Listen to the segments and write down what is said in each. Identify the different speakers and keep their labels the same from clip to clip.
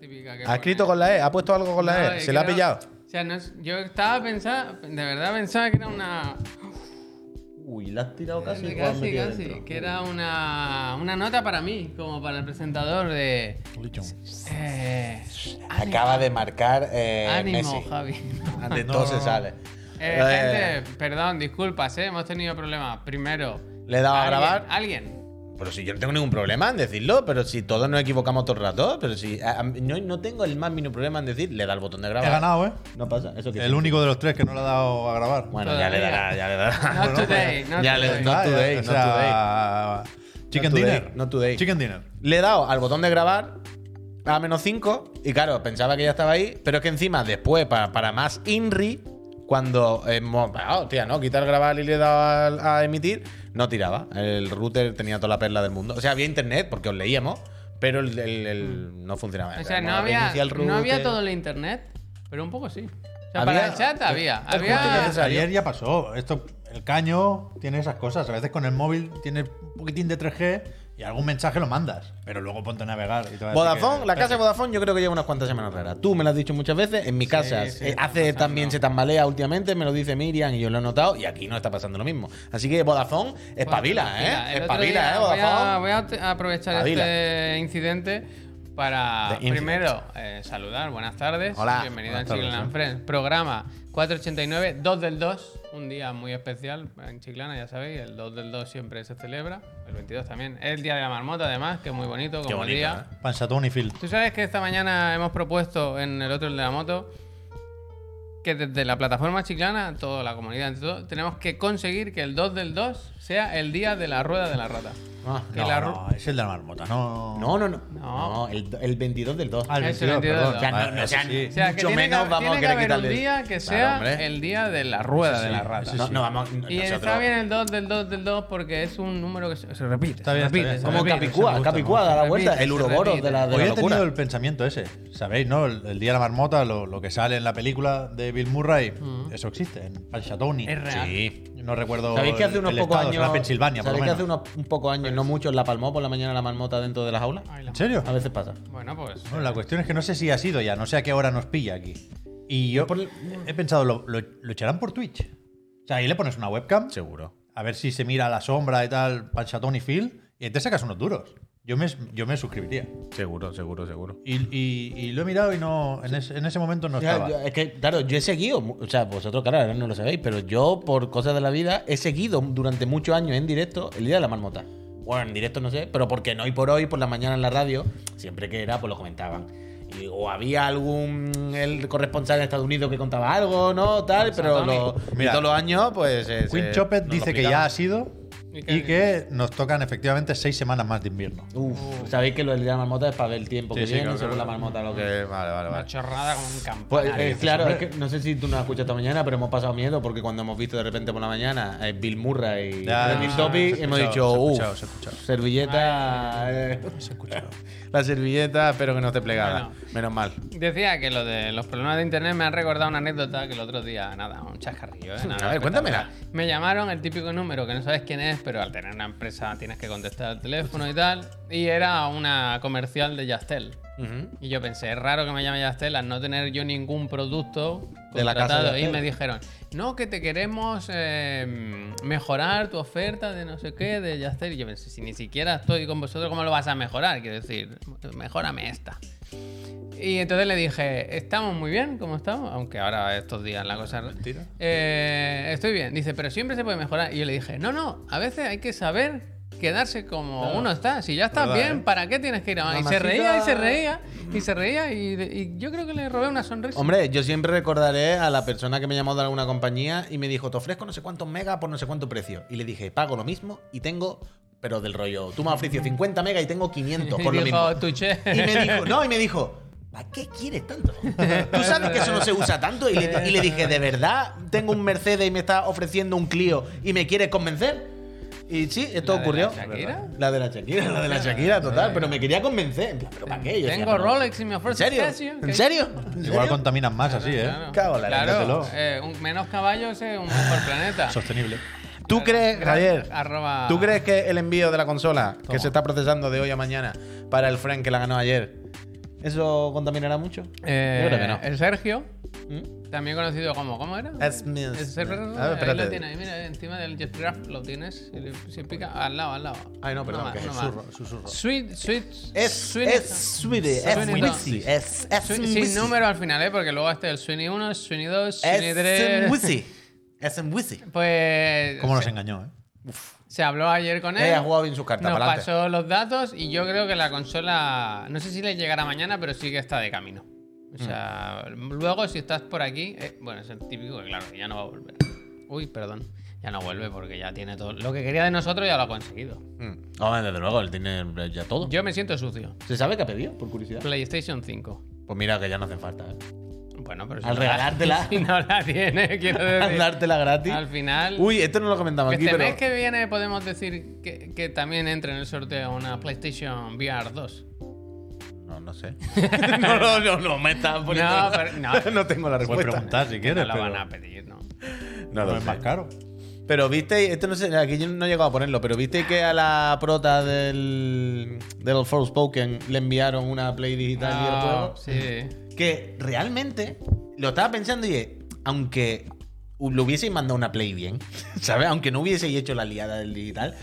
Speaker 1: que
Speaker 2: ¿Ha escrito con la E? ¿Ha puesto algo con la E? ¿Se la ha pillado?
Speaker 1: O sea, no es- yo estaba pensando, de verdad pensaba que era una.
Speaker 3: Uy, la has tirado casi.
Speaker 1: Casi,
Speaker 3: igual
Speaker 1: casi,
Speaker 3: metida dentro.
Speaker 1: que era una, una nota para mí, como para el presentador de. Eh,
Speaker 4: Acaba de marcar eh,
Speaker 1: ánimo,
Speaker 4: Messi.
Speaker 1: Javi.
Speaker 4: De
Speaker 2: No,
Speaker 4: todo
Speaker 2: no,
Speaker 4: se
Speaker 2: no.
Speaker 4: sale.
Speaker 1: Eh,
Speaker 4: Eh,
Speaker 1: gente, perdón, disculpas, eh, hemos tenido problemas. Primero,
Speaker 4: ¿Le he dado a
Speaker 1: ¿alguien-
Speaker 4: grabar?
Speaker 1: Alguien.
Speaker 4: Pero si yo no tengo ningún problema en decirlo, pero si todos nos equivocamos todo el rato, pero si a- a- no, no tengo el más mínimo problema en decir, le da el botón de
Speaker 2: He
Speaker 4: grabar.
Speaker 2: ganado, ¿eh?
Speaker 4: No pasa, eso que
Speaker 2: El único de los tres que no le ha dado a grabar.
Speaker 4: Bueno, ya
Speaker 1: Todavía.
Speaker 4: le dará, ya le dará.
Speaker 1: Not today, not
Speaker 4: ya le-
Speaker 1: today.
Speaker 4: no
Speaker 2: Ah, ya,
Speaker 4: today,
Speaker 2: o
Speaker 4: no
Speaker 2: sea, Chicken
Speaker 4: No today,
Speaker 2: dinner.
Speaker 4: no today.
Speaker 2: Chicken dinner.
Speaker 4: Le he dado al botón de grabar a menos 5 y claro, pensaba que ya estaba ahí, pero es que encima después, para, para más INRI, cuando hemos... Ah, hostia, ¿no? Quitar grabar y le he dado al- a, emitir, no tiraba. El router tenía toda la perla del mundo. O sea, había internet porque os leíamos, pero el, el- el- no funcionaba.
Speaker 1: Mm. O sea, no
Speaker 4: Hemos
Speaker 1: había,
Speaker 4: reiniciado el
Speaker 1: no había
Speaker 4: router.
Speaker 1: todo el internet, pero un poco sí. O sea,
Speaker 4: Había-
Speaker 1: para el chat había.
Speaker 4: el justo
Speaker 1: Había.
Speaker 4: necesario.
Speaker 2: Ayer ya pasó. Esto, el caño tiene esas cosas. A veces con el móvil tienes un poquitín de 3G y algún mensaje lo mandas. Pero luego ponte a navegar. y te va a decir
Speaker 4: Vodafone,
Speaker 2: que-
Speaker 4: la casa de Vodafone yo creo que lleva unas cuantas semanas raras. Tú me lo has dicho muchas veces, en mi casa
Speaker 1: sí,
Speaker 4: eh,
Speaker 1: está
Speaker 4: hace
Speaker 1: pasando.
Speaker 4: también se tambalea últimamente, me lo dice Miriam y yo lo he notado y aquí no está pasando lo mismo. Así que Vodafone, espabila,
Speaker 1: Mira,
Speaker 4: ¿eh?
Speaker 1: el otro
Speaker 4: Espabila,
Speaker 1: día
Speaker 4: ¿eh?
Speaker 1: Voy a,
Speaker 4: Vodafone.
Speaker 1: voy a te- a aprovechar
Speaker 4: Espabila.
Speaker 1: este incidente
Speaker 4: The
Speaker 1: para
Speaker 4: incident.
Speaker 1: primero eh, saludar. Buenas tardes.
Speaker 4: Hola,
Speaker 1: Bienvenido a
Speaker 4: buenas
Speaker 1: Chiclana
Speaker 4: tardes,
Speaker 1: and
Speaker 4: ¿eh?
Speaker 1: Friends. Programa 489, 2 del 2. Un día muy especial en Chiclana, ya sabéis. El 2 del 2 siempre se celebra. El 22 también. Es el día de la marmota, además, que es muy bonito como
Speaker 4: Qué bonito,
Speaker 1: día.
Speaker 4: ¿eh?
Speaker 2: Pansatón Ah, y Phil.
Speaker 1: Tú sabes que esta mañana hemos propuesto en el otro el de la moto que desde la plataforma chiclana, toda la comunidad, entre todos, tenemos que conseguir que el 2 del 2 sea el día de la rueda de la rata.
Speaker 4: Ah,
Speaker 1: Que
Speaker 2: No,
Speaker 1: la ru-
Speaker 2: no, es el de la marmota, no.
Speaker 4: No, no, no.
Speaker 1: No.
Speaker 4: No, el, el 22 del 2.
Speaker 2: Ah, el
Speaker 1: Es
Speaker 2: 22,
Speaker 1: el 22,
Speaker 2: perdón.
Speaker 1: o sea,
Speaker 4: no,
Speaker 2: Vale,
Speaker 4: no,
Speaker 2: ese
Speaker 4: o sea,
Speaker 2: sí.
Speaker 1: O sea, que
Speaker 4: Mucho
Speaker 1: tiene
Speaker 4: menos
Speaker 1: que,
Speaker 4: vamos
Speaker 1: tiene
Speaker 4: a
Speaker 1: que
Speaker 4: querer
Speaker 1: haber un
Speaker 4: quitarle-
Speaker 1: día que
Speaker 4: Claro,
Speaker 1: sea
Speaker 4: hombre.
Speaker 1: el día de la rueda de la rata.
Speaker 4: No, no, vamos.
Speaker 1: Y
Speaker 4: nosotros-
Speaker 1: está bien el 2 del 2 del 2 porque es un número que se, se repite.
Speaker 2: Está
Speaker 1: se
Speaker 2: bien, está
Speaker 1: repite,
Speaker 2: bien.
Speaker 1: se
Speaker 4: Como
Speaker 1: repite.
Speaker 2: se me
Speaker 4: Capicúa,
Speaker 2: gusta,
Speaker 4: Capicúa
Speaker 2: ¿no?
Speaker 4: da la
Speaker 1: Se
Speaker 4: vuelta.
Speaker 1: repite,
Speaker 4: El
Speaker 1: se
Speaker 4: Uroboros
Speaker 1: repite.
Speaker 4: de la, de
Speaker 2: Hoy
Speaker 4: la
Speaker 2: he tenido
Speaker 4: locura.
Speaker 2: el pensamiento ese, ¿sabéis? ¿No? El, el día de la marmota, lo, lo que sale en la película de Bill Murray,
Speaker 4: Mm.
Speaker 2: eso existe, en Pansatoni.
Speaker 1: Es real.
Speaker 4: Sí.
Speaker 2: No recuerdo.
Speaker 4: ¿Sabéis que hace
Speaker 2: el-
Speaker 4: unos
Speaker 2: el
Speaker 4: pocos
Speaker 2: estado,
Speaker 4: años.
Speaker 2: será Pensilvania, por
Speaker 4: ¿Sabéis
Speaker 2: lo
Speaker 4: que
Speaker 2: menos.
Speaker 4: hace unos un poco años, no muchos, la palmó por la mañana la marmota dentro de las aulas?
Speaker 1: Ay, la-
Speaker 2: ¿En serio?
Speaker 4: A veces pasa.
Speaker 1: Bueno, pues.
Speaker 2: Bueno, la cuestión es que no sé si ha sido ya, no sé a qué hora nos pilla aquí. Y yo he pensado, ¿lo, lo, lo echarán por Twitch? O sea, ahí le pones una webcam,
Speaker 4: Seguro.
Speaker 2: a ver si se mira a la sombra y tal, Panchatón y Phil, y te sacas unos duros. Yo me, yo me suscribiría.
Speaker 4: Seguro, seguro, seguro.
Speaker 2: Y, y- y lo he mirado y no en, ese- en ese momento no
Speaker 4: O sea,
Speaker 2: estaba.
Speaker 4: yo- es que, claro, yo he seguido, mu- o sea, vosotros, claro, ahora no lo sabéis, pero yo, por cosas de la vida, he seguido durante muchos años en directo el Día de la Marmota. Bueno, en directo no sé, pero porque no hoy por hoy, por la mañana en la radio, siempre que era, pues lo comentaban. Y, o había algún el corresponsal en Estados Unidos que contaba algo, ¿no? Tal, pero
Speaker 1: Tommy.
Speaker 4: lo- y
Speaker 2: Mira,
Speaker 4: todos los años, pues. eh,
Speaker 2: Queen
Speaker 4: se-
Speaker 2: Choppet
Speaker 4: nos lo
Speaker 2: dice que ya ha
Speaker 4: explicaban.
Speaker 2: sido
Speaker 1: ¿Y
Speaker 2: y
Speaker 1: qué
Speaker 2: que, nos tocan efectivamente seis semanas más de invierno.
Speaker 4: Uf, sabéis que lo del Día de la Marmota es para ver el tiempo que viene, según la marmota lo que.
Speaker 2: Vale, vale,
Speaker 1: Una chorrada como un campo.
Speaker 4: Pues
Speaker 2: Ah,
Speaker 4: eh, claro, es que no sé si tú nos has escuchado esta mañana, pero hemos pasado miedo porque cuando hemos visto de repente por la mañana eh, Bill Murray y
Speaker 2: Ya,
Speaker 4: Trending
Speaker 2: se ha
Speaker 4: Topic,
Speaker 2: escuchado,
Speaker 4: hemos
Speaker 2: se ha
Speaker 4: dicho,
Speaker 2: escuchado,
Speaker 4: "Uf,
Speaker 2: se ha escuchado".
Speaker 4: servilleta. eh, la servilleta, espero que no esté plegada.
Speaker 1: Bueno.
Speaker 4: Menos mal.
Speaker 1: Decía que lo de los problemas de internet me han recordado una anécdota que el otro día, nada, un chascarrillo, ¿eh? Nada
Speaker 4: A ver, cuéntamela.
Speaker 1: Me llamaron el típico número que no sabes quién es, pero al tener una empresa tienes que contestar el teléfono y tal. Y era una comercial de Yastel.
Speaker 4: Ujú.
Speaker 1: Y yo pensé, es raro que me llame Yastel al no tener yo ningún producto
Speaker 4: De la casa de
Speaker 1: contratado. Y
Speaker 4: Yastel.
Speaker 1: me dijeron, no, que te queremos eh, mejorar tu oferta de no sé qué, de Yastel. Y yo pensé, si ni siquiera estoy con vosotros, ¿cómo lo vas a mejorar? Quiero decir, mejórame esta. Y entonces le dije, estamos muy bien, ¿cómo estamos? Aunque ahora estos días la cosa... Mentira. estoy bien. Dice, pero siempre se puede mejorar. Y yo le dije, no, no, a veces hay que saber quedarse como uno está. Si ya estás
Speaker 2: Verdad,
Speaker 1: bien,
Speaker 2: ¿eh?
Speaker 1: ¿para qué tienes que ir a más? Y se
Speaker 4: Mamacita.
Speaker 1: reía, y se reía, y se reía, y, y yo creo que le robé una sonrisa.
Speaker 4: Hombre, yo siempre recordaré a la persona que me llamó de alguna compañía y me dijo, te ofrezco no sé cuántos megas por no sé cuánto precio. Y le dije, pago lo mismo y tengo, pero del rollo, tú me has ofrecido 50 megas y tengo 500 por
Speaker 1: y
Speaker 4: lo mismo.
Speaker 1: dijo, tuché.
Speaker 4: Y me dijo, no, y me dijo, ¿para qué quieres tanto? Tú sabes que eso no se usa tanto. Y le, y le dije, ¿de verdad tengo un Mercedes y me está ofreciendo un Clio y me quieres convencer? Y sí, esto
Speaker 1: ¿La de
Speaker 4: ocurrió.
Speaker 1: la Shakira?
Speaker 4: La de la Shakira, la de la Shakira, total. Pero me quería convencer. En plan, ¿pero para qué? Yo decía,
Speaker 1: Tengo
Speaker 4: pero-
Speaker 1: Rolex y me
Speaker 4: ¿En
Speaker 1: ofrece
Speaker 4: serio?
Speaker 1: Casio,
Speaker 4: ¿En
Speaker 1: que-
Speaker 4: serio? ¿En
Speaker 2: Igual
Speaker 4: serio?
Speaker 2: contaminan más así, ¿eh?
Speaker 1: Claro,
Speaker 4: Cago en la
Speaker 1: claro,
Speaker 2: ley,
Speaker 1: eh, un- menos caballos es eh, un mejor planeta.
Speaker 2: Sostenible.
Speaker 4: Ah. ¿Tú crees,
Speaker 1: Gran-
Speaker 4: Javier?
Speaker 1: arroba-
Speaker 4: ¿Tú crees que el envío de la consola que se está procesando de hoy a mañana para el friend que la ganó ayer ¿Eso contaminará mucho? Yo
Speaker 1: Eh,
Speaker 4: creo que no.
Speaker 1: El Sergio,
Speaker 4: ¿Mm?
Speaker 1: también conocido como. ¿Cómo era?
Speaker 4: Es mi-
Speaker 1: El Sergio.
Speaker 4: A ver,
Speaker 1: ahí lo
Speaker 4: espérate.
Speaker 1: tienes, mira, encima del Jeff Graff lo tienes. Si, le- si pica, al lado, al lado.
Speaker 4: Ay, no, perdón,
Speaker 1: más,
Speaker 4: que
Speaker 1: más.
Speaker 2: Susurro, susurro.
Speaker 1: Sweet, sweet.
Speaker 4: Es-
Speaker 1: Sweeney-
Speaker 4: es Sweeney, es
Speaker 1: Sweeney Todd.
Speaker 4: Wizzy, es es
Speaker 1: Sweeney-
Speaker 4: Wizzy.
Speaker 1: Sin número al final, ¿eh? Porque luego este es el Sweeney 1, Sweeney 2, Sweeney
Speaker 4: Es
Speaker 1: 3.
Speaker 4: un Wizzy. Es un Wizzy.
Speaker 1: Pues.
Speaker 2: ¿Cómo nos
Speaker 1: se,
Speaker 2: engañó, eh?
Speaker 1: se habló ayer con él.
Speaker 4: Ella ha jugado bien sus cartas,
Speaker 1: Nos
Speaker 4: pa'lante.
Speaker 1: pasó los datos y yo creo que la consola, no sé si le llegará mañana, pero sí que está de camino. O sea, luego si estás por aquí, eh, bueno, es el típico que claro, que ya no va a volver. Uy, perdón, ya no vuelve porque ya tiene todo. Lo que quería de nosotros ya lo ha conseguido.
Speaker 4: Mm. Hombre, desde luego, él tiene ya todo.
Speaker 1: Yo me siento sucio.
Speaker 4: ¿Se sabe qué ha pedido, por curiosidad?
Speaker 1: PlayStation 5.
Speaker 4: Pues mira que ya no hacen falta. ¿eh?
Speaker 1: Bueno, pero si
Speaker 4: Al
Speaker 1: no
Speaker 4: regalártela.
Speaker 1: La, si no la tiene, quiero decir.
Speaker 4: Dártela gratis.
Speaker 1: Al final.
Speaker 4: Uy, esto no lo comentamos
Speaker 1: que
Speaker 4: aquí,
Speaker 1: este
Speaker 4: pero...
Speaker 1: mes que viene podemos decir que, que también entra en el sorteo una PlayStation VR 2.
Speaker 4: No, no sé. no, no, no, no, me estás poniendo...
Speaker 1: No, pero- no.
Speaker 4: tengo la
Speaker 2: Puedes
Speaker 4: respuesta.
Speaker 2: preguntar si
Speaker 1: No
Speaker 2: quieres,
Speaker 1: la
Speaker 2: pero
Speaker 1: van a pedir, ¿no?
Speaker 4: No
Speaker 2: no
Speaker 4: lo
Speaker 2: es
Speaker 4: sé.
Speaker 2: más caro.
Speaker 4: Pero viste, esto no sé, aquí yo no he llegado a ponerlo, pero viste que a la prota del, del Forspoken le enviaron una Play Digital y el
Speaker 1: Ah,
Speaker 4: juego.
Speaker 1: sí.
Speaker 4: Que realmente lo estaba pensando y es, aunque le hubieseis mandado una play bien, ¿sabes? Aunque no hubieseis hecho la liada del digital,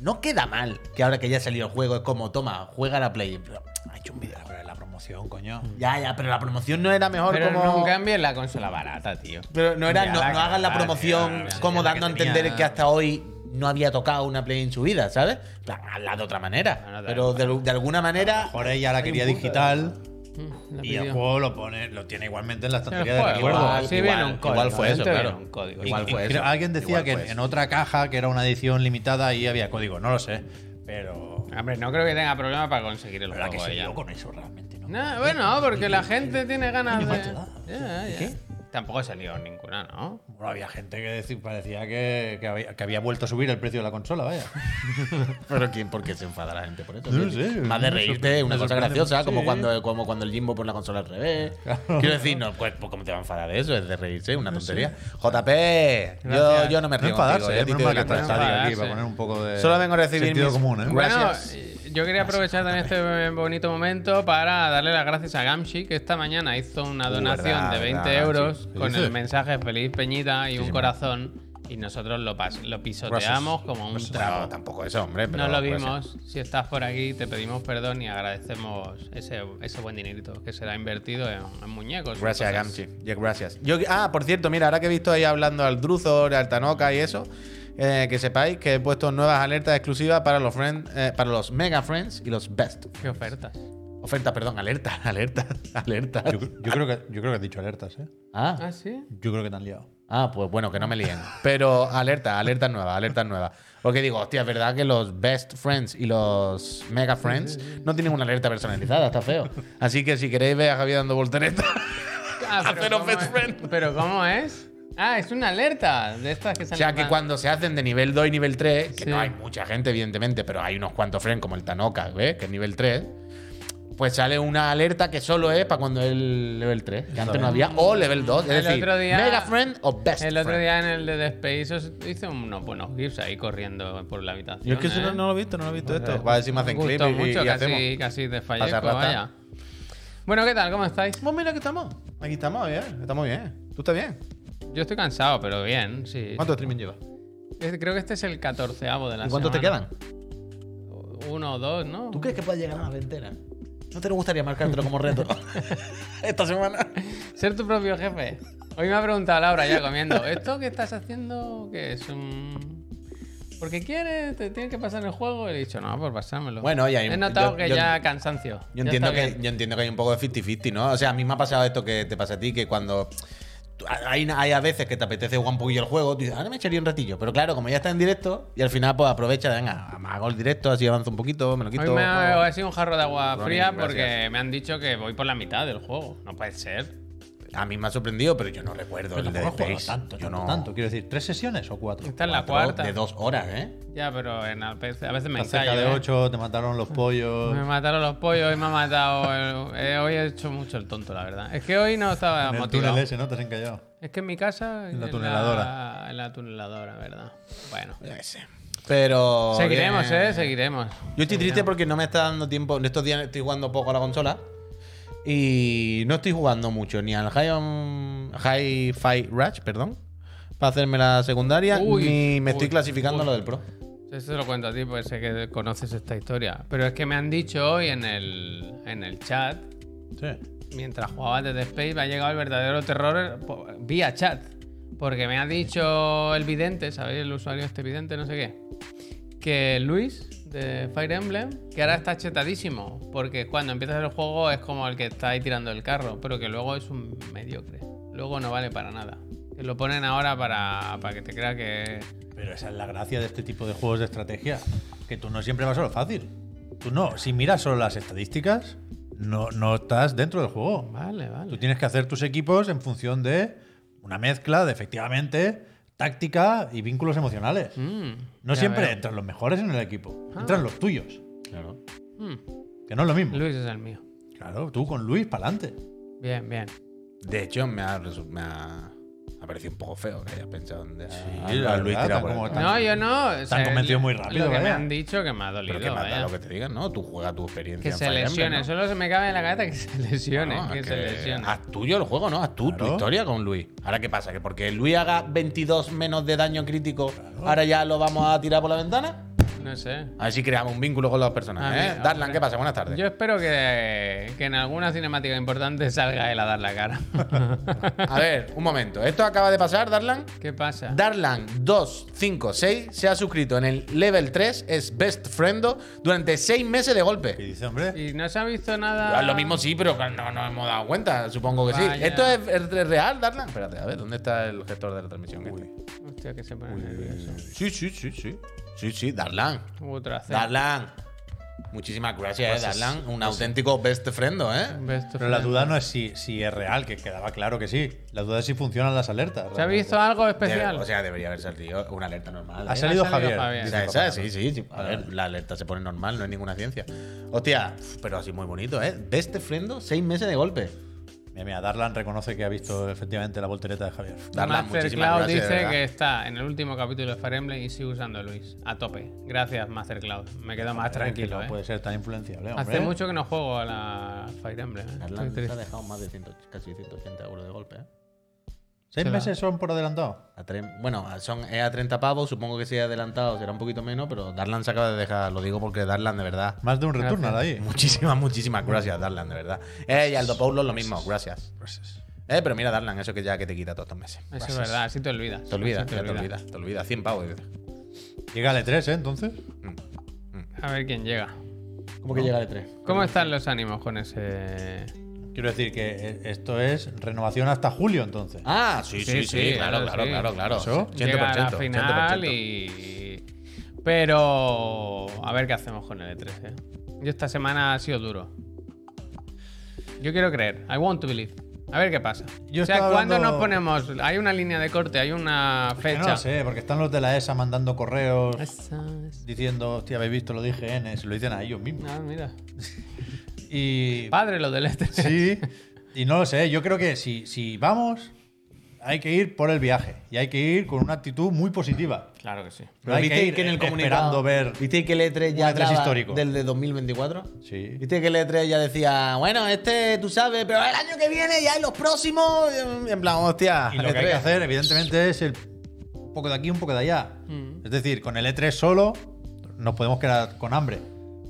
Speaker 4: no queda mal que ahora que ya ha salido el juego es como, toma, juega la play. Pero, ha hecho un video.
Speaker 2: Pero es la promoción, coño.
Speaker 4: Ya, ya, pero la promoción no era mejor
Speaker 1: Pero
Speaker 4: como.
Speaker 1: nunca envíen la consola barata, tío.
Speaker 4: Pero no era,
Speaker 1: Ya
Speaker 4: no,
Speaker 1: la
Speaker 4: no hagan la
Speaker 1: cagaron,
Speaker 4: promoción
Speaker 1: ya, ya
Speaker 4: como
Speaker 1: la
Speaker 4: dando a
Speaker 1: que
Speaker 4: entender
Speaker 1: tenía.
Speaker 4: que hasta hoy no había tocado una play en su vida, ¿sabes? En plan, Hazla de otra
Speaker 1: No,
Speaker 4: manera.
Speaker 1: no, da
Speaker 4: pero de, de alguna manera.
Speaker 2: Ahora ella la quería digital
Speaker 1: La
Speaker 2: y el
Speaker 1: pidió.
Speaker 2: juego lo pone, lo tiene igualmente en la
Speaker 1: El
Speaker 2: estantería de
Speaker 1: juego,
Speaker 2: recuerdo.
Speaker 1: igual, sí,
Speaker 4: igual,
Speaker 1: viene un código.
Speaker 4: igual fue eso,
Speaker 1: dentro
Speaker 4: claro.
Speaker 1: viene un código.
Speaker 4: Igual
Speaker 2: Y-
Speaker 4: fue
Speaker 2: y
Speaker 4: eso.
Speaker 2: creo- Alguien decía
Speaker 4: Igual
Speaker 2: que
Speaker 4: fue
Speaker 2: en
Speaker 4: eso.
Speaker 2: otra caja, que era una edición limitada, ahí había código. No lo sé. Pero.
Speaker 1: Hombre, no creo que tenga problema para conseguir el
Speaker 2: La verdad que
Speaker 1: juego
Speaker 2: se
Speaker 1: ella.
Speaker 2: lió con eso realmente, ¿no?
Speaker 1: No, bueno, porque la gente tiene ganas de.
Speaker 2: macho, da.
Speaker 1: Ya, ya. Tampoco se lió ninguna, ¿no?
Speaker 2: Bueno, había gente que deci- parecía que, que había, que había vuelto a subir el precio de la consola, vaya.
Speaker 4: Pero quién, ¿por qué se enfadará la gente por eso?
Speaker 2: No
Speaker 4: Sí,
Speaker 2: sé,
Speaker 4: Más de
Speaker 2: me
Speaker 4: reírte es una
Speaker 2: me
Speaker 4: cosa
Speaker 2: sorprende
Speaker 4: graciosa,
Speaker 2: mucho.
Speaker 4: como
Speaker 2: Sí.
Speaker 4: cuando, como cuando el Jimbo pone la consola al revés. Quiero decir, no, pues, pues, ¿cómo te va a enfadar de eso? Es de reírse, es una tontería. JP, yo, yo no me
Speaker 2: No
Speaker 4: río. contigo,
Speaker 2: enfadarse,
Speaker 4: yo
Speaker 2: eh.
Speaker 4: a ti te
Speaker 2: Menos
Speaker 4: doy
Speaker 2: mal que
Speaker 4: la
Speaker 2: está el
Speaker 1: enfadarse.
Speaker 4: razón.
Speaker 2: Sadik aquí para poner un poco de.
Speaker 4: Solo vengo a recibir
Speaker 2: sentido
Speaker 4: mis-
Speaker 2: común, eh.
Speaker 4: Gracias.
Speaker 1: Bueno, eh, yo quería aprovechar también este bonito momento para darle las gracias a Gamshi, que esta mañana hizo una
Speaker 4: Uh,
Speaker 1: donación
Speaker 4: verdad,
Speaker 1: de 20
Speaker 4: verdad,
Speaker 1: euros
Speaker 4: Gamshi.
Speaker 1: con
Speaker 2: ¿Qué dices?
Speaker 1: el mensaje Feliz Peñita y un corazón. Y nosotros lo, pas- lo pisoteamos como un
Speaker 4: pues, No,
Speaker 1: trapo.
Speaker 4: tampoco eso, hombre. Pero
Speaker 1: No lo
Speaker 4: puede ser.
Speaker 1: vimos. Si estás por aquí, te pedimos perdón y agradecemos ese, ese buen dinerito que será invertido en, en muñecos. y
Speaker 4: Gracias,
Speaker 1: cosas.
Speaker 4: Gamchi. Ya, gracias. Yo, ah, por cierto, mira, ahora que he visto ahí hablando al Druzor, al Tanoka y eso, eh, que sepáis que he puesto nuevas alertas exclusivas para los, friend- eh, para los Mega Friends y los Best.
Speaker 1: Qué ofertas.
Speaker 4: Ofertas, perdón, alertas, alertas, alertas.
Speaker 2: Yo, yo creo que, yo creo que has dicho alertas, eh.
Speaker 4: Ah,
Speaker 1: Ah, sí.
Speaker 2: Yo creo que te han liado.
Speaker 4: Ah, pues bueno, que no me líen. Pero alerta, alerta nueva, alerta nueva. Porque digo, hostia, es verdad que los best friends y los mega friends no tienen una alerta personalizada, está feo. Así que si queréis ver a Javier dando volteretas,
Speaker 1: Ah,
Speaker 4: Hacer
Speaker 1: ¿cómo
Speaker 4: Best
Speaker 1: es?
Speaker 4: Friend.
Speaker 1: pero ¿cómo es? Ah, es una alerta de estas que
Speaker 4: o
Speaker 1: salen.
Speaker 4: sea que
Speaker 1: pa-
Speaker 4: cuando se hacen de nivel 2 y nivel 3, que
Speaker 1: Sí.
Speaker 4: no hay mucha gente, evidentemente, pero hay unos cuantos friends como el Tanoka, ¿ves? Que es nivel 3. Pues sale una alerta que solo es para cuando es el level 3, que antes no había, o level 2. Es
Speaker 1: El
Speaker 4: decir,
Speaker 1: otro día-
Speaker 4: mega friend o best
Speaker 1: El otro
Speaker 4: friend.
Speaker 1: día en el de Despace os hice unos buenos gifs ahí corriendo por la habitación.
Speaker 4: Yo es que eso
Speaker 1: ¿eh?
Speaker 4: no, no lo he visto, no lo he visto esto.
Speaker 1: Pues,
Speaker 4: Va a decir, me hacen
Speaker 1: gustó
Speaker 4: clip y,
Speaker 1: mucho,
Speaker 4: y hacemos.
Speaker 1: casi, casi desfallezco,
Speaker 4: Pasar rata.
Speaker 1: vaya. Bueno, ¿qué tal? ¿Cómo estáis?
Speaker 4: Pues mira que estamos. Aquí estamos bien. Estamos bien. ¿Tú estás bien?
Speaker 1: Yo estoy cansado, pero bien, sí.
Speaker 4: ¿Cuántos streaming llevas?
Speaker 1: Este- Creo que este es el catorceavo de la
Speaker 4: ¿Y cuántos te
Speaker 1: semana.
Speaker 4: quedan?
Speaker 1: Uno o dos, ¿no?
Speaker 4: ¿Tú crees que puedes llegar a la ventana? ¿No te gustaría marcártelo como reto? Esta semana.
Speaker 1: Ser tu propio jefe. Hoy me ha preguntado Laura ya comiendo, ¿esto que estás haciendo qué es? un Porque quieres, te tienes que pasar el juego. Y he dicho, no, por pasármelo.
Speaker 4: Bueno, y hay
Speaker 1: He
Speaker 4: un-
Speaker 1: notado
Speaker 4: yo-
Speaker 1: que
Speaker 4: yo-
Speaker 1: ya cansancio.
Speaker 4: Yo
Speaker 1: Ya
Speaker 4: entiendo,
Speaker 1: está
Speaker 4: que,
Speaker 1: bien.
Speaker 4: yo entiendo que hay un poco de 50-50, ¿no? O sea, a mí me ha pasado esto que te pasa a ti, que cuando. tú- Hay, hay a veces que te apetece jugar un poquillo el juego, tú dices, ahora me echaría un ratillo. Pero claro, como ya está en directo, y al final, pues aprovecha, venga, hago el directo, así avanzo un poquito, me lo quito. pues,
Speaker 1: Hoy me
Speaker 4: hago-
Speaker 1: ha he sido un jarro de agua
Speaker 4: Ronnie,
Speaker 1: fría
Speaker 4: gracias.
Speaker 1: porque me han dicho que voy por la mitad del juego. No puede ser.
Speaker 4: A mí me ha sorprendido, pero yo no recuerdo
Speaker 2: Pero
Speaker 4: el de
Speaker 2: tampoco he jugado
Speaker 4: Space.
Speaker 2: tanto,
Speaker 4: Yo
Speaker 2: tanto,
Speaker 4: no-
Speaker 2: tanto. Quiero decir, ¿tres sesiones o cuatro?
Speaker 1: Esta es la
Speaker 4: cuatro
Speaker 1: cuarta.
Speaker 4: De dos horas, ¿eh?
Speaker 1: Ya, pero en a veces a veces me
Speaker 2: Estás cerca
Speaker 1: ensayo,
Speaker 2: de
Speaker 1: ¿eh?
Speaker 2: 8, te mataron los pollos.
Speaker 1: Me mataron los pollos, hoy me ha matado. el- eh, hoy he hecho mucho el tonto, la verdad. Es que hoy no estaba
Speaker 2: en el
Speaker 1: motivado.
Speaker 2: túnel ese, ¿no? Te has encallado.
Speaker 1: Es que en mi casa.
Speaker 2: En la tuneladora.
Speaker 1: En la tuneladora, ¿verdad? Bueno.
Speaker 4: Yo qué sé.
Speaker 2: Oh,
Speaker 4: Pero.
Speaker 1: Seguiremos,
Speaker 4: bien.
Speaker 1: ¿eh? Seguiremos.
Speaker 4: Yo estoy triste porque no me está dando tiempo. En estos días estoy jugando poco a la consola. Y no estoy jugando mucho ni al High, on- High Five Rush, perdón, para hacerme la secundaria,
Speaker 1: Uy,
Speaker 4: ni me estoy
Speaker 1: uy,
Speaker 4: clasificando
Speaker 1: uy.
Speaker 4: a lo del pro.
Speaker 1: Eso lo cuento a ti, porque sé que conoces esta historia. Pero es que me han dicho hoy en el, en el chat,
Speaker 2: Sí.
Speaker 1: mientras jugaba Dead Space, me ha llegado el verdadero terror po- vía chat. Porque me ha dicho el vidente, ¿sabéis? El usuario este vidente, no sé qué. Que Luis, de Fire Emblem, que ahora está chetadísimo. Porque cuando empiezas el juego es como el que está ahí tirando el carro, pero que luego es un mediocre. Luego no vale para nada. Que lo ponen ahora para, para que te crea que...
Speaker 2: Pero esa es la gracia de este tipo de juegos de estrategia. Que tú no siempre vas a lo fácil. Tú no. Si miras solo las estadísticas, no, no estás dentro del juego.
Speaker 1: Vale, vale.
Speaker 2: Tú tienes que hacer tus equipos en función de una mezcla de efectivamente táctica y vínculos emocionales.
Speaker 1: Mm,
Speaker 2: No
Speaker 1: ya
Speaker 2: siempre
Speaker 1: veo.
Speaker 2: entran los mejores en el equipo,
Speaker 1: Ah.
Speaker 2: entran los tuyos,
Speaker 4: Claro.
Speaker 1: Mm,
Speaker 2: que no es lo mismo.
Speaker 1: Luis es el mío.
Speaker 2: Claro, tú con Luis para adelante.
Speaker 1: Bien, bien.
Speaker 4: De hecho, me ha, resu- me ha- me ha parecido un poco feo que hayas pensado en dejar
Speaker 2: Sí, la
Speaker 4: a Luis
Speaker 2: verdad,
Speaker 4: tirado
Speaker 2: tan
Speaker 4: por el
Speaker 2: como-
Speaker 4: pro.
Speaker 2: tan-
Speaker 1: No, yo no. o sea,
Speaker 2: convencido
Speaker 1: lo-
Speaker 2: muy rápido,
Speaker 1: Lo que me
Speaker 2: vaya.
Speaker 1: han dicho que me ha dolido.
Speaker 4: Pero que más da
Speaker 1: vaya.
Speaker 4: lo que te digan, ¿no? Tú juegas tu experiencia.
Speaker 1: Que
Speaker 4: en
Speaker 1: se
Speaker 4: Fire Emblem,
Speaker 1: lesione.
Speaker 4: ¿no? Ah,
Speaker 1: Solo se me cabe en la cabeza que se lesione.
Speaker 4: No,
Speaker 1: que,
Speaker 4: es
Speaker 1: se
Speaker 4: que
Speaker 1: lesione.
Speaker 4: Haz tuyo el juego, ¿no? Haz tú tu
Speaker 2: Claro.
Speaker 4: historia con Luis. Ahora, ¿qué pasa? ¿Que porque Luis haga 22 menos de daño crítico, ahora ya lo vamos a tirar por la ventana?
Speaker 1: No sé.
Speaker 4: A ver si creamos un vínculo con las personas,
Speaker 1: Ah,
Speaker 4: ¿eh?
Speaker 1: mira,
Speaker 4: Darlan,
Speaker 1: hombre.
Speaker 4: ¿qué pasa? Buenas tardes.
Speaker 1: Yo espero que, que en alguna cinemática importante salga él a dar la cara.
Speaker 4: A ver, un momento. Esto acaba de pasar, Darlan.
Speaker 1: ¿Qué pasa?
Speaker 4: Darlan256 se ha suscrito en el level 3, es best friendo, durante 6 meses de
Speaker 2: ¿Qué
Speaker 4: golpe.
Speaker 2: dice, hombre?
Speaker 1: y no se ha visto nada.
Speaker 4: Ah, Lo mismo sí, pero no nos hemos dado cuenta, supongo que sí.
Speaker 1: Vaya.
Speaker 4: ¿Esto es, es real, Darlan? Espérate, a ver, ¿dónde está el gestor de la transmisión? este?
Speaker 1: Hostia, que se pone nervioso.
Speaker 4: Sí, sí, sí, sí. Sí, sí, Darlan.
Speaker 1: Otra C.
Speaker 4: Darlan. Muchísimas gracias, eh, Darlan. Un auténtico best friendo, ¿eh?
Speaker 1: Best
Speaker 2: Pero la
Speaker 1: friend.
Speaker 2: duda no es si, si es real, que quedaba claro que sí. La duda es si funcionan las alertas.
Speaker 1: ¿Se ha
Speaker 2: realmente.
Speaker 1: visto algo
Speaker 4: Debe-
Speaker 1: especial?
Speaker 4: o sea, debería haber salido una alerta normal.
Speaker 2: Ha
Speaker 4: ¿eh?
Speaker 2: salido,
Speaker 1: Ha salido
Speaker 2: Javier.
Speaker 1: Javier.
Speaker 2: dice
Speaker 4: Esa,
Speaker 2: el
Speaker 4: esa,
Speaker 2: papá.
Speaker 4: sí, sí, sí. A ver, la alerta se pone normal, no es ninguna ciencia. Hostia, pero así muy bonito, ¿eh? Best friendo, seis meses de golpe.
Speaker 2: Mira, mira, Darlan reconoce que ha visto efectivamente la voltereta de Javier.
Speaker 4: Darlan, muchísimas
Speaker 1: Mastercloud
Speaker 4: gracias. de
Speaker 1: dice
Speaker 4: verdad.
Speaker 1: que está en el último capítulo de Fire Emblem y sigue usando Luis. A tope. Gracias, Mastercloud. Me quedo más tranquilo.
Speaker 2: No
Speaker 1: eh.
Speaker 2: puede ser tan influenciable, hombre.
Speaker 1: Hace mucho que no juego a la Fire Emblem. eh. Estoy
Speaker 4: Darlan se ha
Speaker 1: triste.
Speaker 4: dejado más de 100 casi 180 euros de golpe, ¿eh?
Speaker 2: ¿Seis
Speaker 1: se la-
Speaker 2: meses son por adelantado?
Speaker 4: A tre- bueno, son es a 30 pavos, supongo que si he adelantado será un poquito menos, pero Darlan se acaba de dejar, lo digo porque Darlan de verdad.
Speaker 2: Más de un retorno ahí.
Speaker 4: Muchísimas, muchísimas gracias, Darlan, de verdad. Eh, y Aldo Paulo lo mismo, gracias. Eh, pero mira, Darlan, eso que ya que te quita todos estos meses.
Speaker 1: Eso es verdad, así te olvidas.
Speaker 4: Te olvidas,
Speaker 1: Así
Speaker 4: ya te olvidas, te olvidas. 100 pavos. dice.
Speaker 2: Llega al E3, ¿eh? Entonces.
Speaker 1: A ver quién llega.
Speaker 4: ¿Cómo que llega de 3?
Speaker 1: ¿Cómo están los ánimos con ese.
Speaker 2: Quiero decir que eh, esto es renovación hasta julio, entonces.
Speaker 4: Ah, sí, sí, sí,
Speaker 1: Sí, sí,
Speaker 4: claro,
Speaker 1: claro,
Speaker 4: claro,
Speaker 1: sí.
Speaker 4: claro, claro.
Speaker 2: Eso.
Speaker 4: 100%,
Speaker 1: Llega a la final
Speaker 4: 100%.
Speaker 1: y. Pero. A ver qué hacemos con el E3. eh. Yo esta semana ha sido duro. Yo quiero creer. I want to believe. A ver qué pasa.
Speaker 2: Yo
Speaker 1: o sea,
Speaker 2: estaba
Speaker 1: ¿cuándo
Speaker 2: hablando-
Speaker 1: nos ponemos? Hay una línea de corte, hay una
Speaker 2: Que
Speaker 1: fecha.
Speaker 2: no lo sé, porque están los de la ESA mandando correos
Speaker 1: Esa es-
Speaker 2: diciendo, hostia, habéis visto lo de IGN, se lo dicen a ellos mismos.
Speaker 1: Ah, mira.
Speaker 2: Y.
Speaker 1: Padre lo del E E3.
Speaker 2: Sí. Y no lo sé, yo creo que si, si vamos, hay que ir por el viaje. Y hay que ir con una actitud muy positiva.
Speaker 1: Claro que sí.
Speaker 2: No hay que ir esperando ver.
Speaker 4: ¿Viste que el E3
Speaker 2: un
Speaker 4: ya
Speaker 2: E3
Speaker 4: graba
Speaker 2: histórico.
Speaker 4: del de 2024?
Speaker 2: Sí.
Speaker 4: ¿Viste que el E3 ya decía, bueno, este tú sabes, pero el año que viene ya en los próximos. En plan, hostia.
Speaker 2: Y lo que hay
Speaker 4: E3.
Speaker 2: que E hacer, evidentemente, es el un poco de aquí, un poco de allá. Es decir, con el E3 solo nos podemos quedar con hambre.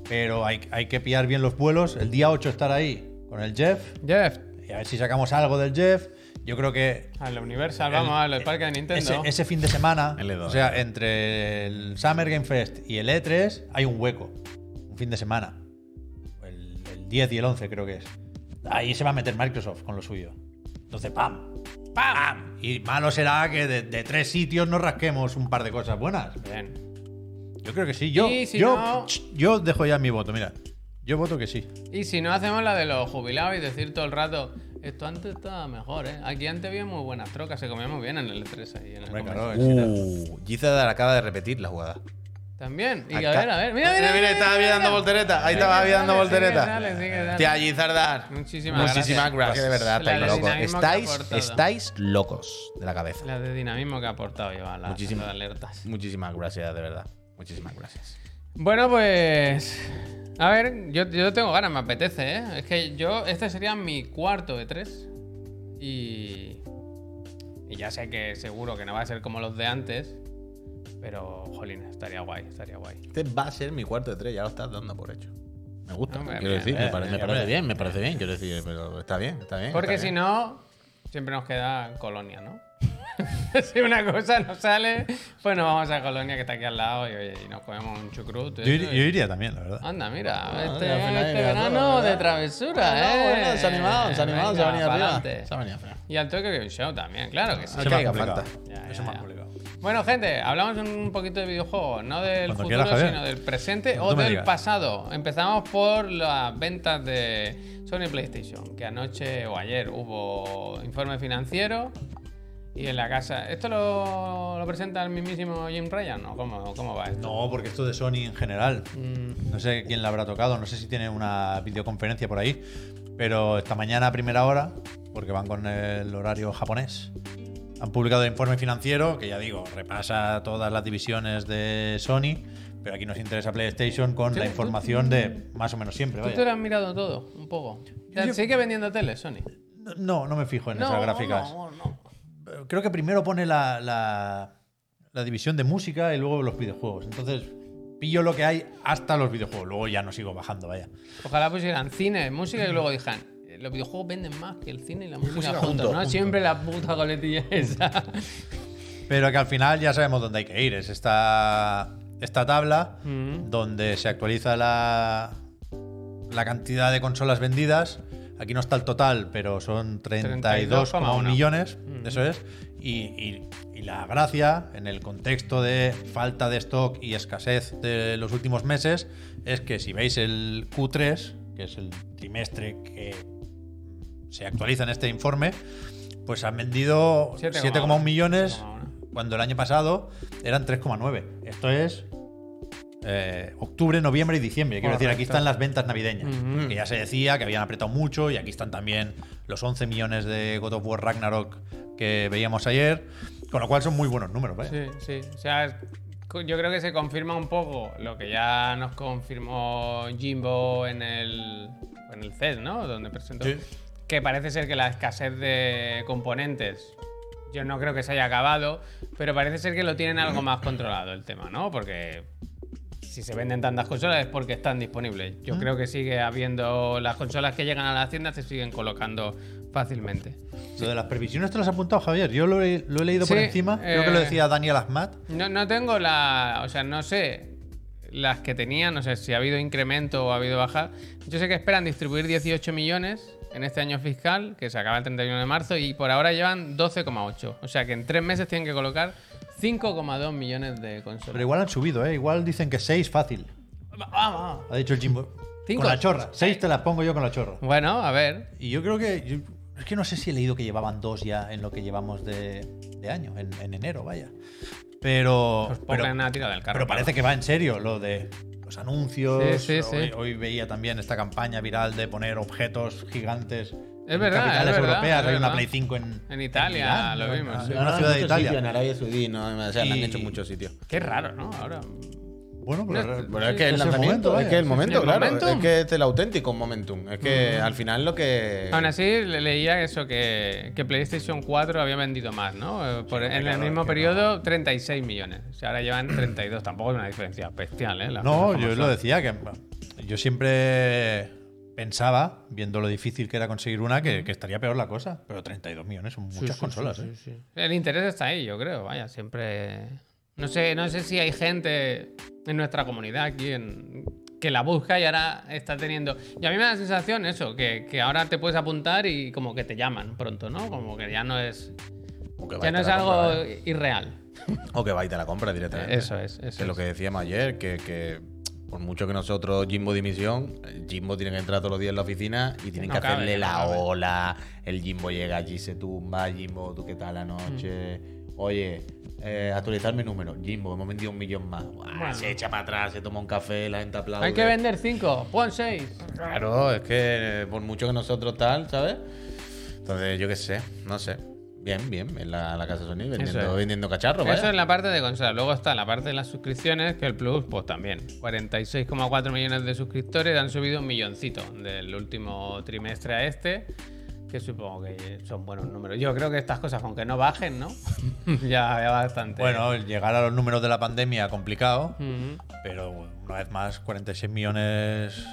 Speaker 2: Pero hay, hay que pillar bien los vuelos. El día 8 estar ahí con el Jeff.
Speaker 1: Jeff,
Speaker 2: Y a ver si sacamos algo del Jeff. Yo creo que
Speaker 1: al Universal, vamos al parque de
Speaker 2: ese,
Speaker 1: Nintendo.
Speaker 2: ese fin de semana,
Speaker 4: L2,
Speaker 2: o sea, entre el Summer Game Fest y el E3 hay un hueco. Un fin de semana. El, el 10 y el 11 creo que es. Ahí se va a meter Microsoft con lo suyo. Entonces, ¡pam! ¡Pam! Y malo será que de, de tres sitios nos rasquemos un par de cosas buenas.
Speaker 1: Bien.
Speaker 2: Yo creo que sí. Yo,
Speaker 1: Y si
Speaker 2: yo,
Speaker 1: no-
Speaker 2: yo dejo ya mi voto, mira. Yo voto que sí.
Speaker 1: Y si no hacemos la de los jubilados y decir todo el rato, esto antes estaba mejor, ¿eh? Aquí antes había muy buenas trocas, se comía muy bien en el 3 ahí. En el
Speaker 2: Hombre,
Speaker 1: comercio.
Speaker 2: claro, es-
Speaker 4: Uh, Giza acaba de repetir la jugada.
Speaker 1: También. Y a
Speaker 4: Acá-
Speaker 1: ver, a ver. Mira, mira,
Speaker 4: mira, estaba bien dando voltereta. Ahí estaba bien dando voltereta.
Speaker 1: Dale, sigue, dale.
Speaker 4: Tía Gizardar.
Speaker 1: Muchísimas
Speaker 4: Muchísimas gracias,
Speaker 1: gracias.
Speaker 4: de verdad.
Speaker 1: La del
Speaker 4: Estáis locos.
Speaker 1: dinamismo que ha
Speaker 4: Estáis,
Speaker 1: aportado.
Speaker 4: estáis locos de la cabeza.
Speaker 1: La de dinamismo que ha aportado lleva las
Speaker 4: Muchísimas.
Speaker 1: las alertas.
Speaker 4: Muchísimas gracias, de verdad. Muchísimas gracias.
Speaker 1: Bueno, pues A ver, yo, yo tengo ganas, me apetece, ¿eh? Es que yo, este sería mi cuarto de tres. Y. Y ya sé que seguro que no va a ser como los de antes. Pero, jolín, estaría guay, estaría guay.
Speaker 4: Este va a ser mi cuarto de tres, ya lo estás dando por hecho. Me gusta.
Speaker 1: Hombre,
Speaker 4: quiero decir,
Speaker 1: mira,
Speaker 4: me, pare-
Speaker 2: mira,
Speaker 4: me
Speaker 2: mira,
Speaker 4: parece
Speaker 2: mira.
Speaker 4: bien, me parece bien. Quiero decir, pero está bien, está bien.
Speaker 1: Porque
Speaker 4: está
Speaker 1: si
Speaker 4: bien.
Speaker 1: no, siempre nos queda colonia, ¿no? si una cosa no sale, pues nos vamos a colonia que está aquí al lado y, oye, y nos comemos un chucrut. y
Speaker 2: Yo, ir-
Speaker 1: eso,
Speaker 2: yo
Speaker 1: y-
Speaker 2: iría también, la verdad.
Speaker 1: Anda, mira, este,
Speaker 4: Ah, al final
Speaker 1: este
Speaker 4: llega todo,
Speaker 1: verano
Speaker 4: ¿verdad?
Speaker 1: de travesura,
Speaker 4: Ah, no,
Speaker 1: ¿eh?
Speaker 4: bueno, se ha animado, se ha animado, se ha
Speaker 1: Venga,
Speaker 4: venido arriba.
Speaker 1: pa'lante.
Speaker 4: Se ha venido arriba.
Speaker 1: Y al Tokyo Game Show también, claro que sí.
Speaker 4: que
Speaker 2: me ha
Speaker 4: haga
Speaker 2: complicado.
Speaker 4: falta.
Speaker 1: Ya, ya,
Speaker 2: Eso me ha
Speaker 1: ya.
Speaker 2: complicado.
Speaker 1: Bueno, gente, hablamos un poquito de videojuegos, no del
Speaker 2: Cuando
Speaker 1: futuro,
Speaker 2: quieras, Javier.
Speaker 1: sino del presente
Speaker 2: Cuando
Speaker 1: o
Speaker 2: tú me
Speaker 1: del
Speaker 2: digas.
Speaker 1: pasado. Empezamos por las ventas de Sony PlayStation, que anoche o ayer hubo informe financiero y en la casa. ¿Esto lo, lo presenta el mismísimo Jim Ryan? ¿no? ¿Cómo, cómo va esto?
Speaker 2: No, porque esto de Sony en general.
Speaker 1: Mm.
Speaker 2: No sé quién la habrá tocado, no sé si tiene una videoconferencia por ahí. Pero esta mañana a primera hora, porque van con el horario japonés, han publicado el informe financiero, que ya digo, repasa todas las divisiones de Sony. Pero aquí nos interesa PlayStation con la
Speaker 1: tú-
Speaker 2: información de más o menos siempre.
Speaker 1: ¿Tú
Speaker 2: vaya.
Speaker 1: te lo has mirado todo, un poco?
Speaker 2: Yo-
Speaker 1: Sigue vendiendo tele, Sony.
Speaker 2: No, no me fijo en esas gráficas.
Speaker 1: no, no.
Speaker 2: Creo que primero pone la, la- la división de música y luego los videojuegos. Entonces, pillo lo que hay hasta los videojuegos. Luego ya no sigo bajando, vaya.
Speaker 1: Ojalá pusieran cine, música y luego dijeran. "Eh, Los videojuegos venden más que el cine y la música,
Speaker 2: música
Speaker 1: juntos,
Speaker 2: juntos,
Speaker 1: ¿no?
Speaker 2: juntos".
Speaker 1: Siempre la puta coletilla esa.
Speaker 2: Pero que al final ya sabemos dónde hay que ir. Es esta, esta tabla donde se actualiza la, la cantidad de consolas vendidas. Aquí no está el total, pero son 32,1
Speaker 1: 32,1.
Speaker 2: millones. Eso es. Y, y- y la gracia, en el contexto de falta de stock y escasez de los últimos meses, es que si veis el Q3, que es el trimestre que se actualiza en este informe, pues han vendido
Speaker 1: 7,1
Speaker 2: 7,1 millones
Speaker 1: 7,1.
Speaker 2: cuando el año pasado eran 3,9. Esto es eh, octubre, noviembre y diciembre. Quiero decir, aquí
Speaker 1: Correcto.
Speaker 2: están las ventas navideñas,
Speaker 1: Ujú.
Speaker 2: que ya se decía que habían apretado mucho y aquí están también los 11 millones de God of War Ragnarok que veíamos ayer, con lo cual son muy buenos números. vaya.
Speaker 1: Sí, sí. O sea, es- co- yo creo que se confirma un poco lo que ya nos confirmó Jimbo en el, en el CES, ¿no? Donde presentó.
Speaker 2: Sí.
Speaker 1: Que parece ser que la escasez de componentes. Yo no creo que se haya acabado, pero parece ser que lo tienen algo más controlado el tema, ¿no? Porque si se venden tantas consolas es porque están disponibles.
Speaker 2: Ah.
Speaker 1: Yo creo que sigue habiendo las consolas que llegan a las tiendas se siguen colocando fácilmente.
Speaker 2: Lo de las previsiones te lo has apuntado, Javier. Yo lo he, lo he leído por
Speaker 1: Sí,
Speaker 2: encima. Creo que lo
Speaker 1: eh,
Speaker 2: decía Daniel Azmat.
Speaker 1: No, no tengo la. O sea, no sé las que tenían, no sé si ha habido incremento o ha habido baja. Yo sé que esperan distribuir 18 millones en este año fiscal, que se acaba el 31 de marzo, y por ahora llevan 12,8. O sea que en tres meses tienen que colocar 5,2 millones de
Speaker 2: Pero
Speaker 1: consolas.
Speaker 2: igual han subido, ¿eh? Igual dicen que 6 fácil.
Speaker 1: Vamos.
Speaker 2: Ha dicho el Jimbo.
Speaker 1: Cinco.
Speaker 2: Con la chorra. 6 te las pongo yo con la chorra.
Speaker 1: Bueno, a ver.
Speaker 2: Y yo creo que. yo- es que no sé si he leído que llevaban dos ya en lo que llevamos de, de año, en, en enero, vaya. Pero.
Speaker 1: Pues
Speaker 2: pero,
Speaker 1: pongan a tira del carro.
Speaker 2: pero parece que va en serio lo de los anuncios.
Speaker 1: Sí, sí, sí.
Speaker 2: Hoy, hoy veía también esta campaña viral de poner objetos gigantes.
Speaker 1: Es
Speaker 2: en
Speaker 1: verdad,
Speaker 2: capitales
Speaker 1: es verdad,
Speaker 2: europeas.
Speaker 1: es
Speaker 2: Hay una
Speaker 1: verdad.
Speaker 2: Play 5 en,
Speaker 1: En Italia,
Speaker 2: Milán,
Speaker 1: lo
Speaker 2: ¿no?
Speaker 1: vimos,
Speaker 2: En
Speaker 1: sí.
Speaker 2: una ciudad de Italia.
Speaker 4: En Arabia Saudí, no, o sea, la han
Speaker 2: Y-
Speaker 4: hecho en muchos sitios.
Speaker 1: Qué raro, ¿no? Ahora.
Speaker 2: Bueno, pero.
Speaker 1: No,
Speaker 4: Bueno, es que el
Speaker 2: Es el
Speaker 4: lanzamiento,
Speaker 2: momento,
Speaker 4: es que el
Speaker 2: vaya.
Speaker 4: momento,
Speaker 1: El
Speaker 4: claro.
Speaker 1: momentum.
Speaker 4: Es que este es el auténtico momentum. Es que
Speaker 2: Mm.
Speaker 4: al final lo que.
Speaker 2: Eh,
Speaker 1: Aún así, le- leía eso, que, que PlayStation 4 había vendido más, ¿no? Eh, por- en el
Speaker 2: claro,
Speaker 1: mismo
Speaker 2: que
Speaker 1: periodo, 36 millones. O sea, ahora llevan 32. Tampoco es una diferencia bestial, ¿eh? Las
Speaker 2: No,
Speaker 1: cosas como
Speaker 2: yo
Speaker 1: son.
Speaker 2: lo decía, que bueno, yo siempre pensaba, viendo lo difícil que era conseguir una, que, que estaría peor la cosa. Pero 32 millones son muchas consolas. ¿eh?
Speaker 1: El interés está ahí, yo creo. Vaya, siempre... No sé, no sé si hay gente en nuestra comunidad aquí en- que la busca y ahora está teniendo... Y a mí me da la sensación eso, que, que ahora te puedes apuntar y como que te llaman pronto, ¿no? Como que ya no es,
Speaker 4: o que va
Speaker 1: ya
Speaker 4: y
Speaker 1: no
Speaker 4: te
Speaker 1: es
Speaker 4: la compra,
Speaker 1: algo
Speaker 4: vaya.
Speaker 2: ¿eh?
Speaker 1: irreal.
Speaker 4: O que va y te la compra directamente.
Speaker 1: Eso es, eso
Speaker 4: Que es lo
Speaker 1: es.
Speaker 4: que decíamos ayer, que, que por mucho que nosotros, Jimbo dimisión, el Jimbo tiene que entrar todos los días en la oficina y tienen
Speaker 1: no
Speaker 4: que
Speaker 1: cabe,
Speaker 4: hacerle
Speaker 1: que no
Speaker 4: la
Speaker 1: cabe.
Speaker 4: ola. El Jimbo llega allí, se tumba. Jimbo, ¿tú qué tal la noche?
Speaker 1: Mm.
Speaker 4: Oye, eh, actualizar mi número. Jimbo, hemos vendido un millón más. Buah,
Speaker 1: Bueno.
Speaker 4: Se echa para atrás, se toma un café, la gente aplaude.
Speaker 1: Hay que vender 5, pon 6.
Speaker 4: Claro, es que eh, por mucho que nosotros tal, ¿sabes? Entonces, yo qué sé, no sé. Bien, bien, en la, la casa Sony vendiendo,
Speaker 1: es.
Speaker 4: vendiendo cacharros,
Speaker 1: Eso
Speaker 4: vaya.
Speaker 1: es la parte de consola. Luego está la parte de las suscripciones, que el Plus, pues también. 46,4 millones de suscriptores han subido un milloncito del último trimestre a este, que supongo que son buenos números. Yo creo que estas cosas, aunque no bajen, ¿no? ya, ya bastante.
Speaker 2: Bueno, el llegar a los números de la pandemia complicado,
Speaker 1: Mm.
Speaker 2: pero bueno, una vez más, 46 millones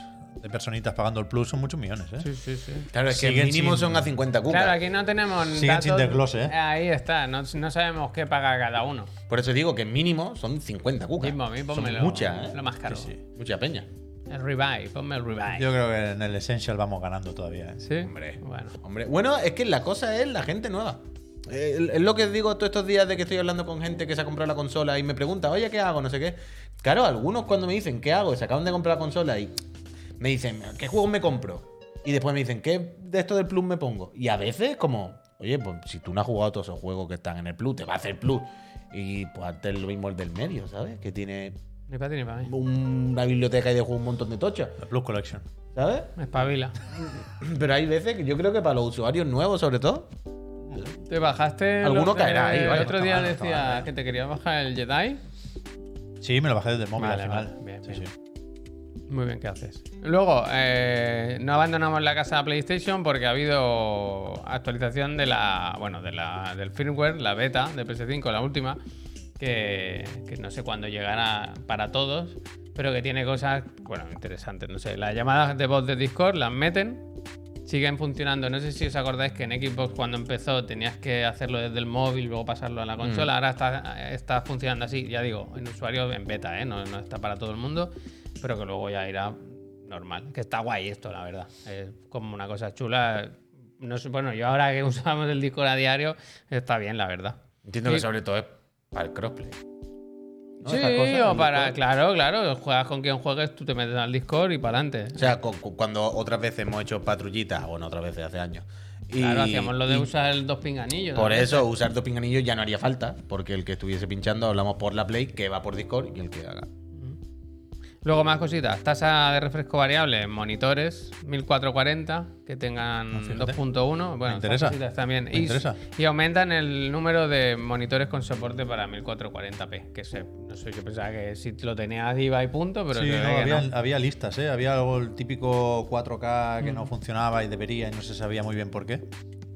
Speaker 2: de personitas pagando el plus son muchos millones, ¿eh?
Speaker 1: Sí, sí, sí.
Speaker 4: Claro, es que
Speaker 2: Siguen
Speaker 4: mínimo
Speaker 2: sin-
Speaker 4: son a 50 cucas.
Speaker 1: Claro, aquí no tenemos
Speaker 2: Siguen
Speaker 1: datos.
Speaker 2: sin desglose, ¿eh?
Speaker 1: Ahí está, no, no sabemos qué paga cada uno.
Speaker 4: Por eso digo que mínimo son 50 cucas.
Speaker 1: Mismo, a mí
Speaker 4: son
Speaker 1: pónmelo.
Speaker 4: mucha, ¿eh?
Speaker 1: Lo más caro.
Speaker 2: Sí, sí.
Speaker 4: Mucha peña.
Speaker 1: El revive, ponme el revive.
Speaker 2: Yo creo que en el Essential vamos ganando todavía. ¿eh?
Speaker 1: ¿Sí?
Speaker 4: Hombre.
Speaker 1: Bueno.
Speaker 4: Hombre, bueno, es que la cosa es la gente nueva. Eh, Es lo que digo todos estos días de que estoy hablando con gente que se ha comprado la consola y me pregunta, oye, ¿qué hago? No sé qué. Claro, algunos cuando me dicen, ¿qué hago? Se acaban de comprar la consola y me dicen, ¿qué juego me compro? Y después me dicen, ¿qué de esto del Plus me pongo? Y a veces como, oye, pues si tú no has jugado todos esos juegos que están en el Plus, te va a hacer Plus. Y pues antes lo mismo el del medio, ¿sabes? Que tiene
Speaker 1: Ni para ti ni para mí.
Speaker 4: una biblioteca y de juegos un montón de tochas,
Speaker 2: La Plus Collection.
Speaker 4: ¿sabes?
Speaker 1: Espabila.
Speaker 4: Pero hay veces que yo creo que para los usuarios nuevos, sobre todo,
Speaker 1: Te bajaste.
Speaker 4: Alguno
Speaker 1: lo que-
Speaker 4: caerá ahí, vaya,
Speaker 1: El otro
Speaker 2: está
Speaker 1: día
Speaker 2: mal, está
Speaker 1: decía
Speaker 2: mal, ¿eh?
Speaker 1: que te quería bajar el Jedi.
Speaker 2: Sí, me lo bajé desde el móvil
Speaker 1: Vale,
Speaker 2: al final.
Speaker 1: vale, bien,
Speaker 2: Sí,
Speaker 1: bien.
Speaker 2: sí.
Speaker 1: Muy bien, ¿qué haces? Luego, eh, no abandonamos la casa de PlayStation porque ha habido actualización de la. Bueno, de la, del firmware, la beta de PS5, la última. Que, que no sé cuándo llegará para todos. Pero que tiene cosas, bueno, interesantes. No sé, las llamadas de voz de Discord las meten. Siguen funcionando. No sé si os acordáis que en Xbox cuando empezó tenías que hacerlo desde el móvil, luego pasarlo a
Speaker 4: Mm.
Speaker 1: la consola. Ahora está, está funcionando así, ya digo, en usuarios en beta, ¿eh? no, no está para todo el mundo, pero que luego ya irá normal. Que está guay esto, la verdad. Es como una cosa chula. No sé, bueno, yo ahora que usamos el Discord a diario, está bien, la verdad.
Speaker 4: Entiendo
Speaker 1: Sí.
Speaker 4: que sobre todo es para el crossplay. ¿no?
Speaker 1: Sí,
Speaker 4: Esas cosas,
Speaker 1: o
Speaker 4: el
Speaker 1: para,
Speaker 4: Discord.
Speaker 1: claro, claro, juegas con quien juegues, tú te metes al Discord y para adelante.
Speaker 4: O sea, cu- cu- cuando otras veces hemos hecho patrullitas, bueno, otras veces hace años. Y,
Speaker 1: Claro, hacíamos lo de
Speaker 4: y
Speaker 1: usar el dos pinganillos.
Speaker 4: Por
Speaker 1: ¿no?
Speaker 4: eso usar dos pinganillos ya no haría falta, porque el que estuviese pinchando hablamos por la Play, que va por Discord y el que haga.
Speaker 1: Luego más cositas. Tasa de refresco variable en monitores 1440 que tengan
Speaker 2: Ah, fíjate.
Speaker 1: 2.1. Bueno,
Speaker 2: interesa.
Speaker 1: esas cositas también.
Speaker 2: Me
Speaker 1: Y,
Speaker 2: interesa.
Speaker 1: y aumentan el número de monitores con soporte para 1440p. Que se, no sé, yo pensaba que si lo tenías iba y punto, pero
Speaker 2: Sí,
Speaker 1: se ve
Speaker 2: no,
Speaker 1: que
Speaker 2: había,
Speaker 1: no.
Speaker 2: había listas, ¿eh? Había algo el típico 4K que no
Speaker 1: Mm.
Speaker 2: funcionaba y debería y no se sabía muy bien por qué.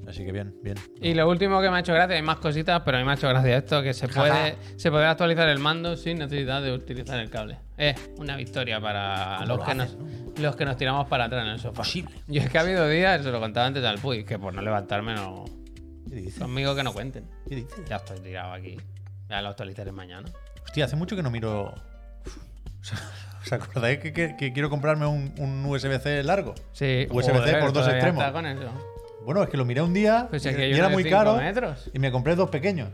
Speaker 2: Así que bien, bien.
Speaker 1: Y lo último que me ha hecho gracia, hay más cositas, pero a mí me ha hecho gracia esto, que se puede, se podrá actualizar el mando sin necesidad de utilizar el cable. Es una victoria para los
Speaker 2: lo
Speaker 1: que,
Speaker 2: haces,
Speaker 1: nos, los que nos tiramos para atrás en el sofá.
Speaker 2: Posible.
Speaker 1: Yo es que ha habido días, se lo contaba antes al Puy, que por no levantarme no.
Speaker 2: ¿Qué dices?
Speaker 1: Conmigo que no cuenten.
Speaker 2: ¿Qué dices?
Speaker 1: Ya estoy tirado aquí. Ya lo actualizaré mañana.
Speaker 2: Hostia, hace mucho que no miro. ¿Os acordáis que, que- que quiero comprarme un, un USB-C largo?
Speaker 1: Sí.
Speaker 2: USB-C Pues por dos
Speaker 1: todavía
Speaker 2: extremos.
Speaker 1: está con eso.
Speaker 2: Bueno, es que lo miré un día
Speaker 1: Pues
Speaker 2: y,
Speaker 1: aquí hay
Speaker 2: y
Speaker 1: uno
Speaker 2: era
Speaker 1: de
Speaker 2: muy
Speaker 1: cinco
Speaker 2: caro
Speaker 1: metros.
Speaker 2: y me compré dos pequeños.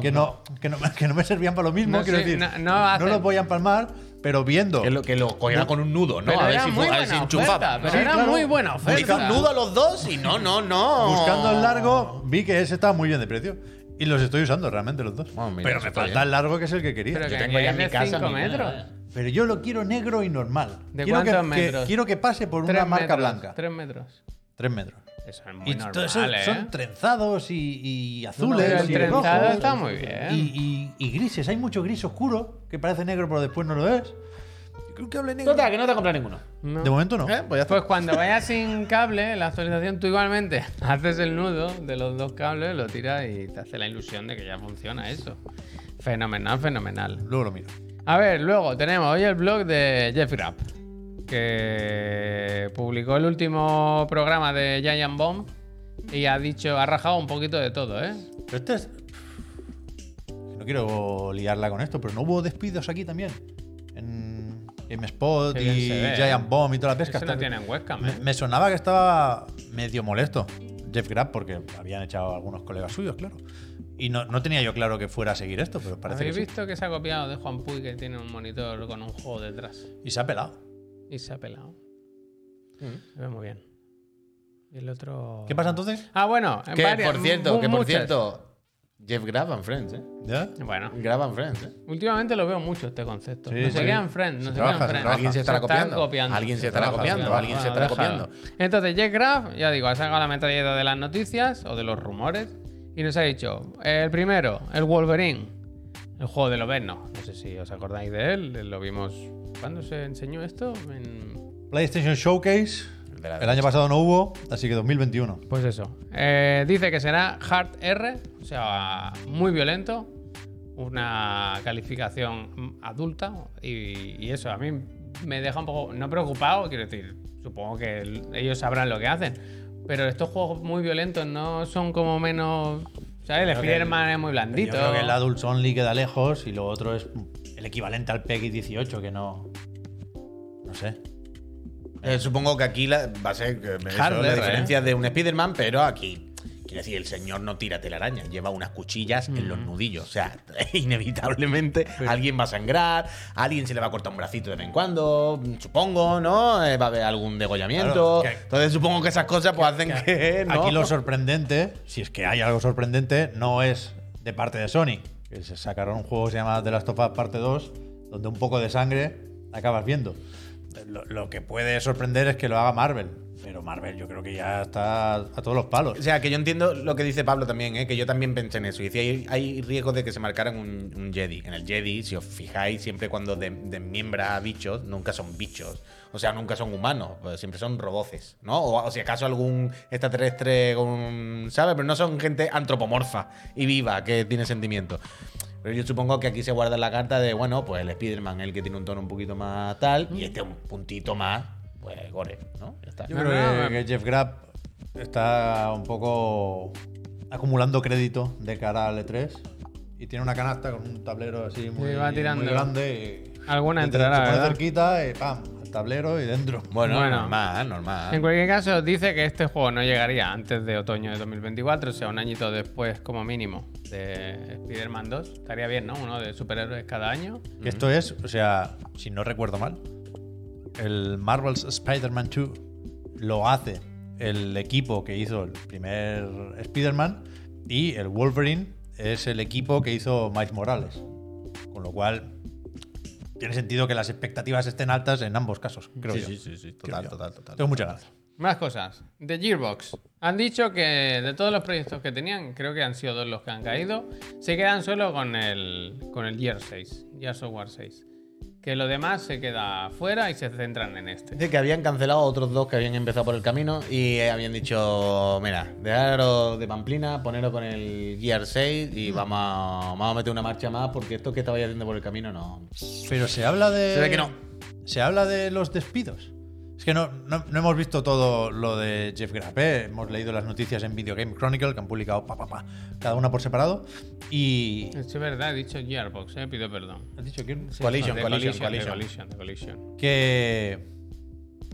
Speaker 2: que, no. que, no, que no me servían para lo mismo,
Speaker 1: No,
Speaker 2: quiero
Speaker 1: sí,
Speaker 2: decir.
Speaker 1: no- no hacen.
Speaker 2: los voy a empalmar, pero viendo.
Speaker 4: Que lo, que lo cogiera con un nudo, ¿no?
Speaker 1: Pero
Speaker 4: a ver
Speaker 1: era
Speaker 4: si, fu-
Speaker 1: muy
Speaker 4: a ver
Speaker 1: buena
Speaker 4: si enchufaba.
Speaker 1: oferta,
Speaker 4: ¿no?
Speaker 1: pero
Speaker 2: Sí,
Speaker 1: era
Speaker 2: claro.
Speaker 1: muy buena oferta.
Speaker 4: Hizo un nudo a los dos y no, no, no.
Speaker 2: Buscando
Speaker 1: Oh.
Speaker 2: el largo, vi que ese estaba muy bien de precio. Y los estoy usando realmente los dos.
Speaker 4: Oh, mira,
Speaker 2: pero
Speaker 4: eso
Speaker 2: me
Speaker 4: está
Speaker 2: falta
Speaker 4: bien.
Speaker 2: el largo que es el que quería.
Speaker 1: Pero
Speaker 4: Yo
Speaker 1: que
Speaker 4: tengo
Speaker 1: aquí es
Speaker 4: ya en mi
Speaker 1: de
Speaker 4: casa
Speaker 1: 5
Speaker 4: mi-
Speaker 1: metros.
Speaker 2: Pero yo lo quiero negro y normal.
Speaker 1: ¿De
Speaker 2: quiero que,
Speaker 1: cuántos
Speaker 2: que-
Speaker 1: metros?
Speaker 2: quiero que pase por una
Speaker 1: Tres
Speaker 2: marca
Speaker 1: metros,
Speaker 2: blanca.
Speaker 1: Tres metros.
Speaker 2: Tres metros.
Speaker 1: Eso es
Speaker 2: Y
Speaker 1: muy
Speaker 2: todo eso
Speaker 1: normal, ¿eh?
Speaker 2: son trenzados y, y azules.
Speaker 1: pero el
Speaker 2: y
Speaker 1: trenzado
Speaker 2: rojos,
Speaker 1: está muy bien.
Speaker 2: Y, y- y grises. Hay mucho gris oscuro que parece negro, pero después no lo es. Yo creo que hable negro.
Speaker 4: Total, que no te compras ninguno.
Speaker 1: No.
Speaker 2: De momento no.
Speaker 4: Eh, Pues ya está.
Speaker 1: Pues cuando vayas sin cable, la actualización tú igualmente haces el nudo de los dos cables, lo tiras y te hace la ilusión de que ya funciona eso. Fenomenal, fenomenal.
Speaker 2: Luego lo miro.
Speaker 1: A ver, luego tenemos hoy el blog de Jeff Grapp, que publicó el último programa de Giant Bomb y ha dicho, ha rajado un poquito de todo, ¿eh?
Speaker 2: Pero este es. No quiero liarla con esto, pero no hubo despidos aquí también. En GameSpot
Speaker 1: Qué bien
Speaker 2: y
Speaker 1: se ve,
Speaker 2: Giant
Speaker 1: ¿eh?
Speaker 2: Bomb y toda la pesca.
Speaker 1: Eso no
Speaker 2: Está-
Speaker 1: tienen webcam,
Speaker 2: me,
Speaker 1: ¿eh?
Speaker 2: me sonaba que estaba medio molesto Jeff Grapp porque habían echado a algunos colegas suyos, claro. Y no, no tenía yo claro que fuera a seguir esto, pero parece que
Speaker 1: ¿Habéis
Speaker 2: sí.
Speaker 1: visto que se ha copiado de Juan Puy que tiene un monitor con un juego detrás?
Speaker 2: Y se ha pelado.
Speaker 1: Y se ha pelado.
Speaker 4: Mm.
Speaker 1: Se ve muy bien. Y el otro...
Speaker 2: ¿Qué pasa entonces?
Speaker 1: Ah, bueno, en
Speaker 4: Que
Speaker 1: varias-
Speaker 4: por cierto,
Speaker 1: mu-
Speaker 4: que por
Speaker 1: muchas.
Speaker 4: cierto, Jeff Graban Friends, ¿eh?
Speaker 2: ¿Ya?
Speaker 1: Bueno,
Speaker 4: Graban Friends, ¿eh?
Speaker 1: últimamente lo veo mucho este concepto.
Speaker 2: Sí,
Speaker 1: no se
Speaker 2: sí.
Speaker 1: quedan friends, no se,
Speaker 2: Se trabaja,
Speaker 1: quedan
Speaker 2: se
Speaker 1: friends.
Speaker 2: trabaja. Alguien
Speaker 4: se estará
Speaker 1: están Ah,
Speaker 4: copiando. Alguien se estará copiando, alguien se estará
Speaker 1: déjalo.
Speaker 4: copiando.
Speaker 1: Entonces, Jeff Graff, ya digo, ha sacado la metralleta de las noticias o de los rumores Y nos ha dicho, el primero, el Wolverine, el juego de los Venos. No sé si os acordáis de él, lo vimos... ¿Cuándo se enseñó esto? En-
Speaker 2: PlayStation Showcase.
Speaker 4: De la
Speaker 2: El año pasado no hubo, así que 2021.
Speaker 1: Pues eso. Eh, dice que será Hard R, o sea, muy violento, una calificación adulta y, y eso a mí me deja un poco, no preocupado, quiero decir, supongo que el- ellos sabrán lo que hacen, pero estos juegos muy violentos no son como menos... ¿Sabes? El
Speaker 2: creo que
Speaker 1: Spider-Man
Speaker 2: el-
Speaker 1: es muy
Speaker 2: Pero Yo
Speaker 1: blandito.
Speaker 2: creo que el Adults Only queda lejos y lo otro es el equivalente al PEGI 18, que no. No sé.
Speaker 4: Eh, supongo que aquí la- va a ser que me- eso,
Speaker 1: Hardware,
Speaker 2: ¿eh?
Speaker 4: la diferencia de un Spider-Man, pero aquí. Quiero decir, el señor no tira telaraña, lleva unas cuchillas en
Speaker 2: Mm.
Speaker 4: los nudillos. O sea, inevitablemente alguien va a sangrar, a alguien se le va a cortar un bracito de vez en cuando, supongo, ¿no? Eh, va a haber algún degollamiento.
Speaker 2: Claro, que-
Speaker 4: Entonces supongo que esas cosas pues hacen que. ¿no?
Speaker 2: Aquí lo sorprendente, si es que hay algo sorprendente, no es de parte de Sony. Que se sacaron un juego que se llama The Last of Us Parte 2, donde un poco de sangre acabas viendo. Lo, lo que puede sorprender es que lo haga Marvel. Pero Marvel yo creo que ya está a todos los palos.
Speaker 4: O sea, que yo entiendo lo que dice Pablo también, ¿eh? que yo también pensé en eso. Y decía, hay, hay riesgo de que se marcaran un, un Jedi. En el Jedi, si os fijáis, siempre cuando de- desmiembra a bichos, nunca son bichos. O sea, nunca son humanos, pues, siempre son roboces, ¿no? O, o si acaso algún extraterrestre, con, ¿sabes? Pero no son gente antropomorfa y viva, que tiene sentimientos. Pero yo supongo que aquí se guarda la carta de, bueno, pues el Spider-Man, el que tiene un tono un poquito más tal, y este un puntito más, pues gore, ¿no? Ya está.
Speaker 2: Yo
Speaker 1: No,
Speaker 2: creo
Speaker 1: no,
Speaker 2: que-
Speaker 1: no,
Speaker 2: que, Jeff Grapp está un poco acumulando crédito de cara al E3 y tiene una canasta con un tablero así muy,
Speaker 1: va
Speaker 2: muy
Speaker 1: tirando.
Speaker 2: grande. y-
Speaker 1: Alguna
Speaker 2: se-
Speaker 1: entrará,
Speaker 2: se pone
Speaker 1: ¿verdad?
Speaker 2: cerquita y pam, al tablero y dentro.
Speaker 4: Bueno,
Speaker 1: Bueno.
Speaker 4: normal, normal.
Speaker 1: En cualquier caso, dice que este juego no llegaría antes de otoño de 2024, o sea, un añito después como mínimo de Spider-Man 2. Estaría bien, ¿no? Uno de superhéroes cada año.
Speaker 2: Que Esto es, o sea, si no recuerdo mal, el Marvel's Spider-Man 2 lo hace el equipo que hizo el primer Spider-Man y el Wolverine es el equipo que hizo Miles Morales. Con lo cual, tiene sentido que las expectativas estén altas en ambos casos, creo
Speaker 4: Sí,
Speaker 2: yo.
Speaker 4: sí, sí, sí, total,
Speaker 2: Creo yo.
Speaker 4: total, total.
Speaker 2: Tengo muchas ganas.
Speaker 1: Más cosas. De Gearbox. Han dicho que de todos los proyectos que tenían, creo que han sido dos los que han caído, se quedan solo con el, con el Gear 6, Gear Software 6. Que lo demás se queda fuera y se centran en este.
Speaker 4: Dice que habían cancelado otros dos que habían empezado por el camino y eh, habían dicho, mira, dejaros de pamplina, poneros con el Gear 6 y
Speaker 2: Mm.
Speaker 4: vamos a, vamos a meter una marcha más porque esto que estabais haciendo por el camino no.
Speaker 2: Pero se habla de.
Speaker 4: Se ve que no.
Speaker 2: Se habla de los despidos. Es que no, no- no hemos visto todo lo de Jeff Grapp. ¿eh? Hemos leído las noticias en Video Game Chronicle que han publicado pa, pa, pa, cada una por separado. Y.
Speaker 1: Es verdad, he dicho Gearbox, eh, pido perdón.
Speaker 2: ¿Has dicho quién? Sí.
Speaker 4: Coalition,
Speaker 1: De
Speaker 4: coalition,
Speaker 1: de
Speaker 4: coalition.
Speaker 1: Collision, de Collision.
Speaker 2: que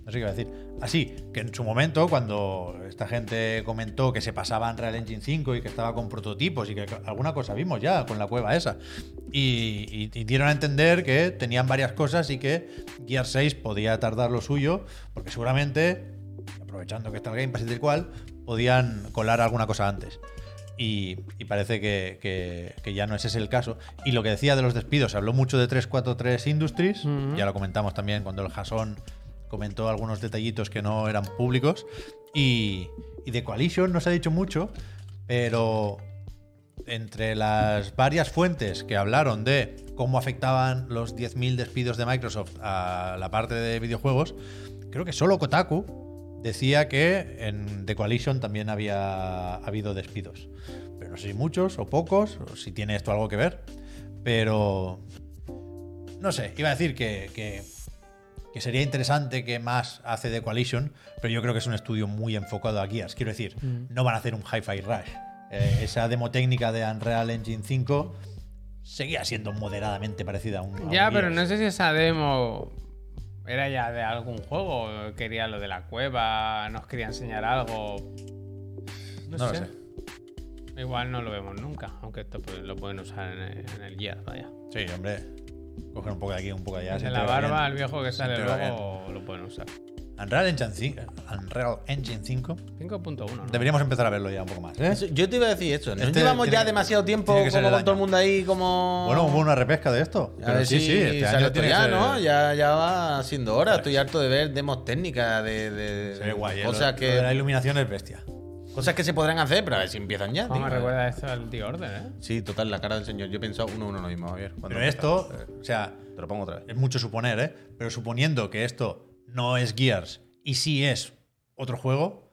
Speaker 2: no sé qué iba a decir. Así, que en su momento, cuando esta gente comentó que se pasaba en Real Engine 5 y que estaba con prototipos y que alguna cosa vimos ya con la cueva esa, y, y- y dieron a entender que tenían varias cosas y que Gear 6 podía tardar lo suyo, porque seguramente, y aprovechando que está el Game Pass y tal cual, podían colar alguna cosa antes. Y, y parece que, que- que ya no ese es el caso. Y lo que decía de los despidos, habló mucho de 343 Industries,
Speaker 1: Ujú.
Speaker 2: ya lo comentamos también cuando el Jason comentó algunos detallitos que no eran públicos. Y, y de Coalition no se ha dicho mucho, pero entre las varias fuentes que hablaron de cómo afectaban los 10.000 despidos de Microsoft a la parte de videojuegos, creo que solo Kotaku decía que en The Coalition también había habido despidos. Pero no sé si muchos o pocos, o si tiene esto algo que ver. Pero no sé, iba a decir que, que- que sería interesante que más hace The Coalition, pero yo creo que es un estudio muy enfocado a guías. Quiero decir, no van a hacer un Hi-Fi Rush. Eh, esa demo técnica de Unreal Engine 5 seguía siendo moderadamente parecida a un. a un
Speaker 1: Ya, pero
Speaker 2: Gears.
Speaker 1: no sé si esa demo era ya de algún juego. Quería lo de la cueva, nos quería enseñar algo. No,
Speaker 2: No lo
Speaker 1: sé.
Speaker 2: sé.
Speaker 1: Igual no lo vemos nunca, aunque esto pues, lo pueden usar en el, en el Gear, vaya.
Speaker 2: Sí, hombre. Coger un poco de aquí, un poco de allá. se
Speaker 1: de la
Speaker 2: integra bien.
Speaker 1: barba al viejo que sale
Speaker 2: integra
Speaker 1: luego lo pueden usar.
Speaker 2: Unreal Engine 5. Unreal Engine 5.
Speaker 1: 5.1. ¿no?
Speaker 2: Deberíamos empezar a verlo ya un poco más, ¿eh?
Speaker 4: Eso- Yo te iba a decir eso, no
Speaker 2: Este
Speaker 4: llevamos
Speaker 2: tiene
Speaker 4: ya
Speaker 2: que-
Speaker 4: demasiado tiempo
Speaker 2: tiene
Speaker 4: como
Speaker 2: que
Speaker 4: con
Speaker 2: ser el
Speaker 4: todo el
Speaker 2: año.
Speaker 4: mundo ahí como...
Speaker 2: Bueno, hubo una repesca de esto.
Speaker 4: A
Speaker 2: pero
Speaker 4: ver
Speaker 2: sí,
Speaker 4: si
Speaker 2: sí, este
Speaker 4: sale
Speaker 2: año
Speaker 4: esto
Speaker 2: tiene que
Speaker 4: ya,
Speaker 2: ser-
Speaker 4: ¿no? Ya, ya va siendo hora. Estoy harto de ver demos técnicas de, de
Speaker 2: Se ve guay, ¿eh?
Speaker 4: cosas
Speaker 2: Lo-
Speaker 4: que...
Speaker 2: lo de la iluminación es bestia.
Speaker 4: Cosas que se podrán hacer, pero a ver si empiezan ya.
Speaker 1: ¿Cómo me
Speaker 4: tío.
Speaker 1: recuerda esto al The Order, eh?
Speaker 4: Sí, total, la cara del señor. Yo he pensado uno a uno lo mismo, Javier. cuando
Speaker 2: Pero
Speaker 4: empezaba.
Speaker 2: esto, o sea,
Speaker 4: Te lo pongo otra vez.
Speaker 2: es mucho suponer, ¿eh? Pero suponiendo que esto no es Gears y sí es otro juego,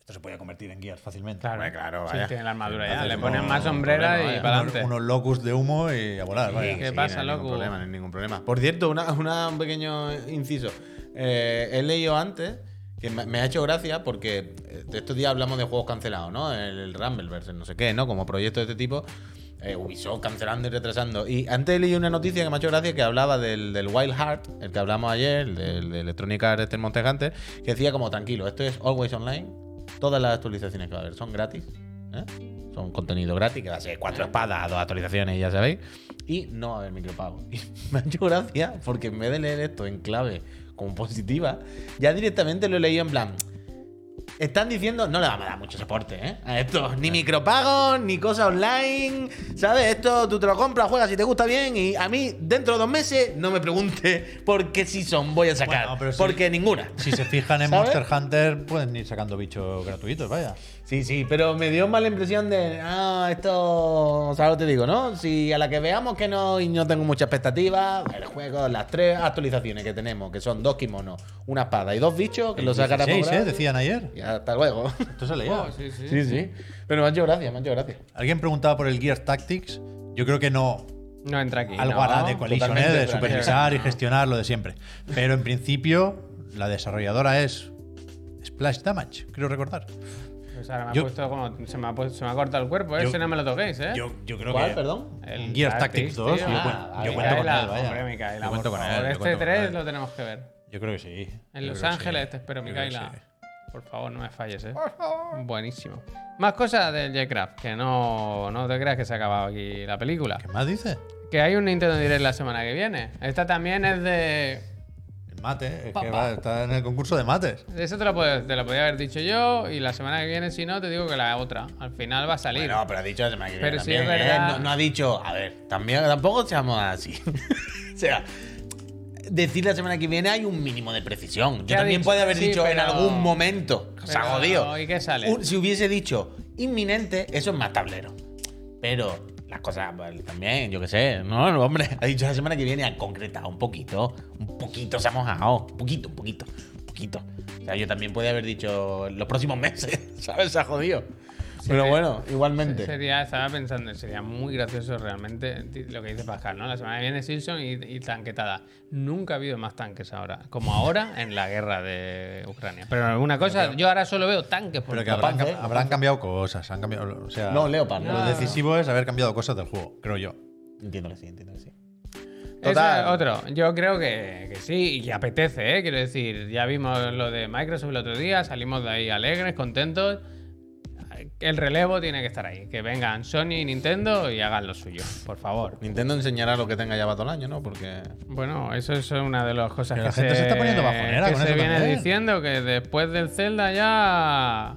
Speaker 2: esto se podría convertir en Gears fácilmente.
Speaker 1: Claro,
Speaker 4: Hombre, claro,
Speaker 1: Sí,
Speaker 4: vaya.
Speaker 1: tiene la armadura
Speaker 4: Sí,
Speaker 1: ya.
Speaker 4: entonces
Speaker 1: Le ponen
Speaker 4: no-
Speaker 1: más
Speaker 4: no
Speaker 1: sombrera
Speaker 4: problema,
Speaker 1: y
Speaker 4: vaya.
Speaker 1: para adelante.
Speaker 2: Unos locus de humo y a volar, vaya.
Speaker 1: que- ¿Qué
Speaker 4: Sí,
Speaker 1: pasa,
Speaker 4: no hay
Speaker 1: loco?
Speaker 4: Ningún problema, no hay ningún problema. Por cierto, una, una- un pequeño inciso. Eh, he leído antes que me, me ha hecho gracia porque eh, de estos días hablamos de juegos cancelados, ¿no? El, el Rumbleverse, el no sé qué, ¿no? Como proyecto de este tipo. eh, Ubisoft cancelando y retrasando. Y antes he leído una noticia que me ha hecho gracia que hablaba del, del Wild Heart, el que hablamos ayer, el de, el de Electronic Arts este en Monster Hunter, que decía como tranquilo, esto es always online. Todas las actualizaciones que va a haber son gratis. ¿eh? Son contenido gratis, que va a ser cuatro espadas, dos actualizaciones, ya sabéis. Y no va a haber micropago. Y me ha hecho gracia porque en vez de leer esto en clave como positiva, ya directamente lo he leído en plan. Están diciendo, no le vamos a dar mucho soporte, ¿eh? A esto, ni micropagos, ni cosas online, ¿sabes? Esto tú te lo compras, juegas si te gusta bien y a mí dentro de dos meses no me pregunte por qué si son voy a sacar,
Speaker 2: Bueno, pero sí.
Speaker 4: porque ninguna.
Speaker 2: Si se fijan en
Speaker 4: ¿Sabes?
Speaker 2: Monster Hunter, pueden ir sacando bichos gratuitos, vaya.
Speaker 4: Sí, sí, pero me dio mala impresión de, ah, esto, o sea, lo te digo, ¿no? Si a la que veamos que no y no tengo mucha expectativa, el juego, las tres actualizaciones que tenemos, que son dos kimonos, una espada y dos bichos, que lo sacará por
Speaker 2: 16, ¿eh?
Speaker 4: gratis,
Speaker 2: Decían ayer.
Speaker 4: Y hasta luego.
Speaker 2: Esto se leía.
Speaker 1: Oh, sí, sí.
Speaker 4: Sí, sí. Pero me han hecho gracia, me han hecho gracia.
Speaker 2: Alguien preguntaba por el Gears Tactics. Yo creo que no.
Speaker 1: No entra aquí.
Speaker 2: Algo
Speaker 1: no.
Speaker 2: hará de Collision, ¿eh?
Speaker 4: totalmente,
Speaker 2: de
Speaker 4: pero-
Speaker 2: supervisar y gestionar lo de siempre. Pero en principio, la desarrolladora es Splash Damage, creo recordar.
Speaker 1: Pues ahora me ha
Speaker 2: Yo-
Speaker 1: puesto como. Se me ha, puesto- se me ha cortado el cuerpo, ¿eh?
Speaker 2: Yo-
Speaker 1: Ese no me lo toquéis, ¿eh?
Speaker 2: Yo, yo creo
Speaker 4: ¿Cuál,
Speaker 2: que.
Speaker 4: perdón?
Speaker 1: El
Speaker 2: Gears Tactics 2,
Speaker 1: tío.
Speaker 2: yo
Speaker 1: Ah,
Speaker 2: cuen- yo
Speaker 1: Micaela,
Speaker 2: cuento con él, vaya.
Speaker 1: hombre, Micaela,
Speaker 2: Yo cuento
Speaker 1: por
Speaker 2: con
Speaker 1: favor,
Speaker 2: él, yo
Speaker 1: Este
Speaker 2: cuento con
Speaker 1: 3
Speaker 2: él.
Speaker 1: lo tenemos que ver.
Speaker 2: Yo creo que sí.
Speaker 1: En
Speaker 2: Yo
Speaker 1: Los
Speaker 2: creo que
Speaker 1: Ángeles
Speaker 2: sí. ¿eh?
Speaker 1: te espero,
Speaker 2: Yo creo que
Speaker 1: Micaela.
Speaker 2: sí.
Speaker 1: Por favor, no me falles, ¿eh? Buenísimo. Más cosas del J-Craft, que no, no te creas que se ha acabado aquí la película.
Speaker 2: ¿Qué más dice?
Speaker 1: Que hay un Nintendo Direct la semana que viene. Esta también es de...
Speaker 2: El mate, es que
Speaker 1: Papá.
Speaker 2: va, está en el concurso de mates.
Speaker 1: de Eso te lo, puedo- te lo podía haber dicho yo y la semana que viene, si no, te digo que la otra. Al final va a salir.
Speaker 4: No, pero ha dicho la semana que viene
Speaker 1: Pero sí
Speaker 4: también,
Speaker 1: es
Speaker 4: ¿eh?
Speaker 1: verdad.
Speaker 4: No, no ha dicho, a ver, también, tampoco seamos así. o sea, decir la semana que viene hay un mínimo de precisión.
Speaker 1: ¿Qué
Speaker 4: Yo
Speaker 1: ha
Speaker 4: también
Speaker 1: dicho?
Speaker 4: puede haber
Speaker 1: Sí,
Speaker 4: dicho en
Speaker 1: pero-
Speaker 4: algún momento. se ha
Speaker 1: Pero,
Speaker 4: jodido.
Speaker 1: ¿y qué sale?
Speaker 4: Un- si hubiese dicho inminente, eso es más tablero. Pero las cosas pues, también, yo qué sé. No, no, hombre, ha dicho la semana que viene, ha concretado un poquito. Un poquito se ha mojado. Un poquito, un poquito, un poquito. O sea, yo también puede haber dicho los próximos meses, ¿sabes? Se ha jodido. Pero
Speaker 1: sí.
Speaker 4: bueno, igualmente.
Speaker 1: Sería, estaba pensando, sería muy gracioso realmente ti- lo que dice Pascal, ¿no? La semana que viene Simpson y, y tanquetada. Nunca ha habido más tanques ahora, como ahora en la guerra de Ucrania. Pero alguna cosa, yo ahora solo veo tanques por
Speaker 2: Pero que
Speaker 1: todas
Speaker 2: habrán,
Speaker 4: Panzer,
Speaker 2: cam- habrán cambiado cosas. Han cambiado, o sea,
Speaker 4: ¿eh? No, Leopard.
Speaker 2: Lo
Speaker 1: No.
Speaker 2: decisivo es haber cambiado cosas del juego, creo yo.
Speaker 4: Entiendo que sí, entiendo que sí.
Speaker 1: Ese
Speaker 4: Total.
Speaker 1: es otro. Yo creo que, que sí, y que apetece, ¿eh? Quiero decir, ya vimos lo de Microsoft el otro día, salimos de ahí alegres, contentos. El relevo tiene que estar ahí. Que vengan Sony y Nintendo y hagan lo suyo, por favor.
Speaker 4: Nintendo enseñará lo que tenga ya para todo el año, ¿no? Porque.
Speaker 1: Bueno, eso es una de las cosas
Speaker 2: Que
Speaker 1: que
Speaker 2: la gente se está poniendo bajonera
Speaker 1: que
Speaker 2: con
Speaker 1: se
Speaker 2: eso
Speaker 1: viene
Speaker 2: también.
Speaker 1: diciendo que después del Zelda ya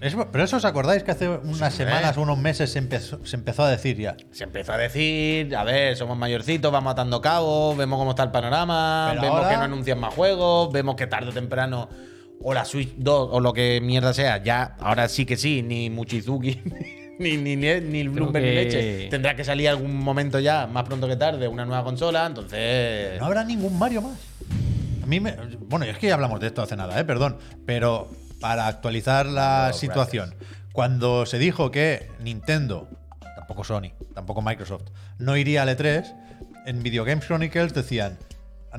Speaker 2: Es- pero eso os acordáis que hace unas semanas o unos meses se empezó, se empezó a decir ya.
Speaker 4: Se empezó a decir, a ver, somos mayorcitos, vamos atando cabos, vemos cómo está el panorama,
Speaker 2: Pero
Speaker 4: vemos
Speaker 2: ahora-
Speaker 4: que no anuncian más juegos, vemos que tarde o temprano o la Switch 2 o lo que mierda sea, ya ahora sí que sí, ni Muchizuki, ni, ni, ni, ni el Bloomberg ni
Speaker 1: que-
Speaker 4: leche. Tendrá que salir algún momento ya, más pronto que tarde, una nueva consola, entonces.
Speaker 2: No habrá ningún Mario más. A mí me, bueno, es que ya hablamos de esto hace nada, ¿eh? perdón. Pero para actualizar la
Speaker 4: No,
Speaker 2: situación, cuando se dijo que Nintendo, tampoco Sony, tampoco Microsoft, no iría al E3, en Video Games Chronicles decían: A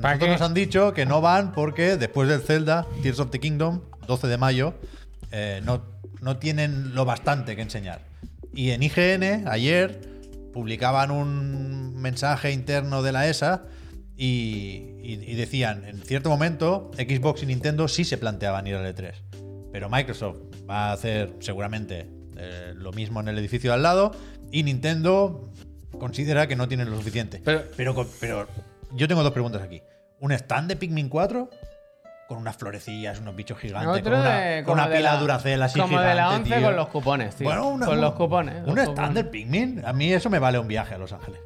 Speaker 1: ¿Pa
Speaker 2: nosotros
Speaker 1: qué?
Speaker 2: nos han dicho que no van porque después del Zelda, Tears of the Kingdom, 12 de mayo, eh, no, no tienen lo bastante que enseñar. Y en IGN, ayer, publicaban un mensaje interno de la ESA y, y- y decían, en cierto momento, Xbox y Nintendo sí se planteaban ir al E3. Pero Microsoft va a hacer seguramente eh, lo mismo en el edificio de al lado y Nintendo considera que no tienen lo suficiente.
Speaker 4: Pero-
Speaker 2: pero, con- pero yo tengo dos preguntas aquí. ¿Un stand de Pikmin 4? Con unas florecillas, unos bichos gigantes,
Speaker 1: Otro
Speaker 2: con una,
Speaker 1: de-
Speaker 2: con una
Speaker 1: como de
Speaker 2: pila
Speaker 1: la-
Speaker 2: Duracell así
Speaker 1: como de la
Speaker 2: gigante,
Speaker 1: 11
Speaker 2: tío.
Speaker 1: con los cupones, tío.
Speaker 2: Bueno, una-
Speaker 1: Con los cupones, los
Speaker 2: Un
Speaker 1: cupones.
Speaker 2: stand del Pikmin. A mí eso me vale un viaje a Los Ángeles.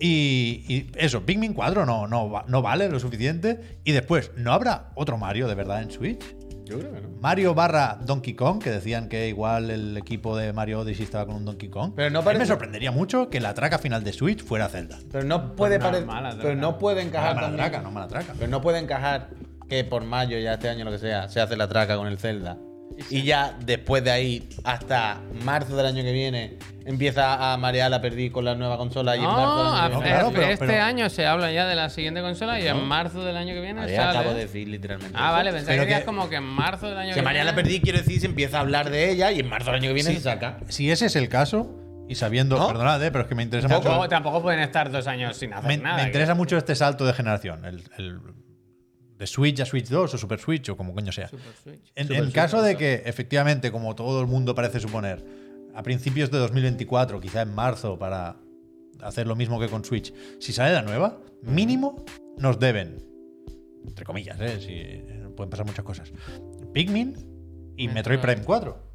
Speaker 2: Y, y eso, Pikmin 4 no, no, va- no vale lo suficiente. Y después, ¿no habrá otro Mario de verdad en Switch?
Speaker 4: Yo creo que no.
Speaker 2: Mario barra Donkey Kong, que decían que igual el equipo de Mario Odyssey estaba con un Donkey Kong.
Speaker 4: Pero no
Speaker 2: A mí
Speaker 4: parece-
Speaker 2: me sorprendería mucho que la traca final de Switch fuera Zelda.
Speaker 4: Pero no
Speaker 1: Pues
Speaker 4: puede
Speaker 1: nada,
Speaker 4: parecer.
Speaker 1: mala traca.
Speaker 4: Pero no puede encajar.
Speaker 2: mala
Speaker 4: también-
Speaker 2: traca, no mala traca.
Speaker 4: Pero no puede encajar que por mayo, ya este año, lo que sea, se hace la traca con el Zelda. Y ya después de ahí, hasta marzo del año que viene, empieza a marear la perdí con la nueva consola. Y en marzo del
Speaker 1: No,
Speaker 4: año que
Speaker 1: a-
Speaker 4: viene-
Speaker 2: No, claro,
Speaker 1: eh,
Speaker 2: pero-
Speaker 1: este
Speaker 2: pero-
Speaker 1: año se habla ya de la siguiente consola y en marzo del año que viene
Speaker 3: Ahí
Speaker 1: sale.
Speaker 3: acabo de decir literalmente.
Speaker 1: Ah, vale, pensé
Speaker 2: Pero
Speaker 1: que decías
Speaker 2: que-
Speaker 1: como que en marzo del año
Speaker 4: Que
Speaker 1: que
Speaker 4: María la
Speaker 1: viene.
Speaker 4: perdí, quiero decir, se empieza a hablar de ella y en marzo del año que viene se saca.
Speaker 2: Si ese es el caso, y sabiendo,
Speaker 4: ¿No?
Speaker 2: perdonad, eh, pero es que me interesa
Speaker 1: Tampoco,
Speaker 2: mucho.
Speaker 1: tampoco pueden estar dos años sin hacer
Speaker 2: Me,
Speaker 1: nada.
Speaker 2: me
Speaker 1: que-
Speaker 2: interesa mucho este salto de generación. El, el- de Switch a Switch 2 o Super Switch o como coño sea.
Speaker 1: Super Switch.
Speaker 2: En,
Speaker 3: Super
Speaker 2: en
Speaker 3: Switch
Speaker 2: caso
Speaker 3: a
Speaker 2: de
Speaker 3: dos.
Speaker 2: que, efectivamente, como todo el mundo parece suponer, a principios de 2024, quizá en marzo, para hacer lo mismo que con Switch, si sale la nueva, mínimo nos deben, entre comillas, ¿eh? Si, eh, pueden pasar muchas cosas, Pikmin y Metroid
Speaker 1: Metroid.
Speaker 2: Prime 4.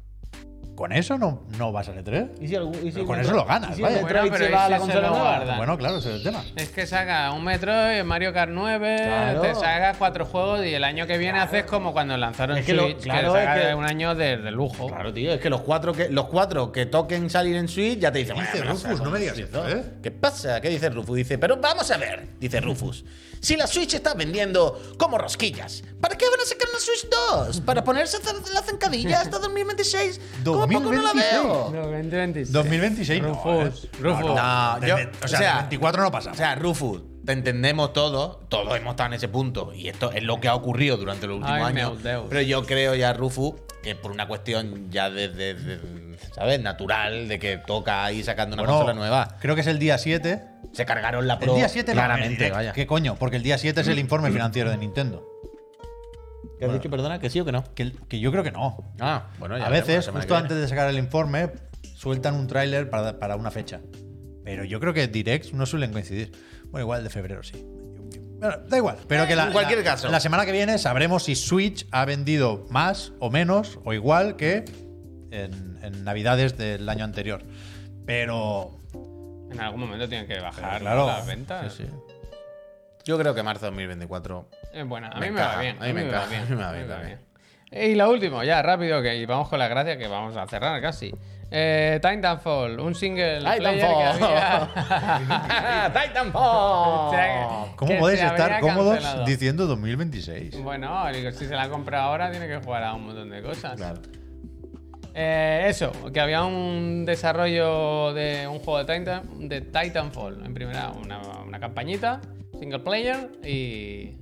Speaker 2: Con eso no, no vas a E3.
Speaker 4: ¿Y si algún- y si
Speaker 2: Pero con
Speaker 4: el-
Speaker 2: eso lo ganas,
Speaker 4: y si
Speaker 2: vaya.
Speaker 4: el
Speaker 1: Bueno,
Speaker 4: Metroid
Speaker 1: pero
Speaker 4: se
Speaker 1: ¿y
Speaker 4: va a
Speaker 1: si
Speaker 4: la
Speaker 1: se
Speaker 4: consola
Speaker 1: lo
Speaker 4: nueva?
Speaker 1: guarda?
Speaker 2: Bueno, claro, ese es el tema.
Speaker 1: Es que saca un Metroid, Mario Kart 9,
Speaker 4: Claro.
Speaker 1: te sacas cuatro juegos y el año que viene haces como cuando lanzaron
Speaker 4: Es que lo-
Speaker 1: Switch,
Speaker 4: claro,
Speaker 1: que
Speaker 4: es
Speaker 1: saca
Speaker 4: que-
Speaker 1: un año de, de lujo.
Speaker 4: Claro, tío, es que los cuatro que, los cuatro que toquen salir en Switch ya te dicen.
Speaker 2: dice
Speaker 4: "Bueno,
Speaker 2: Rufus? No me digas esto, ¿eh?
Speaker 4: ¿Qué pasa? ¿Qué dice Rufus? Dice, pero vamos a ver, dice Rufus. Si la Switch está vendiendo como rosquillas, ¿para qué van a sacar una Switch 2? ¿Para ponerse a hacer la zancadilla hasta 2026? ¿Cómo poco no la
Speaker 2: 2026?
Speaker 4: veo?
Speaker 1: 2026.
Speaker 2: 2026 no,
Speaker 1: Rufus,
Speaker 2: ¿eh?
Speaker 1: Rufus.
Speaker 4: No, yo-
Speaker 2: Desde- o
Speaker 4: o
Speaker 2: sea,
Speaker 4: sea,
Speaker 2: 24 no pasa.
Speaker 4: O sea, Rufus, te entendemos todos, todos hemos estado en ese punto y esto es lo que ha ocurrido durante los últimos
Speaker 1: Ay, meu
Speaker 4: años.
Speaker 1: Deus.
Speaker 4: Pero yo creo ya, Rufus, que por una cuestión ya desde, ¿sabes? Natural, de que toca ir sacando una
Speaker 2: Bueno,
Speaker 4: consola nueva.
Speaker 2: Creo que es el día 7.
Speaker 4: Se cargaron la
Speaker 2: El
Speaker 4: Pro.
Speaker 2: día 7 no, el
Speaker 4: claramente,
Speaker 2: direct.
Speaker 4: vaya. Mm.
Speaker 2: ¿Qué coño? Porque el día 7 es el informe financiero de Nintendo.
Speaker 4: ¿Qué has dicho, perdona? ¿Que sí o que no?
Speaker 2: Que, el- que yo creo que no.
Speaker 4: Ah, bueno, ya
Speaker 2: A
Speaker 4: veremos la
Speaker 2: veces,
Speaker 4: semana
Speaker 2: justo
Speaker 4: que viene.
Speaker 2: antes de sacar el informe, sueltan un tráiler para, para una fecha. Pero yo creo que directs no suelen coincidir. Bueno, igual el de febrero sí. Bueno, da igual. Pero que la,
Speaker 4: Eh, En cualquier
Speaker 2: la-
Speaker 4: caso.
Speaker 2: La semana que viene sabremos si Switch ha vendido más o menos o igual que en, en Navidades del año anterior. Pero.
Speaker 1: En algún momento tienen que bajar
Speaker 2: claro.
Speaker 1: las ventas.
Speaker 2: Sí, sí.
Speaker 4: Yo creo que marzo de 2024.
Speaker 1: Eh, bueno, a
Speaker 4: Me
Speaker 1: mí me va
Speaker 4: encaja,
Speaker 1: bien.
Speaker 4: a mí me
Speaker 1: va
Speaker 4: encaja,
Speaker 1: bien,
Speaker 4: a mí me va
Speaker 1: a mí
Speaker 4: bien
Speaker 1: me va
Speaker 4: también.
Speaker 1: bien. Y la última, ya rápido, que y vamos con la gracia que vamos a cerrar casi. Eh, Titanfall, un single player que
Speaker 4: Titanfall.
Speaker 1: había- O sea,
Speaker 4: ¡Titanfall!
Speaker 1: que-
Speaker 2: ¿Cómo
Speaker 1: que
Speaker 2: podéis
Speaker 1: se
Speaker 2: estar
Speaker 1: había
Speaker 2: cómodos
Speaker 1: cancelado.
Speaker 2: diciendo 2026?
Speaker 1: Bueno, digo, si se la compra ahora tiene que jugar a un montón de cosas. Eh, eso, que había un desarrollo de un juego de, Titan, de Titanfall. En primera, una, una campañita, single player y.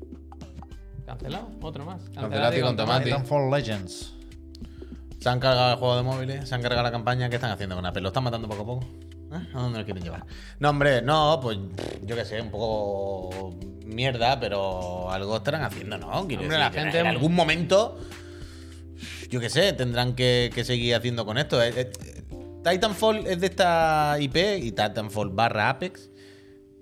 Speaker 1: Cancelado, otro más.
Speaker 4: Cancelado y con
Speaker 1: Ah,
Speaker 4: tomate.
Speaker 2: Titanfall Legends.
Speaker 4: Se han cargado el juego de móviles, se han cargado la campaña. ¿Qué están haciendo con Apple? ¿Lo están matando poco a poco? ¿Eh? ¿A dónde lo quieren llevar? No, hombre, no, pues yo qué sé, un poco mierda, pero algo estarán haciendo, ¿no? Quiero
Speaker 1: Hombre, la
Speaker 4: que
Speaker 1: gente-
Speaker 4: En algún momento, yo qué sé, tendrán que, que seguir haciendo con esto. Eh, eh, Titanfall es de esta IP y Titanfall barra Apex.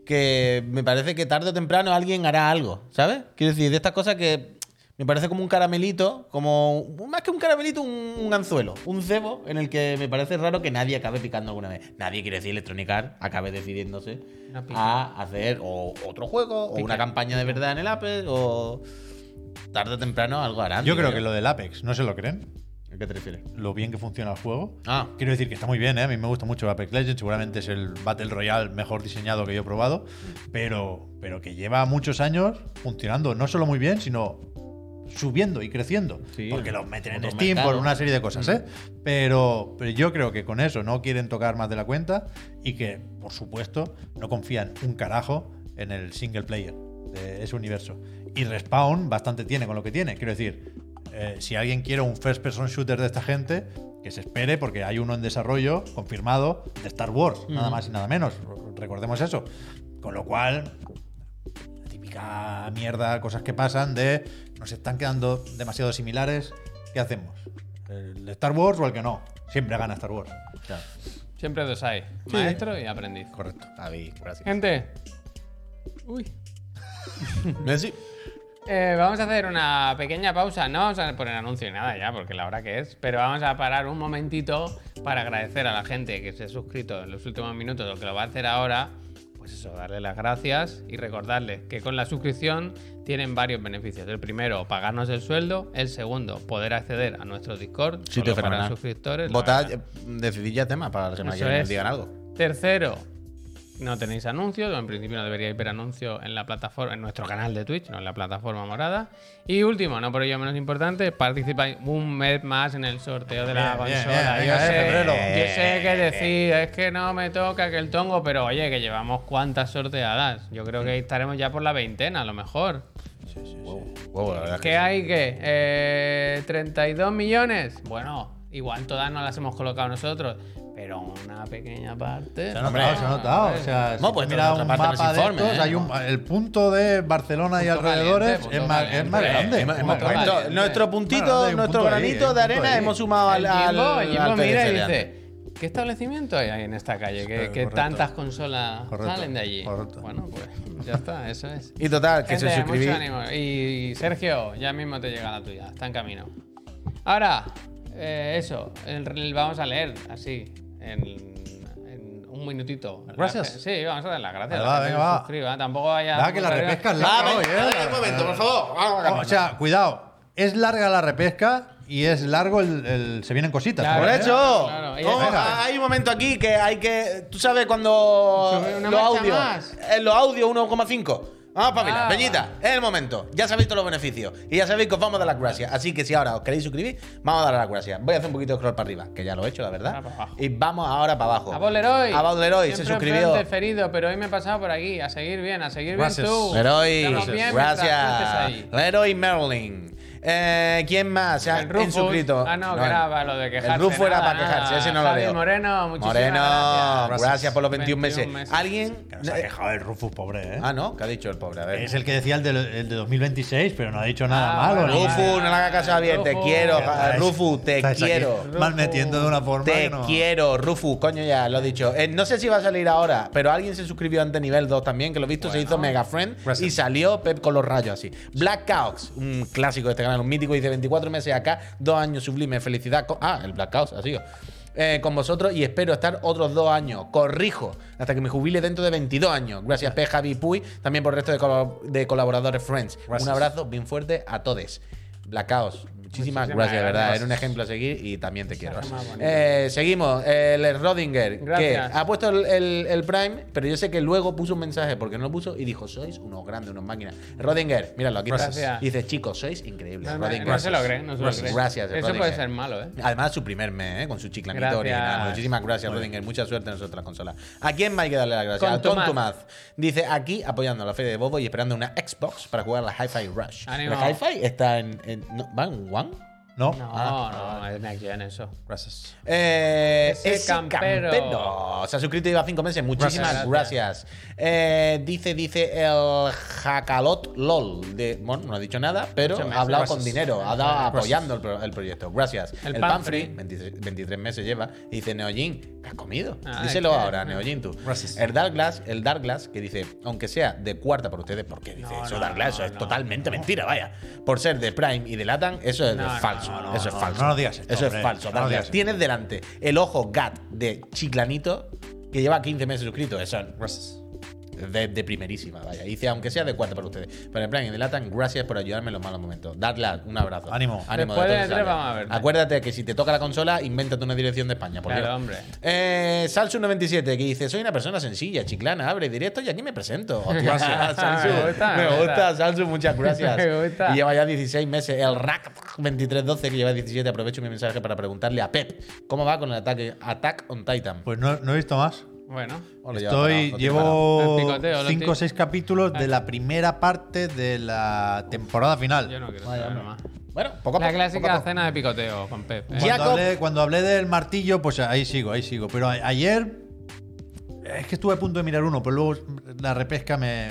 Speaker 4: que me parece que tarde o temprano alguien hará algo, ¿sabes? Quiero decir, de estas cosas que me parece como un caramelito, como más que un caramelito, un, un anzuelo, un cebo en el que me parece raro que nadie acabe picando alguna vez. Nadie quiere decir Electronic Arts acabe decidiéndose
Speaker 1: Una pica.
Speaker 4: a hacer o otro juego o
Speaker 1: Pica.
Speaker 4: una campaña de verdad en el Apple o tarde o temprano algo harán.
Speaker 2: Yo
Speaker 4: digo
Speaker 2: creo que lo del Apex, ¿no se lo creen?
Speaker 4: ¿A qué te refieres?
Speaker 2: Lo bien que funciona el juego.
Speaker 4: Ah.
Speaker 2: Quiero decir que está muy bien, ¿eh? A mí me gusta mucho el Apex Legends. Seguramente es el Battle Royale mejor diseñado que yo he probado. Pero, pero que lleva muchos años funcionando no solo muy bien, sino subiendo y creciendo.
Speaker 4: Sí.
Speaker 2: porque los meten en
Speaker 4: Otros
Speaker 2: Steam por
Speaker 4: mercados.
Speaker 2: una serie de cosas, ¿eh? Pero, pero yo creo que con eso no quieren tocar más de la cuenta y que, por supuesto, no confían un carajo en el single player de ese universo. Y Respawn bastante tiene con lo que tiene. Quiero decir, eh, si alguien quiere un first person shooter de esta gente, que se espere porque hay uno en desarrollo confirmado de Star Wars, nada más y nada menos. Recordemos eso. Con lo cual, la típica mierda, cosas que pasan de nos están quedando demasiado similares, ¿qué hacemos? ¿El de Star Wars o el que no? Siempre gana Star Wars.
Speaker 1: Siempre dos hay, maestro y aprendiz.
Speaker 2: Correcto.
Speaker 4: David, gracias.
Speaker 1: Gente. Uy.
Speaker 4: Messi.
Speaker 1: Eh, vamos a hacer una pequeña pausa, no vamos a poner anuncio ni nada ya, porque la hora que es, pero vamos a parar un momentito para agradecer a la gente que se ha suscrito en los últimos minutos o que lo va a hacer ahora. pues eso, darle las gracias y recordarles que con la suscripción tienen varios beneficios. El primero, pagarnos el sueldo. El segundo, poder acceder a nuestro Discord
Speaker 4: Sitio
Speaker 1: solo para
Speaker 4: fenomenal.
Speaker 1: suscriptores. la
Speaker 4: Votad,
Speaker 1: verdad.
Speaker 4: eh, decidid ya temas para la semana que
Speaker 1: Eso
Speaker 4: viene,
Speaker 1: es.
Speaker 4: digan algo.
Speaker 1: Tercero, no tenéis anuncios, o en principio no deberíais ver anuncios en la plataforma, en nuestro canal de Twitch, no en la plataforma morada. Y último, no por ello menos importante, participáis un mes más en el sorteo de la
Speaker 2: Bien, bien,
Speaker 1: consola.
Speaker 2: bien,
Speaker 1: yo,
Speaker 2: venga, eh,
Speaker 1: sé,
Speaker 2: febrero.
Speaker 1: yo sé que decir, es que no me toca que el tongo, pero oye, que llevamos cuántas sorteadas. Yo creo que estaremos ya por la veintena, a lo mejor.
Speaker 4: Huevo, la verdad.
Speaker 1: ¿Qué hay que? Eh, 32 millones. Bueno, igual todas no las hemos colocado nosotros, pero una pequeña parte.
Speaker 2: Se ha notado, se ha notado. O sea,
Speaker 4: Hemos
Speaker 2: si
Speaker 4: puesto
Speaker 2: mira
Speaker 4: nuestra
Speaker 2: un
Speaker 4: parte en los
Speaker 2: mapa de
Speaker 4: informes,
Speaker 2: estos,
Speaker 4: ¿eh?
Speaker 2: hay un- el punto de Barcelona y
Speaker 1: Punto
Speaker 2: alrededores
Speaker 1: caliente,
Speaker 2: es
Speaker 1: punto
Speaker 2: más, es más
Speaker 1: caliente.
Speaker 2: grande.
Speaker 4: Hemos-
Speaker 2: es
Speaker 4: hemos
Speaker 2: más grande.
Speaker 4: puesto nuestro puntito,
Speaker 2: Bueno, hay un
Speaker 4: nuestro
Speaker 2: punto ahí,
Speaker 4: granito
Speaker 2: hay un
Speaker 4: de
Speaker 2: punto
Speaker 4: arena,
Speaker 2: ahí.
Speaker 4: hemos sumado al.
Speaker 1: el
Speaker 4: al-
Speaker 1: Jimbo, el Jimbo
Speaker 4: al
Speaker 1: mira y
Speaker 4: PDCA.
Speaker 1: dice, ¿qué establecimiento hay ahí en esta calle? ¿Qué,
Speaker 2: Correcto,
Speaker 1: qué
Speaker 2: correcto.
Speaker 1: tantas consolas
Speaker 2: Correcto,
Speaker 1: salen de allí?
Speaker 2: correcto.
Speaker 1: Bueno, pues ya está, eso Este es.
Speaker 4: Y total, que se
Speaker 1: Gente,
Speaker 4: suscribí.
Speaker 1: mucho ánimo. Y Sergio, ya mismo te llega la tuya, está en camino. Ahora, eh, eso, el- el- vamos a leer así, en, en un minutito.
Speaker 2: Gracias.
Speaker 1: La- sí, vamos a dar las gracias.
Speaker 2: Vale,
Speaker 1: a la
Speaker 2: va,
Speaker 1: gente
Speaker 2: venga,
Speaker 1: que
Speaker 2: va.
Speaker 1: suscriba, ¿eh? Tampoco vaya...
Speaker 2: Da que la repesca es larga hoy, ¿eh?
Speaker 4: un momento, por favor.
Speaker 2: O sea, cuidado. Es larga la repesca y es largo el. el- se vienen cositas.
Speaker 1: Claro.
Speaker 4: Por
Speaker 2: ¿eh?
Speaker 4: hecho,
Speaker 1: Claro, y-
Speaker 4: No,
Speaker 1: venga.
Speaker 4: hay un momento aquí que hay que. Tú sabes cuando.
Speaker 1: Sube una
Speaker 4: Los
Speaker 1: marcha
Speaker 4: audios.
Speaker 1: más.
Speaker 4: En los audios 1,5. Vamos, familia,
Speaker 1: Ah.
Speaker 4: Peñita, es el momento. Ya sabéis todos los beneficios. Y ya sabéis que os vamos a dar las gracias. Así que si ahora os queréis suscribir, vamos a dar las gracias. Voy a hacer un poquito de scroll para arriba, que ya lo he hecho, la
Speaker 1: Ahora
Speaker 4: verdad.
Speaker 1: Ah, para abajo.
Speaker 4: Y vamos ahora para abajo.
Speaker 1: A Bob Leroy.
Speaker 4: A Bob Leroy, se
Speaker 1: Siempre
Speaker 4: suscribió.
Speaker 1: en plan Deferido, pero hoy me he pasado por aquí. A seguir bien, a seguir
Speaker 2: Gracias.
Speaker 1: bien tú.
Speaker 4: Leroy,
Speaker 1: Estamos bien mientras tú estés
Speaker 4: gracias.
Speaker 1: ahí.
Speaker 4: Leroy Merlin. Eh, ¿Quién más? Se
Speaker 1: El
Speaker 4: han
Speaker 1: Rufus.
Speaker 4: suscrito.
Speaker 1: Ah, no,
Speaker 4: el-
Speaker 1: graba lo de quejarse.
Speaker 4: El Rufus era
Speaker 1: nada,
Speaker 4: para quejarse,
Speaker 1: nada.
Speaker 4: ese no lo
Speaker 1: Javi
Speaker 4: leo.
Speaker 1: Moreno, muchísimas
Speaker 4: Moreno,
Speaker 1: gracias.
Speaker 4: gracias. por los 21,
Speaker 1: 21
Speaker 4: meses.
Speaker 1: meses.
Speaker 4: ¿Alguien?
Speaker 2: Que nos ha quejado el Rufus, pobre, ¿eh?
Speaker 4: Ah, no, ¿qué ha dicho el pobre? A ver.
Speaker 2: Es el que decía el de, el de 2026, pero no ha dicho nada
Speaker 1: Ah,
Speaker 2: malo.
Speaker 1: bueno,
Speaker 2: ni-
Speaker 4: Rufus, no le hagas caso a bien, te
Speaker 1: Rufus.
Speaker 4: quiero,
Speaker 1: Ya
Speaker 4: ja- Rufus, Ah, te
Speaker 2: Estáis aquí
Speaker 4: quiero.
Speaker 2: Mal metiendo de una forma.
Speaker 4: Te
Speaker 2: que no-
Speaker 4: quiero, Rufus, coño, ya lo he dicho. Eh, no sé si va a salir ahora, pero alguien se suscribió ante nivel 2 también, que lo he visto, se hizo Mega Friend
Speaker 2: Gracias.
Speaker 4: y salió Pep con los rayos así. Black Cows, un clásico de este canal, un mítico, dice 24 meses acá, dos años sublime, felicidad. con-". ah, el Black Cows, ha sido. Eh, con vosotros y espero estar otros dos años. Corrijo, hasta que me jubile dentro de 22 años. Gracias, P. Javi Puy, también por el resto de, colab- de colaboradores Friends.
Speaker 2: Gracias.
Speaker 4: Un abrazo bien fuerte a todos. Black Cows, muchísimas,
Speaker 1: Muchísimas
Speaker 4: gracias, de verdad.
Speaker 1: gracias.
Speaker 4: Era un ejemplo a seguir y también te quiero.
Speaker 1: más bonito.
Speaker 4: Eh, seguimos. El Rodinger, que
Speaker 1: Gracias.
Speaker 4: ha puesto el, el- el Prime, pero yo sé que luego puso un mensaje porque no lo puso y dijo: Sois unos grandes, unos máquinas. Rodinger, míralo, aquí está.
Speaker 1: Gracias.
Speaker 4: Dice: Chicos, sois increíbles.
Speaker 1: No, no,
Speaker 4: Rodinger.
Speaker 1: no se lo cree, no se lo
Speaker 4: Gracias.
Speaker 1: cree.
Speaker 4: Gracias,
Speaker 1: Eso
Speaker 4: Rodinger.
Speaker 1: puede ser malo, ¿eh?
Speaker 4: Además, su primer mes, ¿eh? con su chiclamito
Speaker 1: Gracias.
Speaker 4: original. Muchísimas gracias, Rodinger. Mucha suerte en las otras consolas. ¿A quién más hay que darle las gracias?
Speaker 1: Contumaz.
Speaker 4: A Contumaz. Dice: Aquí apoyando la fe de Bobo y esperando una Xbox para jugar a la Hi-Fi Rush.
Speaker 1: Ánimo.
Speaker 4: La Hi-Fi está en. en- no, ¿Va en One?
Speaker 2: No.
Speaker 1: No, no, es Next Gen eso.
Speaker 2: Gracias.
Speaker 4: Eh,
Speaker 1: Ese
Speaker 4: ese
Speaker 1: campero.
Speaker 4: campero. Se ha suscrito y lleva cinco meses. Muchísimas gracias. Eh, dice, dice el Jacalot LOL. De, bueno, no ha dicho nada, pero
Speaker 1: Muchos meses.
Speaker 4: ha hablado
Speaker 1: Gracias.
Speaker 4: con dinero. Ha dado apoyando el, pro- el proyecto. Gracias.
Speaker 1: El
Speaker 4: El,
Speaker 1: Panfrey.
Speaker 4: Panfrey, 23, 23 meses lleva. y dice, Neojin, ¿qué has comido?
Speaker 1: Ah,
Speaker 4: Díselo
Speaker 1: es que-
Speaker 4: ahora, Neojin, tú.
Speaker 2: Gracias.
Speaker 4: El Dark Glass, el Dark Glass, que dice, aunque sea de cuarta por ustedes, porque dice,
Speaker 1: No,
Speaker 4: eso
Speaker 1: no,
Speaker 4: Dark Glass,
Speaker 1: no,
Speaker 4: eso es
Speaker 1: no,
Speaker 4: totalmente mentira, vaya. Por ser de Prime y de Latam, eso es
Speaker 1: No, no,
Speaker 4: falso.
Speaker 1: no,
Speaker 2: no,
Speaker 4: eso es
Speaker 2: no,
Speaker 4: falso.
Speaker 2: no lo digas esto,
Speaker 4: Eso es
Speaker 2: hombre,
Speaker 4: falso. Dark
Speaker 2: no lo
Speaker 4: Glass.
Speaker 2: digas esto.
Speaker 4: Tienes delante el ojo GAT de Chiclanito, que lleva 15 meses suscrito. Eso
Speaker 2: Gracias.
Speaker 4: de, de primerísima, vaya. Dice, aunque sea de cuarta para ustedes. Pero en plan, y delatan, gracias por ayudarme en los malos momentos. Dadla, un abrazo.
Speaker 2: Ánimo.
Speaker 1: Después
Speaker 4: todo
Speaker 1: de
Speaker 4: se
Speaker 1: tres
Speaker 4: sale.
Speaker 1: vamos a ver.
Speaker 4: Acuérdate que si te toca la consola, invéntate una dirección de España, por
Speaker 1: Claro,
Speaker 4: Dios.
Speaker 1: hombre.
Speaker 4: Eh, Salsu97, que dice, soy una persona sencilla, chiclana, abre directo y aquí me presento. Hostia, Salsu.
Speaker 1: Ah, Me gusta, me
Speaker 4: me
Speaker 1: gusta.
Speaker 4: gusta, Salsu, muchas gracias.
Speaker 1: Me gusta.
Speaker 4: Y lleva ya 16 meses. El Rack 2312, que lleva 17, aprovecho mi mensaje para preguntarle a Pep, ¿cómo va con el ataque Attack on Titan?
Speaker 2: Pues no, no he visto más.
Speaker 1: Bueno,
Speaker 4: Bueno, ya para-
Speaker 2: Estoy,
Speaker 4: para-
Speaker 1: El
Speaker 2: llevo
Speaker 1: picoteo, lo
Speaker 2: 5
Speaker 1: tío.
Speaker 2: o 6 capítulos de la primera parte de la temporada
Speaker 1: yo no
Speaker 2: final.
Speaker 1: quiero saber nada más.
Speaker 4: Bueno, poco a
Speaker 1: La
Speaker 4: poco,
Speaker 1: clásica
Speaker 4: poco a poco.
Speaker 1: cena de picoteo con Pep. ¿eh?
Speaker 4: Ya-
Speaker 2: Cuando
Speaker 4: Jacob-
Speaker 2: hablé, cuando hablé del martillo, pues ahí sigo, ahí sigo. Pero a- ayer es que estuve a punto de mirar uno, pero luego la repesca me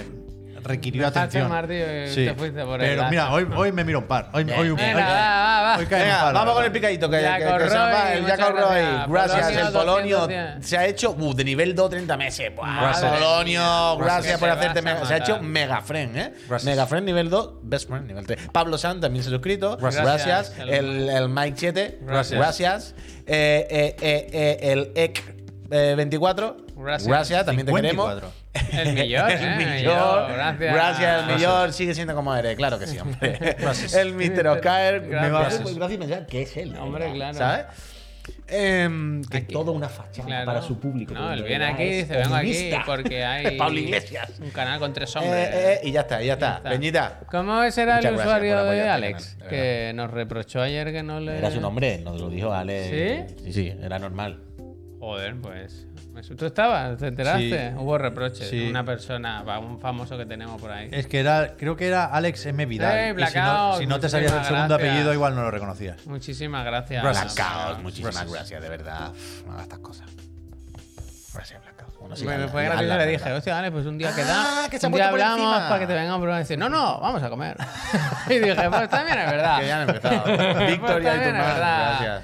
Speaker 2: requirió
Speaker 1: Dejaste
Speaker 2: atención.
Speaker 1: el martillo y te fuiste por el
Speaker 2: pero mira,
Speaker 1: lazo.
Speaker 2: hoy, hoy me miro un par. Hoy, hoy un
Speaker 1: Venga,
Speaker 2: hoy-
Speaker 1: va, va, va.
Speaker 2: hoy cae un
Speaker 4: Venga,
Speaker 2: par,
Speaker 4: vamos
Speaker 2: ¿verdad?
Speaker 4: con el picadito que,
Speaker 1: Jaco
Speaker 4: que- que se nos va,
Speaker 1: Roy,
Speaker 4: el
Speaker 1: muchas
Speaker 4: Jaco Roy.
Speaker 1: gracias.
Speaker 4: Gracias, el
Speaker 1: Polonio
Speaker 4: Polonio
Speaker 1: 210.
Speaker 4: se ha hecho uh, de nivel 2, 30 meses. Buah,
Speaker 1: Gracias.
Speaker 4: Polonio,
Speaker 1: Gracias.
Speaker 4: gracias por
Speaker 1: Que te
Speaker 4: hacerte.
Speaker 1: vas a
Speaker 4: mega- se ha
Speaker 1: matar.
Speaker 4: hecho mega friend, ¿eh?
Speaker 2: Gracias.
Speaker 4: Mega friend nivel 2, best friend nivel 3. Pablo San también se ha suscrito.
Speaker 1: Gracias.
Speaker 4: Gracias.
Speaker 1: Gracias.
Speaker 4: El, el Mike Chete.
Speaker 1: Gracias.
Speaker 4: Gracias. Eh, eh, eh, eh, el Ek eh, 24.
Speaker 1: Gracias.
Speaker 4: también te queremos.
Speaker 2: 54.
Speaker 1: El millón,
Speaker 4: El
Speaker 1: ¿eh?
Speaker 4: millor,
Speaker 1: Gracias.
Speaker 4: Gracias, el millor. Sigue siendo como eres, claro que sí, hombre. El Mr. Oscar me va
Speaker 1: Gracias.
Speaker 4: a
Speaker 3: Gracias, me que es él.
Speaker 1: Hombre, claro.
Speaker 4: ¿Sabes? Em,
Speaker 3: Que es
Speaker 1: Aquí.
Speaker 3: toda una fachada
Speaker 1: Claro.
Speaker 3: para su público.
Speaker 1: No, él
Speaker 3: el
Speaker 1: viene aquí y dice, vengo aquí porque hay un canal con tres hombres.
Speaker 4: eh, eh, y ya está, ya está.
Speaker 1: está.
Speaker 4: Peñita.
Speaker 1: ¿Cómo será
Speaker 4: Muchas
Speaker 1: el
Speaker 4: gracias
Speaker 1: usuario
Speaker 4: por apoyar
Speaker 1: de
Speaker 4: este
Speaker 1: Alex?
Speaker 4: canal, de
Speaker 1: que nos reprochó ayer que no le...
Speaker 3: Era su nombre, nos lo dijo Ale.
Speaker 1: ¿Sí?
Speaker 3: Sí, sí, era normal.
Speaker 1: Joder, pues... ¿Tú estabas? ¿Te enteraste?
Speaker 2: Sí.
Speaker 1: Hubo reproches.
Speaker 2: Sí.
Speaker 1: Una persona, va, un famoso que tenemos por ahí.
Speaker 3: Eh.
Speaker 2: Es que era, creo que era Alex M. Vidal.
Speaker 1: Eh,
Speaker 2: Y si no-
Speaker 1: Blackout,
Speaker 2: si, no, te sabías el
Speaker 1: muchísimas
Speaker 2: segundo
Speaker 1: gracias.
Speaker 2: apellido, igual no lo reconocías.
Speaker 1: Muchísimas gracias.
Speaker 2: Gracias.
Speaker 4: Blackout,
Speaker 1: Bueno,
Speaker 4: muchísimas
Speaker 2: Gracias.
Speaker 4: gracias. de verdad. Uf, No hagas estas cosas. Gracias, Blackout. Bueno, sí,
Speaker 1: Bueno,
Speaker 4: hazla,
Speaker 1: fue
Speaker 4: hazla,
Speaker 1: gracioso,
Speaker 4: hazla,
Speaker 1: le dije, hostia, Alex, pues un día queda.
Speaker 4: Ah, que se ha
Speaker 1: un
Speaker 4: puesto
Speaker 1: día
Speaker 4: por
Speaker 1: hablamos
Speaker 4: encima.
Speaker 1: para que te vengan a probar y decir, no, no, vamos a comer. y dije, pues también es verdad.
Speaker 4: Que ya han empezado.
Speaker 1: Pues
Speaker 4: Victoria y
Speaker 1: también es
Speaker 4: Turmán,
Speaker 1: verdad.
Speaker 4: gracias.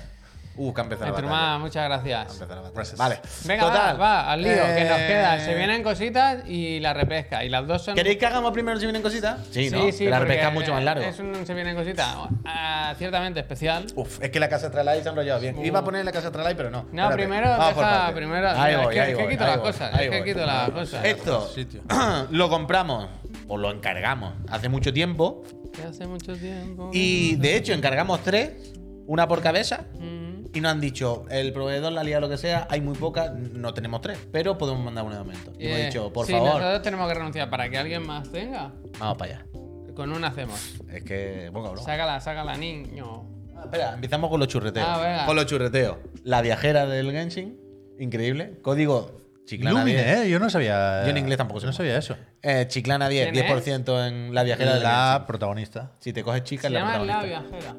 Speaker 4: Uh, que ha
Speaker 1: Eh,
Speaker 4: empezado la batalla.
Speaker 1: Turmán, muchas
Speaker 4: Ha
Speaker 1: gracias.
Speaker 4: empezado la batalla. Vale.
Speaker 1: Venga,
Speaker 4: Total.
Speaker 1: va, va, al lío, que nos
Speaker 4: Eh,
Speaker 1: queda. Se vienen cositas y la repesca. Y las dos son.
Speaker 4: ¿Queréis que hagamos primero si vienen cositas?
Speaker 3: Sí, ¿no? Que la
Speaker 1: porque
Speaker 3: repesca es mucho más largo.
Speaker 1: Es un se vienen cositas ah, ciertamente especial.
Speaker 4: Uf, es que la casa Tralay se ha enrollado bien. Iba a poner la casa Tralay, pero no.
Speaker 1: No,
Speaker 4: Espérate.
Speaker 1: primero,
Speaker 4: Vamos por
Speaker 1: deja,
Speaker 4: partes.
Speaker 1: primero.
Speaker 4: Ahí
Speaker 1: mira,
Speaker 4: voy,
Speaker 1: es que,
Speaker 4: ahí
Speaker 1: es que
Speaker 4: voy,
Speaker 1: quito
Speaker 4: ahí
Speaker 1: las
Speaker 4: voy,
Speaker 1: cosas.
Speaker 4: ahí
Speaker 1: es que
Speaker 4: voy. Eh,
Speaker 1: quito las cosas.
Speaker 4: Esto
Speaker 2: Sitio.
Speaker 4: lo compramos o lo encargamos hace mucho tiempo.
Speaker 1: Que hace mucho tiempo. que
Speaker 4: Y
Speaker 1: no-
Speaker 4: de hecho, encargamos tres, una por cabeza.
Speaker 1: Mm.
Speaker 4: Y nos han dicho, el proveedor, la liga, lo que sea, hay muy pocas, no tenemos tres, pero podemos mandar una de aumento. Y hemos
Speaker 1: Eh,
Speaker 4: dicho, por
Speaker 1: sí,
Speaker 4: favor,
Speaker 1: Nosotros tenemos que renunciar para que alguien más tenga.
Speaker 4: vamos para allá.
Speaker 1: Con una hacemos.
Speaker 4: Es que, bueno, cabrón.
Speaker 1: Sácala, sácala, niño.
Speaker 4: Ah, espera, empezamos con los churreteos.
Speaker 1: Ah, venga.
Speaker 4: con los churreteos. La viajera del Genshin, increíble. Código Chiclana
Speaker 2: Lumine,
Speaker 4: 10.
Speaker 2: ¿eh? Yo no sabía.
Speaker 4: Yo en inglés tampoco sé.
Speaker 2: No sabía eso.
Speaker 4: Eh, Chiclana 10,
Speaker 1: ¿Quién es?
Speaker 4: 10% en la viajera del
Speaker 2: La
Speaker 4: Genshin.
Speaker 2: protagonista.
Speaker 4: Si te coges chica,
Speaker 1: Se
Speaker 4: es la
Speaker 1: llama la
Speaker 4: protagonista.
Speaker 1: viajera.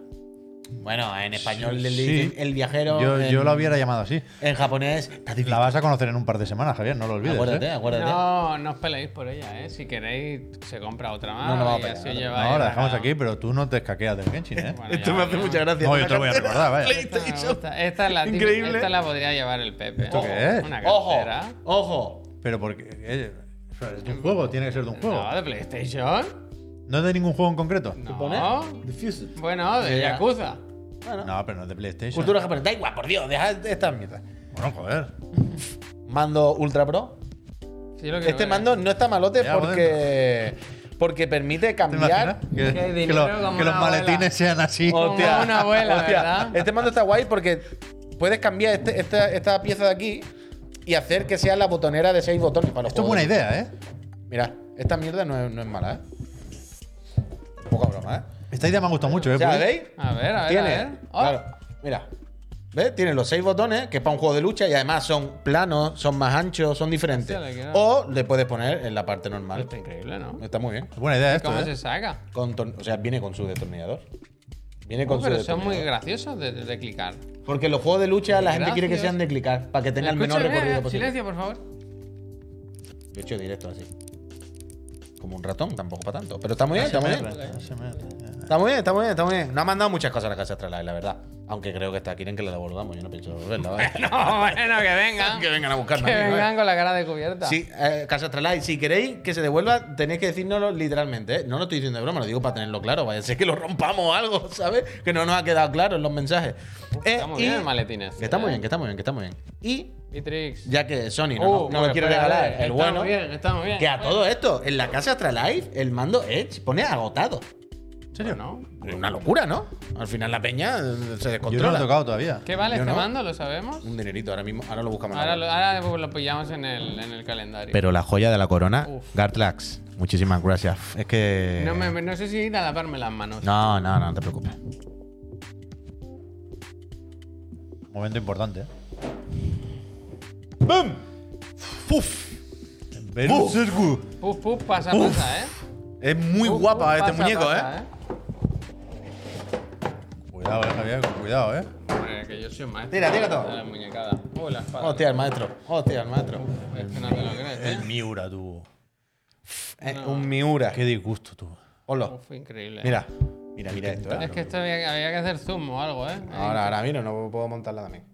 Speaker 4: Bueno, en español le
Speaker 2: Sí.
Speaker 4: dicen el viajero.
Speaker 2: Yo,
Speaker 4: en,
Speaker 2: yo la hubiera llamado así.
Speaker 4: En japonés, está difícil.
Speaker 2: La vas a conocer en un par de semanas, Javier, no lo olvides.
Speaker 4: acuérdate,
Speaker 2: ¿eh?
Speaker 4: acuérdate.
Speaker 1: No, no os peleéis por ella, ¿eh? Si queréis, se compra otra más.
Speaker 4: No, no vamos
Speaker 1: y
Speaker 4: a
Speaker 1: así
Speaker 4: pelear,
Speaker 1: os
Speaker 4: no,
Speaker 1: lleváis
Speaker 2: No, la
Speaker 1: la- Ah,
Speaker 2: dejamos aquí, pero tú no te escaqueas del Genshin, ¿eh?
Speaker 1: Bueno,
Speaker 4: Esto
Speaker 1: ya,
Speaker 4: me hace
Speaker 1: ya.
Speaker 4: mucha gracia.
Speaker 2: No,
Speaker 4: Una
Speaker 2: yo te lo voy a
Speaker 4: cartera
Speaker 2: recordar, vaya.
Speaker 1: Esta, me
Speaker 4: PlayStation.
Speaker 1: gusta. esta es la típica-
Speaker 4: Increíble.
Speaker 1: Esta la podría llevar el Pepe.
Speaker 2: ¿Esto qué
Speaker 1: Ojo,
Speaker 2: es?
Speaker 1: Una
Speaker 4: Ojo,
Speaker 1: cartera.
Speaker 4: ojo.
Speaker 2: Pero porque. eh, o sea, es de un juego, tiene que ser de
Speaker 4: Oh.
Speaker 2: un juego.
Speaker 1: No, de PlayStation.
Speaker 2: ¿No es de ningún juego en concreto?
Speaker 1: No.
Speaker 3: Diffused.
Speaker 1: Bueno, de
Speaker 4: Ya.
Speaker 1: Yakuza.
Speaker 4: Bueno,
Speaker 2: No, pero no es de PlayStation.
Speaker 4: cultura japonesa. Da igual, por Dios, deja estas mierdas.
Speaker 2: Bueno, joder.
Speaker 4: Mando Ultra Pro.
Speaker 1: Sí, lo quiero
Speaker 4: Este
Speaker 1: ver.
Speaker 4: mando no está malote
Speaker 2: Ya,
Speaker 4: porque. Porque permite
Speaker 2: ¿Te
Speaker 4: cambiar.
Speaker 2: imaginas? Que,
Speaker 1: Que hay
Speaker 2: que
Speaker 1: dinero
Speaker 2: lo-
Speaker 1: como
Speaker 2: que los
Speaker 1: una
Speaker 2: maletines
Speaker 1: bola. Oh,
Speaker 2: sean así.
Speaker 1: Como una abuela, ¿verdad?
Speaker 4: Este mando está guay porque puedes cambiar este- esta, esta pieza de aquí y hacer que sea la botonera de seis botones para los
Speaker 2: Esto es
Speaker 4: juegos
Speaker 2: buena
Speaker 4: de-
Speaker 2: idea, ¿eh?
Speaker 4: Mirad, esta mierda no es, no es mala, ¿eh? Poca broma, ¿eh?
Speaker 2: Esta idea me ha gustado mucho, ¿eh?
Speaker 4: O sea,
Speaker 2: Puy?
Speaker 4: ¿veis?
Speaker 1: A ver, a ver, a
Speaker 4: Tiene,
Speaker 1: ver. Oh,
Speaker 4: claro, mira. ¿Ves? Tiene los seis botones, que es para un juego de lucha y además son planos, son más anchos, son diferentes.
Speaker 1: Hostia, le queda-
Speaker 4: O le puedes poner en la parte normal.
Speaker 1: Oh, Está increíble, ¿no?
Speaker 4: Está muy bien.
Speaker 2: Es buena idea
Speaker 1: ¿Cómo
Speaker 2: esto,
Speaker 1: se
Speaker 2: ¿eh?
Speaker 1: saca?
Speaker 4: Con tor- o sea, viene con su destornillador. Viene
Speaker 1: Oh,
Speaker 4: con su
Speaker 1: pero son muy
Speaker 4: destornillador.
Speaker 1: graciosos de, de- de clicar.
Speaker 4: Porque los juegos de lucha la gente quiere que
Speaker 1: Gracias.
Speaker 4: sean de clicar, para que tenga el menor
Speaker 1: Escúchame,
Speaker 4: recorrido
Speaker 1: eh,
Speaker 4: posible.
Speaker 1: Silencio, por favor.
Speaker 4: Yo he hecho directo así. Como un ratón, tampoco para tanto. Pero está muy bien, está muy bien. Está muy bien, está muy bien, está muy bien. No ha mandado muchas cosas a la casa Astralife, la verdad. Aunque creo que está quieren que la devolvamos. Yo no pienso devolverla, ¿vale?
Speaker 1: No, bueno, que vengan.
Speaker 4: que vengan a buscarnos.
Speaker 1: Que
Speaker 4: aquí, ¿no?
Speaker 1: vengan con la cara descubierta.
Speaker 4: Sí, eh, Casa Astralife, si queréis que se devuelva, tenéis que decírnoslo literalmente. ¿eh? No lo estoy diciendo de broma, lo digo para tenerlo claro. Vaya a ser que lo rompamos o algo, ¿sabes? Que no nos ha quedado claro en los mensajes. Eh,
Speaker 1: Está muy
Speaker 4: y-
Speaker 1: bien el maletín este,
Speaker 4: Que está muy
Speaker 1: ¿eh?
Speaker 4: bien, que está muy bien, que está muy bien. Y
Speaker 1: Bitrix.
Speaker 4: ya que Sony no,
Speaker 1: Uh,
Speaker 4: no
Speaker 1: pues
Speaker 4: lo quiere
Speaker 1: espérate,
Speaker 4: regalar, el
Speaker 1: está
Speaker 4: bueno.
Speaker 1: muy bien, está muy bien.
Speaker 4: Que a todo esto, en la casa Astralife, el mando Edge pone agotado.
Speaker 2: ¿En serio?
Speaker 1: ¿No?
Speaker 4: Es una locura, ¿no? Al final la peña eh, se
Speaker 2: Yo no lo he
Speaker 4: descontrola.
Speaker 2: tocado todavía.
Speaker 1: ¿Qué vale
Speaker 4: Yo
Speaker 1: este
Speaker 4: no.
Speaker 1: mando? ¿Lo sabemos?
Speaker 4: un dinerito ahora mismo, ahora lo buscamos.
Speaker 1: Ahora lo, ahora pues lo pillamos en el, en el calendario.
Speaker 4: Pero la joya de la corona,
Speaker 1: Uf.
Speaker 4: Gartlax. Muchísimas gracias. Es que.
Speaker 1: no, me- me- no sé si ir a lavarme las manos.
Speaker 4: no, no, no te preocupes.
Speaker 2: Momento importante. ¿eh?
Speaker 4: ¡Bum!
Speaker 2: Versus Gu.
Speaker 1: Puf, puf, pasa,
Speaker 2: Uf.
Speaker 1: pasa, ¿eh?
Speaker 4: Es muy
Speaker 1: Puf,
Speaker 4: guapa
Speaker 1: puf,
Speaker 4: este
Speaker 1: Uh, pasa,
Speaker 4: muñeco,
Speaker 1: pasa,
Speaker 4: ¿eh?
Speaker 2: Cuidado, eh, Javier, con cuidado, eh.
Speaker 1: Hombre, que yo soy un maestro.
Speaker 4: Tira, tira todo.
Speaker 1: De la muñecada. Uh, la espada.
Speaker 4: Hostia, el maestro. Hostia, el maestro.
Speaker 1: Es que no te lo crees,
Speaker 2: El
Speaker 1: ¿eh?
Speaker 2: Miura, tú.
Speaker 4: Eh, un Miura.
Speaker 2: Qué disgusto, tú.
Speaker 4: Ponlo.
Speaker 1: Uf, increíble.
Speaker 4: Mira. Mira, mira esto, eh.
Speaker 1: Es que esto había, había que hacer zoom o algo, ¿eh?
Speaker 4: Ahora, ahora, mira, no puedo montarla también.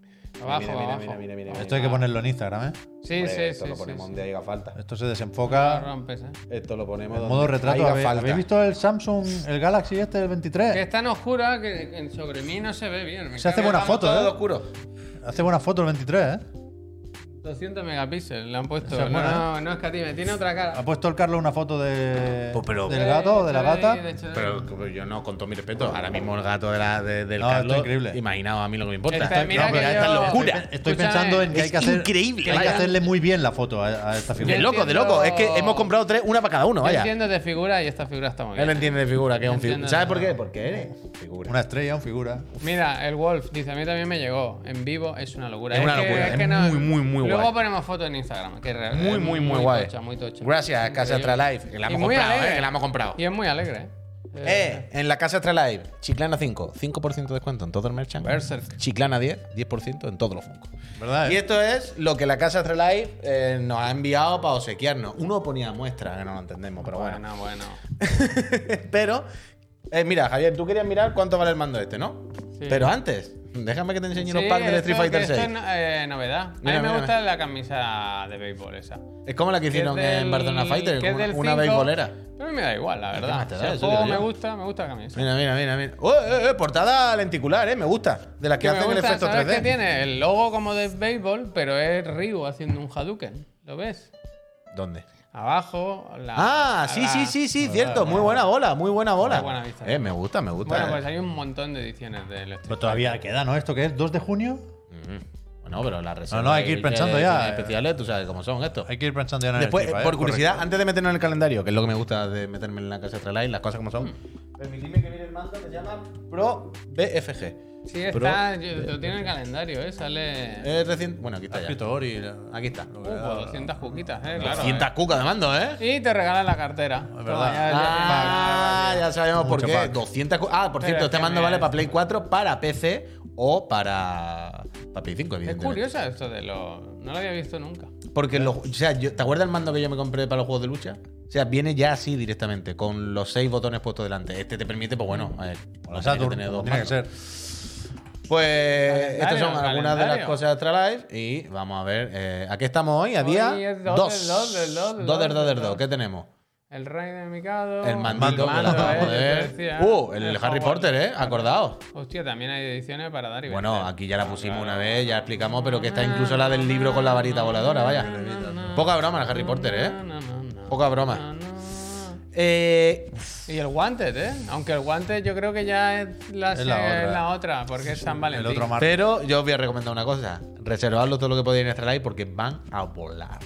Speaker 1: Abajo,
Speaker 4: mira, mira,
Speaker 1: abajo.
Speaker 4: mira, mira, mira,
Speaker 2: Esto hay que ponerlo en Instagram, ¿eh?
Speaker 1: Sí,
Speaker 4: Hombre,
Speaker 1: sí,
Speaker 4: esto
Speaker 1: sí.
Speaker 4: lo
Speaker 1: sí,
Speaker 4: ponemos
Speaker 1: sí.
Speaker 4: donde haga falta.
Speaker 2: Esto se
Speaker 1: Lo
Speaker 2: desenfoca.
Speaker 1: rompes, ¿eh?
Speaker 4: Esto lo ponemos
Speaker 2: En
Speaker 4: donde
Speaker 2: modo retrato.
Speaker 4: haga
Speaker 2: ¿Habéis,
Speaker 4: falta.
Speaker 2: habéis visto el Samsung, el Galaxy este del
Speaker 1: Que
Speaker 2: 23?
Speaker 1: es tan oscura que, que sobre mí no se ve bien. Me
Speaker 2: Se
Speaker 1: cago
Speaker 2: hace
Speaker 1: en
Speaker 2: buena
Speaker 1: la-
Speaker 2: foto,
Speaker 4: Todo
Speaker 2: ¿eh?
Speaker 4: oscuro.
Speaker 2: Hace buena foto el 23, ¿eh?
Speaker 1: 200 megapíxeles le han puesto.
Speaker 2: Eso es
Speaker 1: no,
Speaker 2: bueno,
Speaker 1: no, no es que a ti me tiene otra cara.
Speaker 2: ¿Ha puesto el Carlos una foto de,
Speaker 4: Pues, pero-
Speaker 2: del gato o de la
Speaker 1: Cherry,
Speaker 2: gata?
Speaker 1: de Cherry.
Speaker 4: Pero pero yo no, con todo mi respeto, ahora mismo el gato de la, de- del
Speaker 2: No, está
Speaker 4: Carlos.
Speaker 2: increíble.
Speaker 4: Imaginaos a mí lo que me importa.
Speaker 1: Espera,
Speaker 4: Estoy-
Speaker 1: mira
Speaker 4: no,
Speaker 1: que
Speaker 4: pero esta
Speaker 1: yo-
Speaker 4: locura.
Speaker 2: Estoy, estoy
Speaker 1: Escúchame,
Speaker 2: pensando en que hay
Speaker 4: es
Speaker 2: que hacer.
Speaker 4: increíble,
Speaker 2: que hay que
Speaker 4: vaya.
Speaker 2: hacerle muy bien la foto a, a esta figura.
Speaker 4: De
Speaker 1: Yo
Speaker 4: loco, de loco. Es que
Speaker 1: entiendo-
Speaker 4: hemos comprado tres, una para cada uno,
Speaker 1: Yo
Speaker 4: vaya.
Speaker 1: entiendo de figura y esta figura está muy
Speaker 4: Él
Speaker 1: bien.
Speaker 4: entiende de figura, que es un figura.
Speaker 1: Entiendo.
Speaker 4: ¿Sabes por qué? Porque eres figura.
Speaker 2: Una estrella, una figura.
Speaker 1: Mira, el Wolf dice, a mí también me llegó. En vivo es una locura.
Speaker 4: Es una
Speaker 1: que-
Speaker 4: locura, es muy, muy, muy
Speaker 1: Luego
Speaker 4: guay.
Speaker 1: ponemos fotos en Instagram, que es real-
Speaker 4: Muy,
Speaker 1: es
Speaker 4: muy, muy, guay.
Speaker 1: tocha, muy tocha.
Speaker 4: Gracias, Casa
Speaker 1: Increíble.
Speaker 4: Astralife, que
Speaker 1: Y
Speaker 4: la hemos
Speaker 1: muy
Speaker 4: comprado,
Speaker 1: alegre.
Speaker 4: eh, que la hemos comprado.
Speaker 1: Y es muy alegre, eh.
Speaker 4: Eh, en la casa Astralife, Chiclana 5, 5% de descuento en todo el merchant.
Speaker 1: Berserk. eh?
Speaker 4: Chiclana 10, 10% en todos los Funko.
Speaker 2: ¿Verdad?
Speaker 4: Y esto es lo que la casa Astralife eh, nos ha enviado para obsequiarnos. Uno ponía muestra, que no lo entendemos, pero bueno.
Speaker 1: Bueno, bueno.
Speaker 4: pero, eh, mira, Javier, tú querías mirar cuánto vale el mando este, ¿no?
Speaker 1: Sí.
Speaker 4: Pero antes, déjame que te enseñe los
Speaker 1: Sí,
Speaker 4: packs del
Speaker 1: esto-
Speaker 4: Street Fighter
Speaker 1: esto
Speaker 4: 6.
Speaker 1: es no- eh, novedad. A mí
Speaker 4: Mira,
Speaker 1: me
Speaker 4: mira,
Speaker 1: gusta la camisa de béisbol esa.
Speaker 4: Es como la que
Speaker 1: Que
Speaker 4: hicieron
Speaker 1: es del-
Speaker 4: en Barcelona Fighter,
Speaker 1: que es
Speaker 4: como una,
Speaker 1: del
Speaker 4: una
Speaker 1: cinco.
Speaker 4: beisbolera.
Speaker 1: Pero a mí me da igual, la
Speaker 4: más
Speaker 1: verdad.
Speaker 4: te
Speaker 1: O
Speaker 4: da?
Speaker 1: sea, el
Speaker 4: Eso
Speaker 1: juego
Speaker 4: digo
Speaker 1: me
Speaker 4: yo.
Speaker 1: gusta, me gusta la camisa.
Speaker 4: Mira, mira, mira, mira. ¡Oh, eh, eh! Portada lenticular, eh, me gusta. De las que
Speaker 1: Que me
Speaker 4: hacen el
Speaker 1: gusta,
Speaker 4: efecto
Speaker 1: ¿sabes
Speaker 4: 3D.
Speaker 1: qué tiene? El logo como de béisbol, pero es Ryu haciendo un Hadouken. ¿Lo ves?
Speaker 4: ¿Dónde?
Speaker 1: Abajo, la.
Speaker 4: Ah,
Speaker 1: a
Speaker 4: sí,
Speaker 1: la-
Speaker 4: sí, sí, sí, cierto. Muy buena bola, muy buena bola.
Speaker 1: buena vista.
Speaker 4: Eh, me gusta, me gusta.
Speaker 1: Bueno,
Speaker 4: eh.
Speaker 1: pues hay un montón de ediciones del Street
Speaker 2: Pero todavía queda, ¿no? ¿Esto qué es? ¿2 de junio?
Speaker 4: Mm. Bueno, pero la reserva.
Speaker 2: No, no, hay que ir pensando ya, eh.
Speaker 4: Especiales, tú sabes cómo son estos.
Speaker 2: Hay que ir pensando ya en el
Speaker 4: Después,
Speaker 2: tipo,
Speaker 4: eh,
Speaker 2: ¿eh?
Speaker 4: por curiosidad,
Speaker 2: Correcto.
Speaker 4: antes de meternos en el calendario, que es lo que me gusta de meterme en la casa Astralife, las cosas como son.
Speaker 2: Mm.
Speaker 4: Permitidme que mire el mando que se llama Pro BFG.
Speaker 1: Sí,
Speaker 4: Pro-
Speaker 1: está, yo- lo tiene en el calendario, ¿eh? Sale.
Speaker 4: Eh, recién. Bueno, aquí
Speaker 2: Ha
Speaker 4: está ya.
Speaker 2: escrito Ori. la-
Speaker 4: Aquí está.
Speaker 1: Uh, pues 200 cuquitas, ¿eh? Claro.
Speaker 4: 200 cucas de mando, ¿eh?
Speaker 1: eh. Y te regalan la cartera.
Speaker 2: Es
Speaker 1: Toma,
Speaker 2: verdad.
Speaker 1: ya- ya-
Speaker 4: Ah, ya sabemos por
Speaker 2: Mucho
Speaker 4: qué.
Speaker 2: pack.
Speaker 4: 200 cu- Ah, por
Speaker 1: Pero es
Speaker 4: cierto, este
Speaker 1: que
Speaker 4: mando
Speaker 1: me-
Speaker 4: vale para Play 4, para PC o para, para Play 5,
Speaker 1: Es
Speaker 4: evidentemente.
Speaker 1: curiosa esto de lo. No lo había visto nunca.
Speaker 4: Porque los, o sea, yo- ¿te acuerdas el mando que yo me compré para los juegos de lucha? O sea, viene ya así directamente, con los seis botones puestos delante. Este te permite, pues bueno, a ver,
Speaker 2: O
Speaker 4: tiene
Speaker 2: la
Speaker 4: que
Speaker 2: Saturn.
Speaker 4: tener
Speaker 2: como
Speaker 4: dos
Speaker 2: Tiene que
Speaker 4: mandos.
Speaker 2: ser.
Speaker 4: Pues estas son
Speaker 1: Calendario,
Speaker 4: algunas de las
Speaker 1: calendario.
Speaker 4: cosas de Astralife. Y vamos a ver, eh, ¿a qué estamos hoy? A
Speaker 1: Hoy
Speaker 4: día
Speaker 1: es
Speaker 4: 2.
Speaker 1: dos del dos, del dos, del
Speaker 4: 2 del
Speaker 1: dos,
Speaker 4: 2 del
Speaker 1: del
Speaker 4: 2.
Speaker 1: dos.
Speaker 4: ¿Qué tenemos?
Speaker 1: El rey de Mikado.
Speaker 4: El mandito,
Speaker 1: el
Speaker 4: que lo
Speaker 1: eh, yo
Speaker 4: acabamos de
Speaker 1: te
Speaker 4: ver.
Speaker 1: decía.
Speaker 4: Uh, el, Harry
Speaker 1: Hogwarts.
Speaker 4: Potter, ¿eh? Acordaos.
Speaker 1: Hostia, también hay ediciones para dar y
Speaker 4: Bueno,
Speaker 1: vender.
Speaker 4: aquí ya la pusimos una vez, ya explicamos, pero que está incluso la del libro con la varita voladora, vaya. Poca broma el Harry Potter, ¿eh?
Speaker 1: No, no, no.
Speaker 4: Poca
Speaker 1: No,
Speaker 4: broma.
Speaker 1: no.
Speaker 4: Eh,
Speaker 1: Y el Wanted, ¿eh? Aunque el Wanted yo creo que ya es la,
Speaker 2: Es
Speaker 1: se-
Speaker 2: la otra.
Speaker 1: es la otra, porque es San Valentín.
Speaker 2: El otro más.
Speaker 4: pero yo os voy a recomendar una cosa. Reservadlo todo lo que podáis en Extra Life porque van a volar.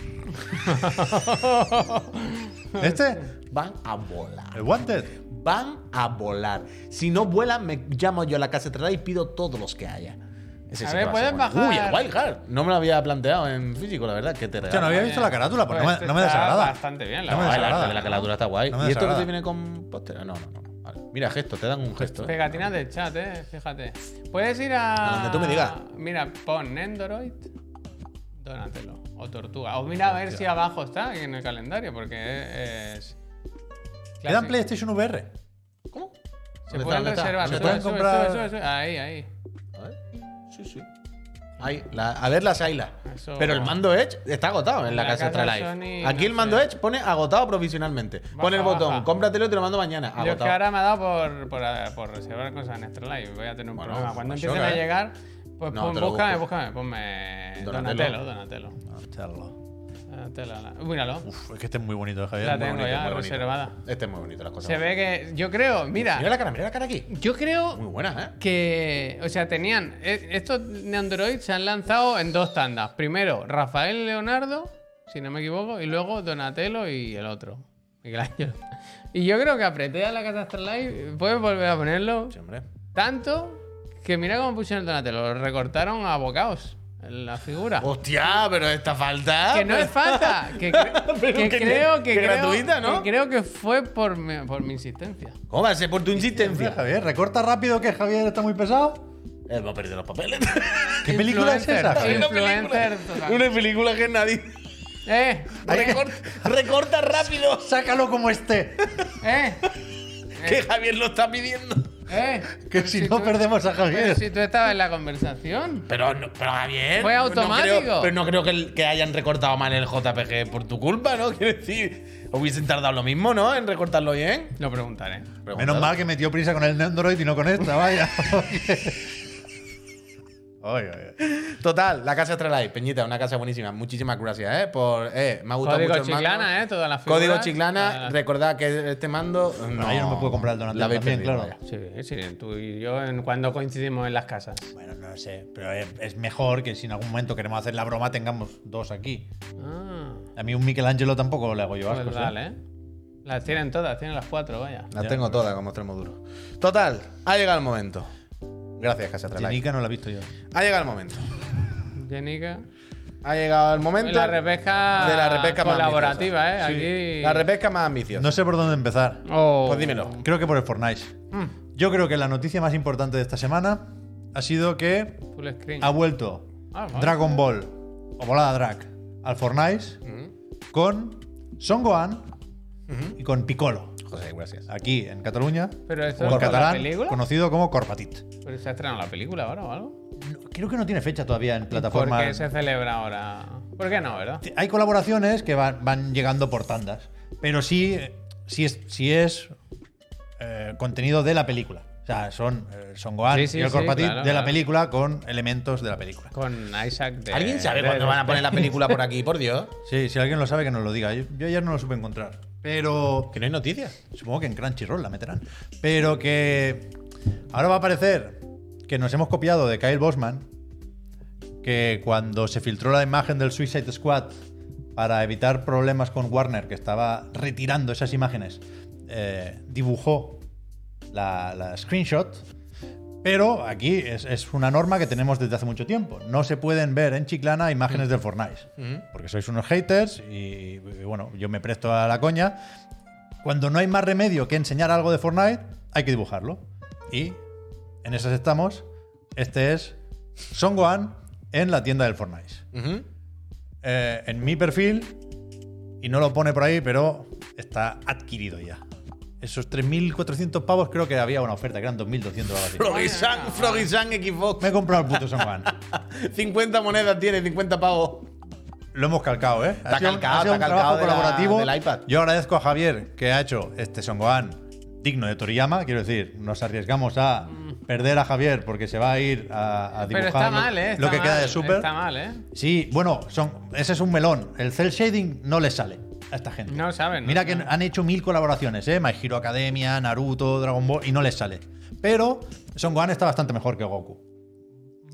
Speaker 2: ¿Este?
Speaker 4: Van a volar.
Speaker 2: ¿El Wanted?
Speaker 4: Van a volar. Si no vuelan, me llamo yo a la casa Extra Life y pido todos los que haya. Ese
Speaker 1: A
Speaker 4: sí
Speaker 1: ver,
Speaker 4: que va
Speaker 1: ¿puedes
Speaker 4: ser bueno.
Speaker 1: bajar?
Speaker 4: Uy, el Wildcard. No me lo había planteado en físico, la verdad. Que te
Speaker 2: Yo no
Speaker 4: regalo.
Speaker 2: había visto la carátula, porque no me,
Speaker 1: Este
Speaker 2: no me
Speaker 1: está
Speaker 2: desagrada.
Speaker 1: Bastante bien, la
Speaker 2: No me
Speaker 1: verdad.
Speaker 4: Ah, el arte
Speaker 2: desagrada,
Speaker 4: de la
Speaker 2: ¿no?
Speaker 4: caladura está guay.
Speaker 2: No me
Speaker 4: ¿Y esto que
Speaker 2: desagrada.
Speaker 4: te viene con póster? Ah, No, no, no. no. Vale. Mira, gesto, te dan un gesto. ¿eh?
Speaker 1: Pegatinas del chat, eh, fíjate. Puedes ir a.
Speaker 4: A donde tú me digas.
Speaker 1: Mira, pon Nendoroid, donatelo. O Tortuga. O mira a ver si abajo está en el calendario, porque es.
Speaker 2: ¿Le dan PlayStation VR?
Speaker 4: ¿Cómo?
Speaker 1: Se
Speaker 4: ¿Dónde
Speaker 1: pueden
Speaker 4: está? ¿Dónde está?
Speaker 1: reservar.
Speaker 4: ¿Se
Speaker 1: Sube,
Speaker 2: pueden
Speaker 1: sube,
Speaker 2: comprar?
Speaker 1: sube, sube, sube. Ahí, ahí.
Speaker 4: A ver. Sí, sí. Ahí, la- a ver las ailas.
Speaker 1: Eso-
Speaker 4: Pero el mando Edge está agotado en la,
Speaker 1: La
Speaker 4: casa
Speaker 1: casa
Speaker 4: Extra Life.
Speaker 1: Sony,
Speaker 4: Aquí
Speaker 1: no
Speaker 4: el mando
Speaker 1: sé.
Speaker 4: Edge pone agotado provisionalmente. pone el
Speaker 1: Baja,
Speaker 4: botón,
Speaker 1: baja.
Speaker 4: cómpratelo y te lo mando mañana.
Speaker 1: Yo es que
Speaker 4: Agotado.
Speaker 1: ahora me ha dado por, por, por reservar cosas en Extra Live. Voy a tener un
Speaker 4: Bueno,
Speaker 1: problema. Cuando
Speaker 4: pues
Speaker 1: empiecen
Speaker 4: choca,
Speaker 1: a
Speaker 4: ¿eh?
Speaker 1: llegar, pues
Speaker 4: No,
Speaker 1: pon-
Speaker 4: te lo
Speaker 1: búscame,
Speaker 4: busco.
Speaker 1: búscame. Ponme
Speaker 4: Donatello.
Speaker 1: Donatello, Donatello.
Speaker 2: Charlo.
Speaker 1: Donatello, la- Míralo.
Speaker 2: Uf, es que este es muy bonito, Javier.
Speaker 1: La
Speaker 2: muy
Speaker 1: tengo
Speaker 2: bonito.
Speaker 1: ya
Speaker 4: muy bonito.
Speaker 1: reservada.
Speaker 4: Este es muy bonito, las cosas.
Speaker 1: Se ve que. Yo creo, mira.
Speaker 4: Mira la cara, mira la cara aquí.
Speaker 1: Yo
Speaker 4: Muy
Speaker 1: creo
Speaker 4: buena, ¿eh?
Speaker 1: que, o sea, tenían, e- estos de Android se han lanzado en dos tandas. Primero, Rafael Leonardo, si no me equivoco, y luego Donatello y el otro, Miguel Ángel. Y yo creo que apreté a la Catastro Live, puedes volver a ponerlo,
Speaker 4: Sí, hombre.
Speaker 1: tanto que mira cómo pusieron el Donatello, lo recortaron a bocados en la figura.
Speaker 4: Hostia, pero esta falta. pues,
Speaker 1: Que no es falta, que, cre-
Speaker 4: Ah, Pero
Speaker 1: que
Speaker 4: que-
Speaker 1: creo que,
Speaker 4: que
Speaker 1: creo-
Speaker 4: gratuita, ¿no?
Speaker 1: que creo que fue por mi, por mi insistencia.
Speaker 4: ¿Cómo va a ser por tu
Speaker 2: Mira,
Speaker 4: insistencia?
Speaker 2: Javier, recorta rápido que Javier está muy pesado.
Speaker 4: Él va a perder los papeles.
Speaker 2: ¿Qué película es esa,
Speaker 1: Influencer,
Speaker 2: Javier?
Speaker 1: Influencer. total.
Speaker 4: Una película que nadie.
Speaker 1: Eh,
Speaker 4: Recorta, recorta rápido,
Speaker 2: Sácalo como esté.
Speaker 1: eh,
Speaker 4: que Javier lo está pidiendo.
Speaker 1: eh.
Speaker 2: Que
Speaker 1: Pero
Speaker 2: si, no
Speaker 1: tú-
Speaker 2: perdemos a
Speaker 1: Pero
Speaker 2: Javier.
Speaker 1: si tú estabas en la conversación.
Speaker 4: Pero, no, pero Javier.
Speaker 1: Fue
Speaker 4: no
Speaker 1: automático.
Speaker 4: creo- pero no creo que, el- que hayan recortado mal el JPG por tu culpa, ¿no? Quiero decir, hubiesen tardado lo mismo, ¿no? En recortarlo bien.
Speaker 1: Lo preguntaré.
Speaker 2: Menos mal que metió prisa con el Nendoroid y no con esta, vaya. Oye, oye.
Speaker 4: Total, la casa Astralife, Peñita, una casa buenísima. Muchísimas gracias, ¿eh? Por, eh, me ha gustado
Speaker 1: Código
Speaker 4: mucho el mando.
Speaker 1: Chiclana, ¿eh? Todas las figuras. Ah.
Speaker 4: Código Chiclana,
Speaker 1: Todas las-
Speaker 4: recordad que este mando. No,
Speaker 2: Bueno, yo no me puedo comprar el Donatello
Speaker 4: La habéis
Speaker 2: también,
Speaker 4: perdido,
Speaker 2: claro.
Speaker 1: Sí,
Speaker 4: vaya.
Speaker 1: sí, tú y yo en, cuando coincidimos en las casas.
Speaker 2: Bueno, no sé, pero es, es mejor que si en algún momento queremos hacer la broma tengamos dos aquí.
Speaker 1: Ah,
Speaker 2: A mí un Michelangelo tampoco le hago yo
Speaker 1: pues
Speaker 2: ascos, ¿eh?
Speaker 1: dale, ¿eh? Las tienen todas, tienen las cuatro, vaya.
Speaker 4: Las
Speaker 2: Ya.
Speaker 4: tengo todas como extremo duro. Total, ha llegado el momento. Gracias, Casa Astralife.
Speaker 2: Jenica no la he visto yo.
Speaker 4: Ha llegado el momento.
Speaker 1: Jenica.
Speaker 4: Ha llegado el momento.
Speaker 1: De la repesca,
Speaker 4: de la repesca más
Speaker 1: colaborativa, ¿eh?
Speaker 4: ambiciosa.
Speaker 1: Aquí.
Speaker 4: La repesca más ambiciosa.
Speaker 2: No sé por dónde empezar.
Speaker 1: Oh.
Speaker 4: Pues dímelo.
Speaker 2: Creo que por el Fortnite.
Speaker 1: Mm.
Speaker 2: Yo creo que la noticia más importante de esta semana ha sido que
Speaker 1: Full screen.
Speaker 2: ha vuelto
Speaker 1: Ah, vale.
Speaker 2: Dragon Ball o Volada Drag al Fortnite
Speaker 1: Mm.
Speaker 2: con Son Gohan y con Piccolo.
Speaker 4: José, gracias.
Speaker 2: Aquí en Cataluña,
Speaker 1: Mm-hmm. Pero esto
Speaker 2: o
Speaker 1: es
Speaker 2: en
Speaker 1: por la
Speaker 2: catalán,
Speaker 1: película.
Speaker 2: conocido como Corpatit.
Speaker 1: Pero se ha estrenado la película ahora o algo.
Speaker 2: No, creo que no tiene fecha todavía en
Speaker 1: ¿Por
Speaker 2: plataforma.
Speaker 1: qué se celebra ahora? ¿Por qué no, verdad?
Speaker 2: Hay colaboraciones que van, van llegando por tandas, pero sí, sí es, sí es eh, contenido de la película. O sea, son eh, Son Gohan
Speaker 1: Sí, sí,
Speaker 2: y el
Speaker 1: sí,
Speaker 2: Corpatit
Speaker 1: claro,
Speaker 2: de la
Speaker 1: claro.
Speaker 2: película con elementos de la película.
Speaker 1: Con Isaac de.
Speaker 4: ¿Alguien sabe
Speaker 1: de-
Speaker 4: cuándo van a poner la película por aquí? Por Dios.
Speaker 2: Sí, si alguien lo sabe que nos lo diga. Yo, yo ayer no lo supe encontrar, pero
Speaker 4: Que no hay noticias.
Speaker 2: supongo que en Crunchyroll la meterán. Pero que ahora va a parecer que nos hemos copiado de Kyle Bosman, que cuando se filtró la imagen del Suicide Squad para evitar problemas con Warner, que estaba retirando esas imágenes, eh, dibujó la, la screenshot. Pero aquí es, es una norma que tenemos desde hace mucho tiempo. No se pueden ver en Chiclana imágenes del Fortnite. Porque sois unos haters y, y bueno, yo me presto a la coña. Cuando no hay más remedio que enseñar algo de Fortnite, hay que dibujarlo. Y en esas estamos. Este es Son Gohan en la tienda del Fortnite.
Speaker 4: Ujú.
Speaker 2: Eh, en mi perfil, y no lo pone por ahí, pero está adquirido ya. Esos 3.400 pavos creo que había una oferta, que eran 2.200 o algo así.
Speaker 4: Froggy San, Froggy San Xbox.
Speaker 2: Me he comprado el puto Son Gohan.
Speaker 4: 50 monedas tiene, 50 pavos.
Speaker 2: Lo hemos calcado, ¿eh?
Speaker 4: Está calcado, está
Speaker 2: un
Speaker 4: calcado
Speaker 2: trabajo
Speaker 4: de la-
Speaker 2: colaborativo.
Speaker 4: del iPad.
Speaker 2: Yo agradezco a Javier que ha hecho este Son Gohan digno de Toriyama. Quiero decir, nos arriesgamos a perder a Javier porque se va a ir a, a
Speaker 1: Pero
Speaker 2: dibujar
Speaker 1: está
Speaker 2: lo,
Speaker 1: mal, ¿eh? Está
Speaker 2: lo que queda
Speaker 1: mal,
Speaker 2: de Super.
Speaker 1: Está mal, ¿eh?
Speaker 2: Sí, bueno, son, ese es un melón. El cel shading no le sale a esta gente.
Speaker 1: No saben, no
Speaker 2: Mira que
Speaker 1: saben.
Speaker 2: han hecho mil colaboraciones, ¿eh? My Hero Academia, Naruto, Dragon Ball, y no les sale. Pero Son Gohan está bastante mejor que Goku.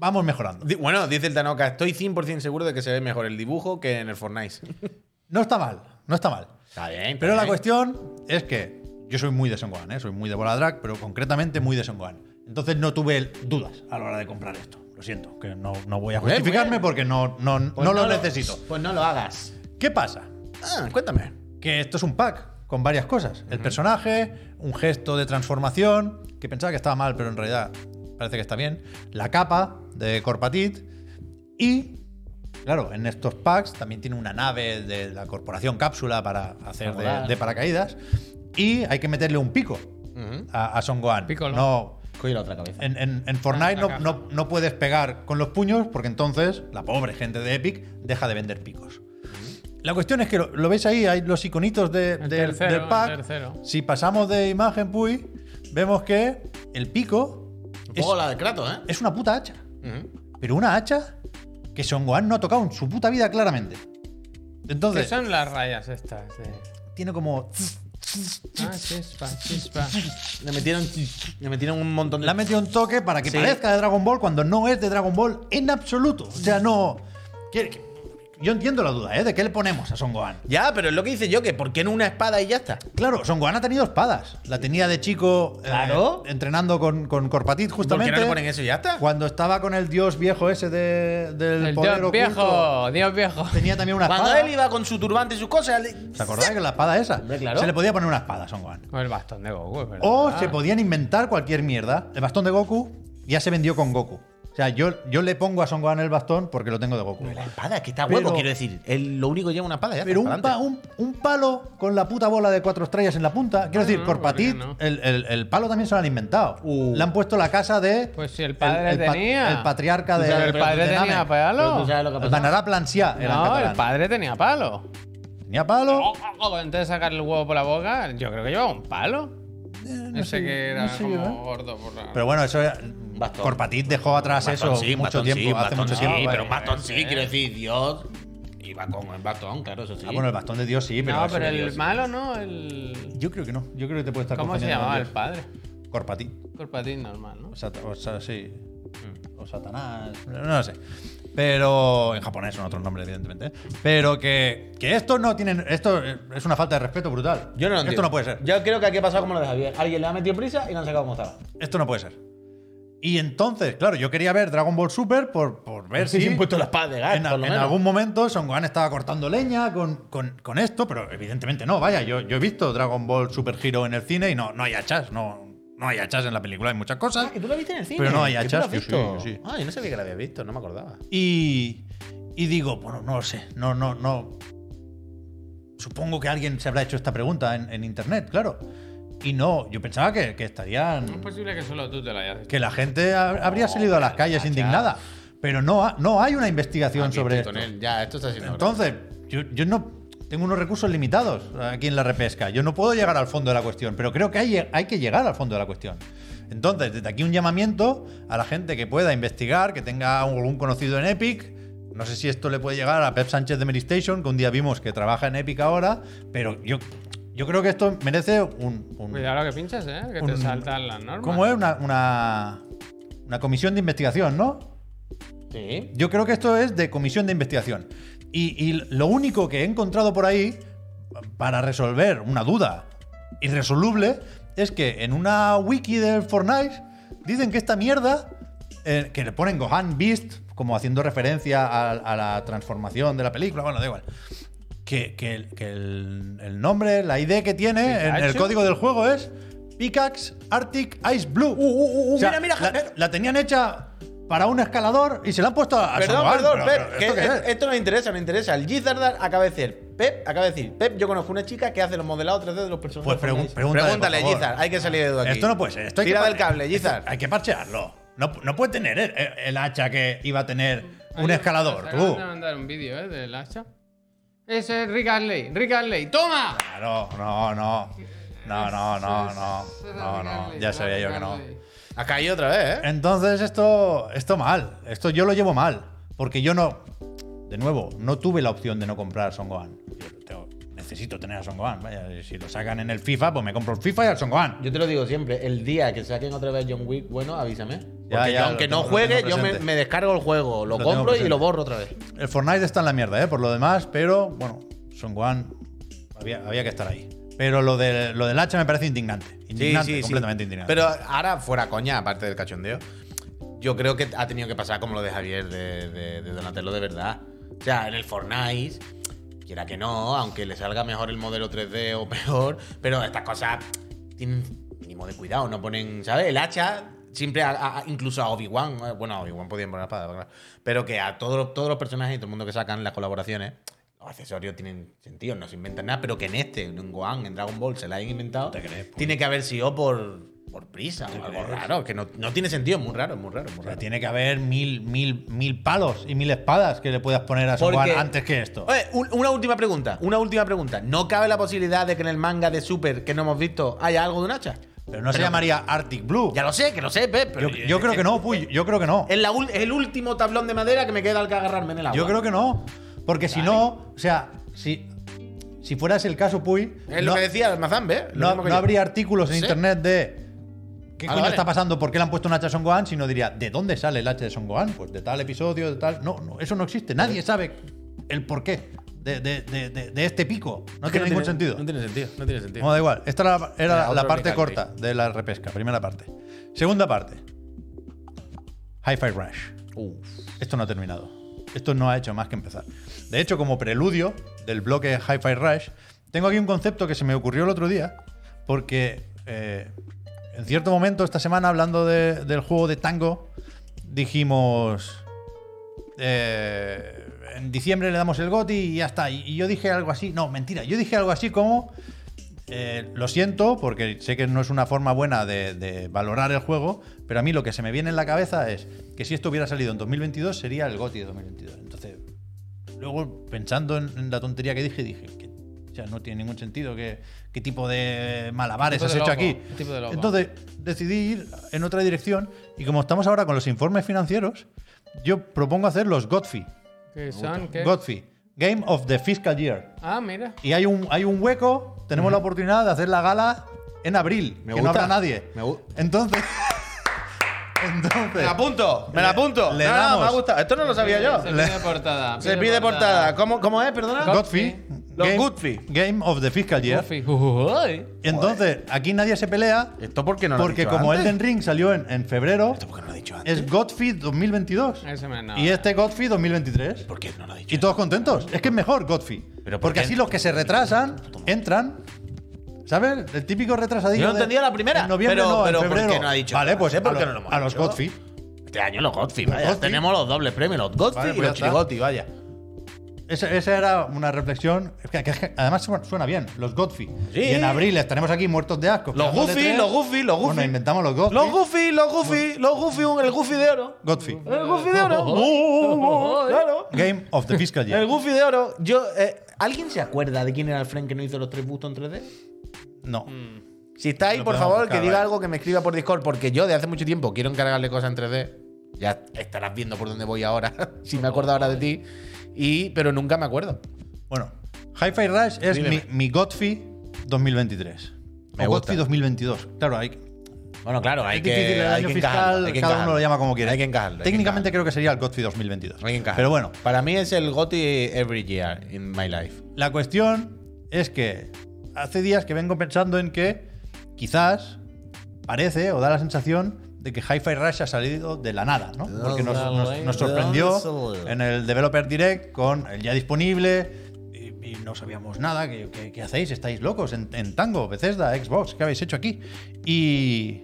Speaker 2: Vamos mejorando.
Speaker 4: Di- Bueno, dice el Tanoka, estoy 100% seguro de que se ve mejor el dibujo que en el Fortnite.
Speaker 2: No está mal, no está mal.
Speaker 4: Está bien. está
Speaker 2: Pero la
Speaker 4: bien.
Speaker 2: cuestión es que yo soy muy de Son Gohan, ¿eh? soy muy de Bola Drag, pero concretamente muy de Son Gohan. Entonces no tuve el- dudas a la hora de comprar esto. Lo siento, que no, no voy a
Speaker 4: Bien,
Speaker 2: justificarme
Speaker 4: bien.
Speaker 2: porque no, no, no
Speaker 4: Pues
Speaker 2: lo, necesito.
Speaker 4: Pues no lo hagas.
Speaker 2: ¿Qué pasa?
Speaker 4: Ah, cuéntame.
Speaker 2: Que esto es un pack con varias cosas. El personaje, un gesto de transformación, que pensaba que estaba mal, pero en realidad parece que está bien. La capa de Corpatit. Y, claro, en estos packs también tiene una nave de la corporación cápsula para hacer de,
Speaker 1: volar.
Speaker 2: de paracaídas. Y hay que meterle un pico a, a Son Gohan.
Speaker 1: Piccolo.
Speaker 2: No,
Speaker 3: Cogí la otra cabeza.
Speaker 2: en, en- en Fortnite
Speaker 1: la
Speaker 2: no,
Speaker 1: caja.
Speaker 2: no- no puedes pegar con los puños porque entonces la pobre gente de Epic deja de vender picos. La cuestión es que lo, lo veis ahí, hay los iconitos de-
Speaker 1: El
Speaker 2: del-
Speaker 1: tercero,
Speaker 2: del
Speaker 1: el
Speaker 2: pack.
Speaker 1: tercero.
Speaker 2: Si pasamos de imagen, Puy, vemos que el pico
Speaker 4: Un
Speaker 2: es,
Speaker 4: poco la de Kratos, ¿eh?
Speaker 2: es una puta hacha. Pero una hacha que Son Gohan no ha tocado en su puta vida claramente.
Speaker 1: ¿Qué
Speaker 2: Entonces,
Speaker 1: son las rayas estas? De...
Speaker 2: tiene como...
Speaker 1: Ah, chispa, chispa.
Speaker 4: Le metieron, le metieron un montón de.
Speaker 2: Le ha metido un toque para que
Speaker 4: Sí.
Speaker 2: parezca de Dragon Ball cuando no es de Dragon Ball en absoluto. O sea, no. que- que- Yo entiendo la duda, ¿eh? ¿De qué le ponemos a Son Gohan?
Speaker 4: Ya, pero es lo que dice yo, que ¿por qué no una espada y ya está?
Speaker 2: Claro, Son Gohan ha tenido espadas. La tenía de chico eh,
Speaker 4: Claro.
Speaker 2: entrenando con, con Corpatit,
Speaker 4: ¿Por qué
Speaker 2: justamente.
Speaker 4: no le ponen eso y ya está?
Speaker 2: Cuando estaba con el dios viejo ese de- del
Speaker 1: El
Speaker 2: poder
Speaker 1: Dios viejo,
Speaker 2: oculto,
Speaker 1: Dios viejo.
Speaker 2: tenía también una
Speaker 4: Cuando
Speaker 2: espada.
Speaker 4: él iba con su turbante y sus cosas. él-
Speaker 2: ¿Os acordáis que la espada esa?
Speaker 4: Hombre, claro.
Speaker 2: Se le podía poner una espada a Son Gohan.
Speaker 1: Con el bastón de Goku, es ¿verdad?
Speaker 2: O Oh, se podían inventar cualquier mierda. El bastón de Goku ya se vendió con Goku. O sea, yo, yo le pongo a Son Gohan el bastón porque lo tengo de Goku. Ah,
Speaker 4: La espada, que está
Speaker 2: Pero-
Speaker 4: huevo, quiero decir. Él lo único que lleva una espada, ya está,
Speaker 2: Pero un,
Speaker 4: pa'lante.
Speaker 2: pa- un- un palo con la puta bola de cuatro estrellas en la punta. Quiero decir,
Speaker 1: no,
Speaker 2: Corpatit,
Speaker 1: Ah, ¿por
Speaker 2: el, el- el palo también se lo han inventado.
Speaker 4: Uh.
Speaker 2: Le han puesto la casa de.
Speaker 1: Pues si el padre
Speaker 2: pa-
Speaker 1: tenía.
Speaker 2: el patriarca de.
Speaker 1: Pero el padre
Speaker 2: de Name.
Speaker 1: tenía
Speaker 3: Pero
Speaker 1: palo.
Speaker 3: tú sabes lo que
Speaker 2: El
Speaker 3: pasa.
Speaker 2: Banará Planciá era en
Speaker 1: No,
Speaker 2: catalán.
Speaker 1: el padre tenía palo.
Speaker 2: Tenía palo. Eh,
Speaker 1: Oh, oh, oh, Antes de sacar el huevo por la boca, yo creo que llevaba un palo.
Speaker 2: eh, no
Speaker 1: Ese
Speaker 2: sé,
Speaker 1: que era
Speaker 2: no sé yo,
Speaker 1: como
Speaker 2: ¿eh?
Speaker 1: gordo por la.
Speaker 2: Pero bueno, eso. era-
Speaker 3: Bastón.
Speaker 2: Corpatit dejó atrás eso
Speaker 4: sí,
Speaker 2: mucho
Speaker 4: bastón sí,
Speaker 2: tiempo, hace
Speaker 4: bastón
Speaker 2: mucho
Speaker 4: sí,
Speaker 2: tiempo. Eh,
Speaker 4: pero
Speaker 2: vale.
Speaker 4: bastón sí, quiero decir, Dios iba con el bastón, claro, eso sí.
Speaker 2: Ah, bueno, el bastón de Dios sí, pero.
Speaker 1: No,
Speaker 2: eso
Speaker 1: pero
Speaker 2: de Dios
Speaker 1: el
Speaker 2: sí.
Speaker 1: malo no, el.
Speaker 2: Yo creo que no. Yo creo que te puede estar
Speaker 1: ¿Cómo se
Speaker 2: confundiendo con
Speaker 1: llamaba el
Speaker 2: Dios.
Speaker 1: padre?
Speaker 2: Corpatit.
Speaker 1: Corpatín normal, ¿no?
Speaker 2: O, sat- o sa- sí.
Speaker 1: Mm.
Speaker 2: O Satanás. No lo sé. Pero. En japonés son otros nombres, evidentemente. ¿eh? Pero que, que esto no tienen. Esto es una falta de respeto brutal.
Speaker 4: Yo no lo
Speaker 2: Esto
Speaker 4: entiendo.
Speaker 2: no puede ser.
Speaker 4: Yo creo que aquí ha pasado como lo de Javier. Alguien le ha metido prisa y no han sacado cómo estaba.
Speaker 2: Esto no puede ser. Y entonces, claro, yo quería ver Dragon Ball Super por, por ver si.
Speaker 4: Sí, se
Speaker 1: pues
Speaker 4: han puesto la espada de gas,
Speaker 2: en,
Speaker 4: por lo
Speaker 2: en
Speaker 4: menos.
Speaker 2: algún momento Son Gohan estaba cortando leña con, con- con esto, pero evidentemente no. Vaya, yo, yo he visto Dragon Ball Super Hero en el cine y no, no hay hachas. No, no hay hachas en la película, hay muchas cosas.
Speaker 4: Ah, que tú la viste en el cine.
Speaker 2: Pero no, hay
Speaker 4: que tú la
Speaker 2: hachas,
Speaker 4: has
Speaker 2: yo
Speaker 4: visto.
Speaker 2: sí, yo sí.
Speaker 4: Ah, yo no sabía que la había visto, no me acordaba.
Speaker 2: Y, y digo, bueno, no lo sé, no, no, no. Supongo que alguien se habrá hecho esta pregunta en, en internet, claro. Y no, yo pensaba que,
Speaker 1: No
Speaker 2: que
Speaker 1: es
Speaker 2: estarían.
Speaker 4: pues,
Speaker 1: posible que solo tú te lo hayas hecho.
Speaker 2: que la gente ha- habría salido a las calles indignada. Pero no, ha- no hay una investigación
Speaker 4: Aquí
Speaker 2: sobre
Speaker 4: estoy
Speaker 2: esto.
Speaker 4: con él. Ya, esto está siendo.
Speaker 2: Entonces, yo, yo no. Tengo unos recursos limitados aquí en la repesca. Yo no puedo llegar al fondo de la cuestión, pero creo que hay, hay que llegar al fondo de la cuestión. Entonces, desde aquí un llamamiento a la gente que pueda investigar, que tenga algún conocido en Epic. No sé si esto le puede llegar a Pep Sánchez de Meristation, que un día vimos que trabaja en Epic ahora, pero yo, yo creo que esto merece un. un-
Speaker 1: Cuidado lo que pinchas, ¿eh? Que te
Speaker 2: un-
Speaker 1: saltan las normas.
Speaker 2: ¿Cómo es? Una, una, una comisión de investigación, ¿no?
Speaker 4: Sí.
Speaker 2: Yo creo que esto es de comisión de investigación. Y, y lo único que he encontrado por ahí para resolver una duda irresoluble es que en una wiki del Fortnite dicen que esta mierda, eh, que le ponen Gohan Beast como haciendo referencia a, a la transformación de la película, bueno, da igual. Que, que el- que el, el nombre, la ID que tiene en el
Speaker 1: ¿Pikachu?
Speaker 2: código del juego es Pickaxe Arctic Ice Blue.
Speaker 4: uh,
Speaker 2: O sea,
Speaker 4: mira, mira,
Speaker 2: La, la tenían hecha para un escalador y se la han puesto a a
Speaker 4: Perdón,
Speaker 2: Sandoval,
Speaker 4: perdón,
Speaker 2: Ah, pero-
Speaker 4: Pep,
Speaker 2: pero
Speaker 4: que
Speaker 2: ¿esto qué
Speaker 4: esto,
Speaker 2: es?
Speaker 4: no interesa, no interesa. El Gizardar acaba de decir, Pep, acaba de decir, Pep, yo conozco una chica que hace los modelados 3D de los personajes.
Speaker 2: Pues
Speaker 4: de
Speaker 2: pregun-
Speaker 4: Fortnite".
Speaker 2: pregúntale,
Speaker 4: pregúntale
Speaker 2: por favor.
Speaker 4: Gizard, hay que salir de duda aquí.
Speaker 2: Esto no puede ser. Esto hay que
Speaker 4: Tira del
Speaker 2: parche-
Speaker 4: cable,
Speaker 2: esto
Speaker 4: Gizard.
Speaker 2: Hay que parchearlo. No, no puede tener el, el hacha que iba a tener un
Speaker 1: Oye,
Speaker 2: escalador.
Speaker 1: me
Speaker 2: Tú.
Speaker 1: acaban de mandar un vídeo, ¿eh? Del hacha. Ese es Rick Astley. Rick Astley. ¡Toma!
Speaker 2: Claro, no, no. No, no, no, no. No, no. Ya sabía yo que no.
Speaker 4: Ha caído otra vez, ¿eh?
Speaker 2: Entonces, esto, esto mal. Esto yo lo llevo mal. Porque yo no. De nuevo, no tuve la opción de no comprar Son Gohan. Yo tengo- necesito tener a Son Gohan. Vaya, si lo sacan en el FIFA, pues me compro el FIFA y al Son Gohan.
Speaker 4: Yo te lo digo siempre, el día que saquen otra vez John Wick, bueno, avísame. Porque
Speaker 2: Ya, ya,
Speaker 4: yo,
Speaker 2: lo
Speaker 4: aunque
Speaker 2: tengo-
Speaker 4: no
Speaker 2: lo
Speaker 4: juegue,
Speaker 2: tengo
Speaker 4: yo me,
Speaker 2: presente.
Speaker 4: me descargo el juego, lo,
Speaker 2: Lo tengo
Speaker 4: compro y
Speaker 2: presente.
Speaker 4: lo borro otra vez.
Speaker 2: El Fortnite está en la mierda, ¿eh? por lo demás, pero bueno, Son Gohan había, había que estar ahí. Pero lo, de, lo del hacha me parece indignante. Indignante, completamente indignante.
Speaker 4: Pero ahora, fuera coña, aparte del cachondeo, yo creo que ha tenido que pasar como lo de Javier, de, de- de Donatello de verdad. O sea, en el Fortnite, quiera que no, aunque le salga mejor el modelo 3D o peor, pero estas cosas tienen mínimo de cuidado, no ponen, ¿sabes? El hacha. Siempre, a- a- incluso a Obi-Wan, eh, bueno, a Obi-Wan podían poner la espada, claro, pero que a todos los- todos los personajes y todo el mundo que sacan las colaboraciones, los accesorios tienen sentido, no se inventan nada, pero que en este, en Gohan, en Dragon Ball, se la hayan inventado,
Speaker 2: ¿Te crees, pues?
Speaker 4: tiene que haber sido por, por prisa o algo raro, que no, no tiene sentido, es muy raro, es muy raro, es
Speaker 2: O
Speaker 4: muy
Speaker 2: sea,
Speaker 4: raro.
Speaker 2: tiene que haber mil, mil, mil palos y mil espadas que le puedas poner a Son Gohan
Speaker 4: Porque-
Speaker 2: antes que esto.
Speaker 4: Oye, un- una última pregunta, una última pregunta. ¿No cabe la posibilidad de que en el manga de Super que no hemos visto haya algo de un hacha?
Speaker 2: Pero no se llamaría Arctic Blue.
Speaker 4: Ya lo sé, que lo sé, Pep, pero
Speaker 2: yo yo creo que no, Puy, yo creo que no.
Speaker 4: Es la ul- es el último tablón de madera que me queda al que agarrarme en el agua.
Speaker 2: Yo creo que no. Porque si no, o sea, si, si fueras el caso, Puy.
Speaker 4: Es lo
Speaker 2: no-
Speaker 4: que decía el Mazambe.
Speaker 2: No, no habría artículos en
Speaker 4: Sí.
Speaker 2: internet de qué
Speaker 4: Ah,
Speaker 2: coño
Speaker 4: vale.
Speaker 2: está pasando, por qué le han puesto un hacha a Son Gohan, sino diría, ¿de dónde sale el hacha de Son Gohan? Pues de tal episodio, de tal. No, no, eso no existe. Nadie sabe el porqué de, de, de, de- de este pico. No tiene ningún sentido.
Speaker 4: No tiene sentido, no tiene sentido.
Speaker 2: Bueno, da igual. Esta era, la- era
Speaker 4: Era
Speaker 2: la,
Speaker 4: otro
Speaker 2: parte
Speaker 4: Rick
Speaker 2: corta de la repesca, primera parte. Segunda parte. Hi-Fi Rush. Esto no ha terminado. Esto no ha hecho más que empezar. De hecho, como preludio del bloque Hi-Fi Rush, tengo aquí un concepto que se me ocurrió el otro día, porque eh, en cierto momento esta semana, hablando de- del juego de tango, dijimos... eh, en diciembre le damos el goti y ya está. Y- y yo dije algo así, no, mentira, yo dije algo así como... Eh, lo siento, porque sé que no es una forma buena de, de valorar el juego, pero a mí lo que se me viene en la cabeza es que si esto hubiera salido en 2022 sería el GOTY de 2022. Entonces, luego pensando en, en la tontería que dije, dije, ¿qué, O sea, no tiene ningún sentido qué, qué tipo de malabares
Speaker 1: Tipo de
Speaker 2: has hecho
Speaker 1: loco,
Speaker 2: aquí.
Speaker 1: tipo de loco.
Speaker 2: Entonces decidí ir en otra dirección y como estamos ahora con los informes financieros, yo propongo hacer los Godfrey.
Speaker 1: ¿Qué son? ¿Qué?
Speaker 2: Godfrey, Game of the Fiscal Year.
Speaker 1: Ah, mira.
Speaker 2: Y hay un, hay un hueco, tenemos la oportunidad de hacer la gala en abril,
Speaker 4: Me
Speaker 2: que no
Speaker 4: gusta.
Speaker 2: habrá nadie.
Speaker 4: Me gu-
Speaker 2: Entonces... Entonces...
Speaker 4: Me la apunto, me la
Speaker 2: Le-
Speaker 4: apunto.
Speaker 2: le
Speaker 4: no, no,
Speaker 2: damos.
Speaker 4: me ha gustado. Esto no lo sabía yo.
Speaker 1: Se pide portada.
Speaker 4: Se pide portada. ¿Cómo, cómo es? Perdona.
Speaker 1: Go-
Speaker 2: Godfrey.
Speaker 4: Los
Speaker 2: Game-
Speaker 4: Godfrey.
Speaker 2: Game of the Fiscal Year.
Speaker 1: Ufi, uy.
Speaker 2: Entonces, aquí nadie se pelea
Speaker 4: ¿Esto por qué Este no lo
Speaker 2: porque
Speaker 4: has dicho
Speaker 2: como
Speaker 4: antes?
Speaker 2: Elden Ring salió en, en febrero,
Speaker 4: ¿Esto por qué no lo he dicho antes?
Speaker 2: es Godfrey 2022.
Speaker 1: Ese me- no. eh.
Speaker 2: y este Godfrey 2023.
Speaker 4: ¿Por qué no lo he dicho
Speaker 2: Y todos contentos. Es que es mejor Godfrey.
Speaker 4: Pero ¿por
Speaker 2: porque
Speaker 4: qué?
Speaker 2: así los que se retrasan entran. ¿Sabes? El típico retrasadillo.
Speaker 4: Yo no
Speaker 2: de-
Speaker 4: entendía la primera,
Speaker 2: En noviembre
Speaker 4: pero-
Speaker 2: no, en
Speaker 4: pero ¿por
Speaker 2: febrero.
Speaker 4: qué no ha dicho?
Speaker 2: Vale, pues
Speaker 4: No sé por
Speaker 2: a
Speaker 4: qué
Speaker 2: los-
Speaker 4: no lo hemos
Speaker 2: A los
Speaker 4: dicho.
Speaker 2: Godfrey.
Speaker 4: Este año los Godfrey,
Speaker 2: Los
Speaker 4: vaya.
Speaker 2: Godfrey.
Speaker 4: Tenemos los dobles premios, los Godfrey
Speaker 2: Vale,
Speaker 4: y
Speaker 2: pues
Speaker 4: los
Speaker 2: ya está.
Speaker 4: Chirigoti, vaya.
Speaker 2: Esa, esa era una reflexión. es que- que- que además suena- suena bien, los Godfrey.
Speaker 4: Sí.
Speaker 2: Y en abril estaremos aquí muertos de asco.
Speaker 4: Los
Speaker 2: esperando el
Speaker 4: Goofy,
Speaker 2: E3.
Speaker 4: los Goofy, los Goofy.
Speaker 2: Bueno, inventamos los Godfrey.
Speaker 4: Los Goofy, los Goofy, los Goofy, un- el Goofy de oro.
Speaker 2: Godfrey.
Speaker 4: El Goofy de oro. Claro.
Speaker 2: Game of the Fiscal
Speaker 4: El
Speaker 2: Year.
Speaker 4: Goofy de oro. Yo, eh, ¿Alguien se acuerda de quién era el friend que no hizo los tres bustos en 3D?
Speaker 2: No.
Speaker 4: Mm. Si está ahí,
Speaker 2: Lo
Speaker 4: por
Speaker 2: podemos
Speaker 4: favor,
Speaker 2: buscar,
Speaker 4: que diga
Speaker 2: vale.
Speaker 4: algo que me escriba por Discord, porque yo de hace mucho tiempo quiero encargarle cosas en 3D. Ya estarás viendo por dónde voy ahora, si me acuerdo ahora de ti. Y, pero nunca me acuerdo.
Speaker 2: Bueno, Hi-Fi Rush es mi,
Speaker 4: Escríbeme.
Speaker 2: mi Godfrey 2023.
Speaker 4: Me gusta.
Speaker 2: o Godfrey 2022. Claro, hay,
Speaker 4: Bueno, claro, hay
Speaker 2: es difícil el año fiscal, cada uno lo llama como quiere.
Speaker 4: Hay que encajarlo. hay que
Speaker 2: Técnicamente creo que sería el Godfrey 2022.
Speaker 4: encajarlo, hay que encajarlo.
Speaker 2: Pero bueno,
Speaker 4: Para mí es el GOTI every year in my life.
Speaker 2: La cuestión es que hace días que vengo pensando en que quizás parece o da la sensación de que Hi-Fi Rush ha salido de la nada, ¿no? Porque nos, nos- nos sorprendió en el Developer Direct con el ya disponible y, y no sabíamos nada. ¿Qué, qué- qué hacéis? ¿Estáis locos? En, en Tango, Bethesda, Xbox, ¿qué habéis hecho aquí? Y,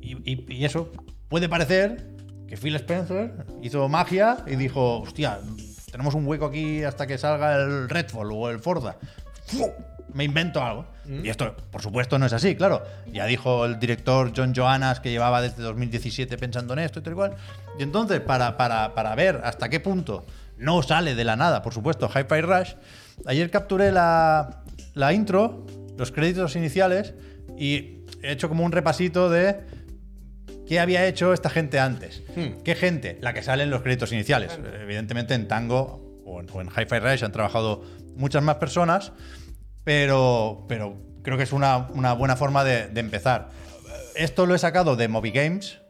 Speaker 2: y, y- y eso puede parecer que Phil Spencer hizo magia y dijo, hostia, tenemos un hueco aquí hasta que salga el Redfall o el Forza. ¡Fu! Me invento algo. Y esto, por supuesto, no es así, claro. Ya dijo el director John Joannas que llevaba desde 2017 pensando en esto y tal y cual. Y entonces, para, para, para ver hasta qué punto no sale de la nada, por supuesto, Hi-Fi Rush, ayer capturé la, la intro, los créditos iniciales y he hecho como un repasito de ¿Qué había hecho esta gente antes? ¿Qué gente? La que sale en los créditos iniciales. Evidentemente en Tango o en, o en Hi-Fi Rush han trabajado muchas más personas, pero, pero creo que es una, una buena forma de, de empezar. Esto lo he sacado de Moby Games,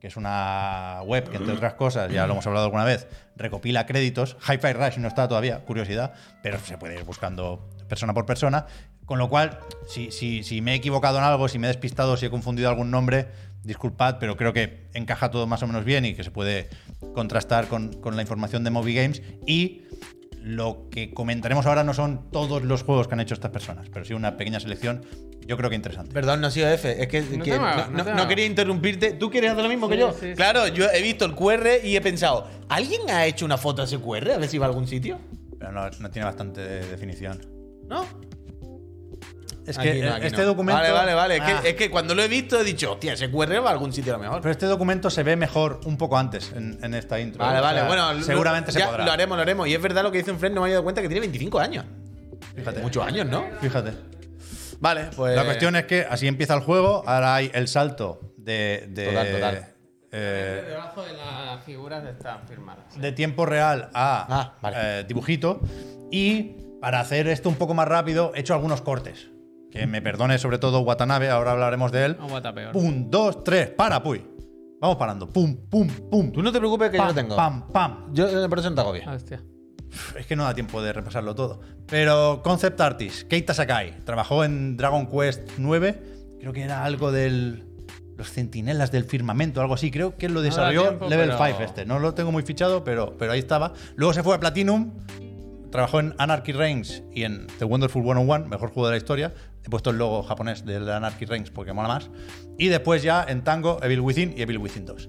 Speaker 2: que es una web que, entre otras cosas, ya lo hemos hablado alguna vez, recopila créditos. Hi-Fi Rush no está todavía, curiosidad, pero se puede ir buscando persona por persona. Con lo cual, si, si- si me he equivocado en algo, si me he despistado, si he confundido algún nombre, disculpad, pero creo que encaja todo más o menos bien y que se puede contrastar con, con la información de Moby Games. Y lo que comentaremos ahora no son todos los juegos que han hecho estas personas, pero sí una pequeña selección, yo creo que interesante.
Speaker 4: Perdón, no ha sido F. Es que,
Speaker 1: No
Speaker 4: que
Speaker 1: te hagas, no
Speaker 4: no, no-
Speaker 1: te
Speaker 4: no
Speaker 1: hagas.
Speaker 4: quería interrumpirte. ¿Tú quieres hacer lo mismo que
Speaker 1: Sí,
Speaker 4: yo?
Speaker 1: sí, sí.
Speaker 4: Claro, yo he visto el QR y he pensado, ¿alguien ha hecho una foto a ese QR? A ver si va a algún sitio.
Speaker 2: Pero no, no tiene bastante definición.
Speaker 4: ¿No?
Speaker 2: Es
Speaker 4: Aquí
Speaker 2: que
Speaker 4: no, aquí
Speaker 2: este
Speaker 4: no.
Speaker 2: documento.
Speaker 4: Vale, vale, vale. Es,
Speaker 2: Ah,
Speaker 4: que, es que cuando lo he visto he dicho, hostia, ese QR va a algún sitio a lo mejor.
Speaker 2: Pero este documento se ve mejor un poco antes en, en esta intro. ¿eh?
Speaker 4: Vale,
Speaker 2: O sea,
Speaker 4: vale. bueno, lo-
Speaker 2: seguramente se
Speaker 4: ya
Speaker 2: podrá.
Speaker 4: Lo haremos, lo haremos. Y es verdad lo que dice un friend, no me había dado cuenta que tiene 25 años.
Speaker 2: Fíjate.
Speaker 4: Muchos años, ¿no?
Speaker 2: Fíjate.
Speaker 4: Vale, pues.
Speaker 2: La cuestión es que así empieza el juego. Ahora hay el salto de. de-
Speaker 4: Total, total.
Speaker 2: eh,
Speaker 1: Debajo de las figuras están firmadas.
Speaker 2: de tiempo real a
Speaker 4: Ah, vale.
Speaker 2: eh, dibujito. Y para hacer esto un poco más rápido, he hecho algunos cortes. Que me perdone sobre todo Watanabe, ahora hablaremos de él.
Speaker 1: No guata peor.
Speaker 2: Pum, dos, tres, para, puy. Vamos parando. Pum, pum, pum.
Speaker 4: Tú no te preocupes que
Speaker 2: pam,
Speaker 4: yo lo tengo.
Speaker 2: Pam, pam.
Speaker 4: Yo eh, por eso no te hago bien.
Speaker 1: Hostia.
Speaker 2: Es que no da tiempo de repasarlo todo. Pero concept artist, Keita Sakai, trabajó en Dragon Quest 9. Creo que era algo del. Los centinelas del firmamento, algo así. Creo que lo desarrolló
Speaker 1: tiempo,
Speaker 2: Level
Speaker 1: pero-
Speaker 2: 5 este. No lo tengo muy fichado, pero, pero ahí estaba. Luego se fue a Platinum. Trabajó en Anarchy Reigns y en The Wonderful 101, mejor juego de la historia. He puesto el logo japonés del Anarchy Reigns porque mola más. Y después ya en Tango, Evil Within y Evil Within 2.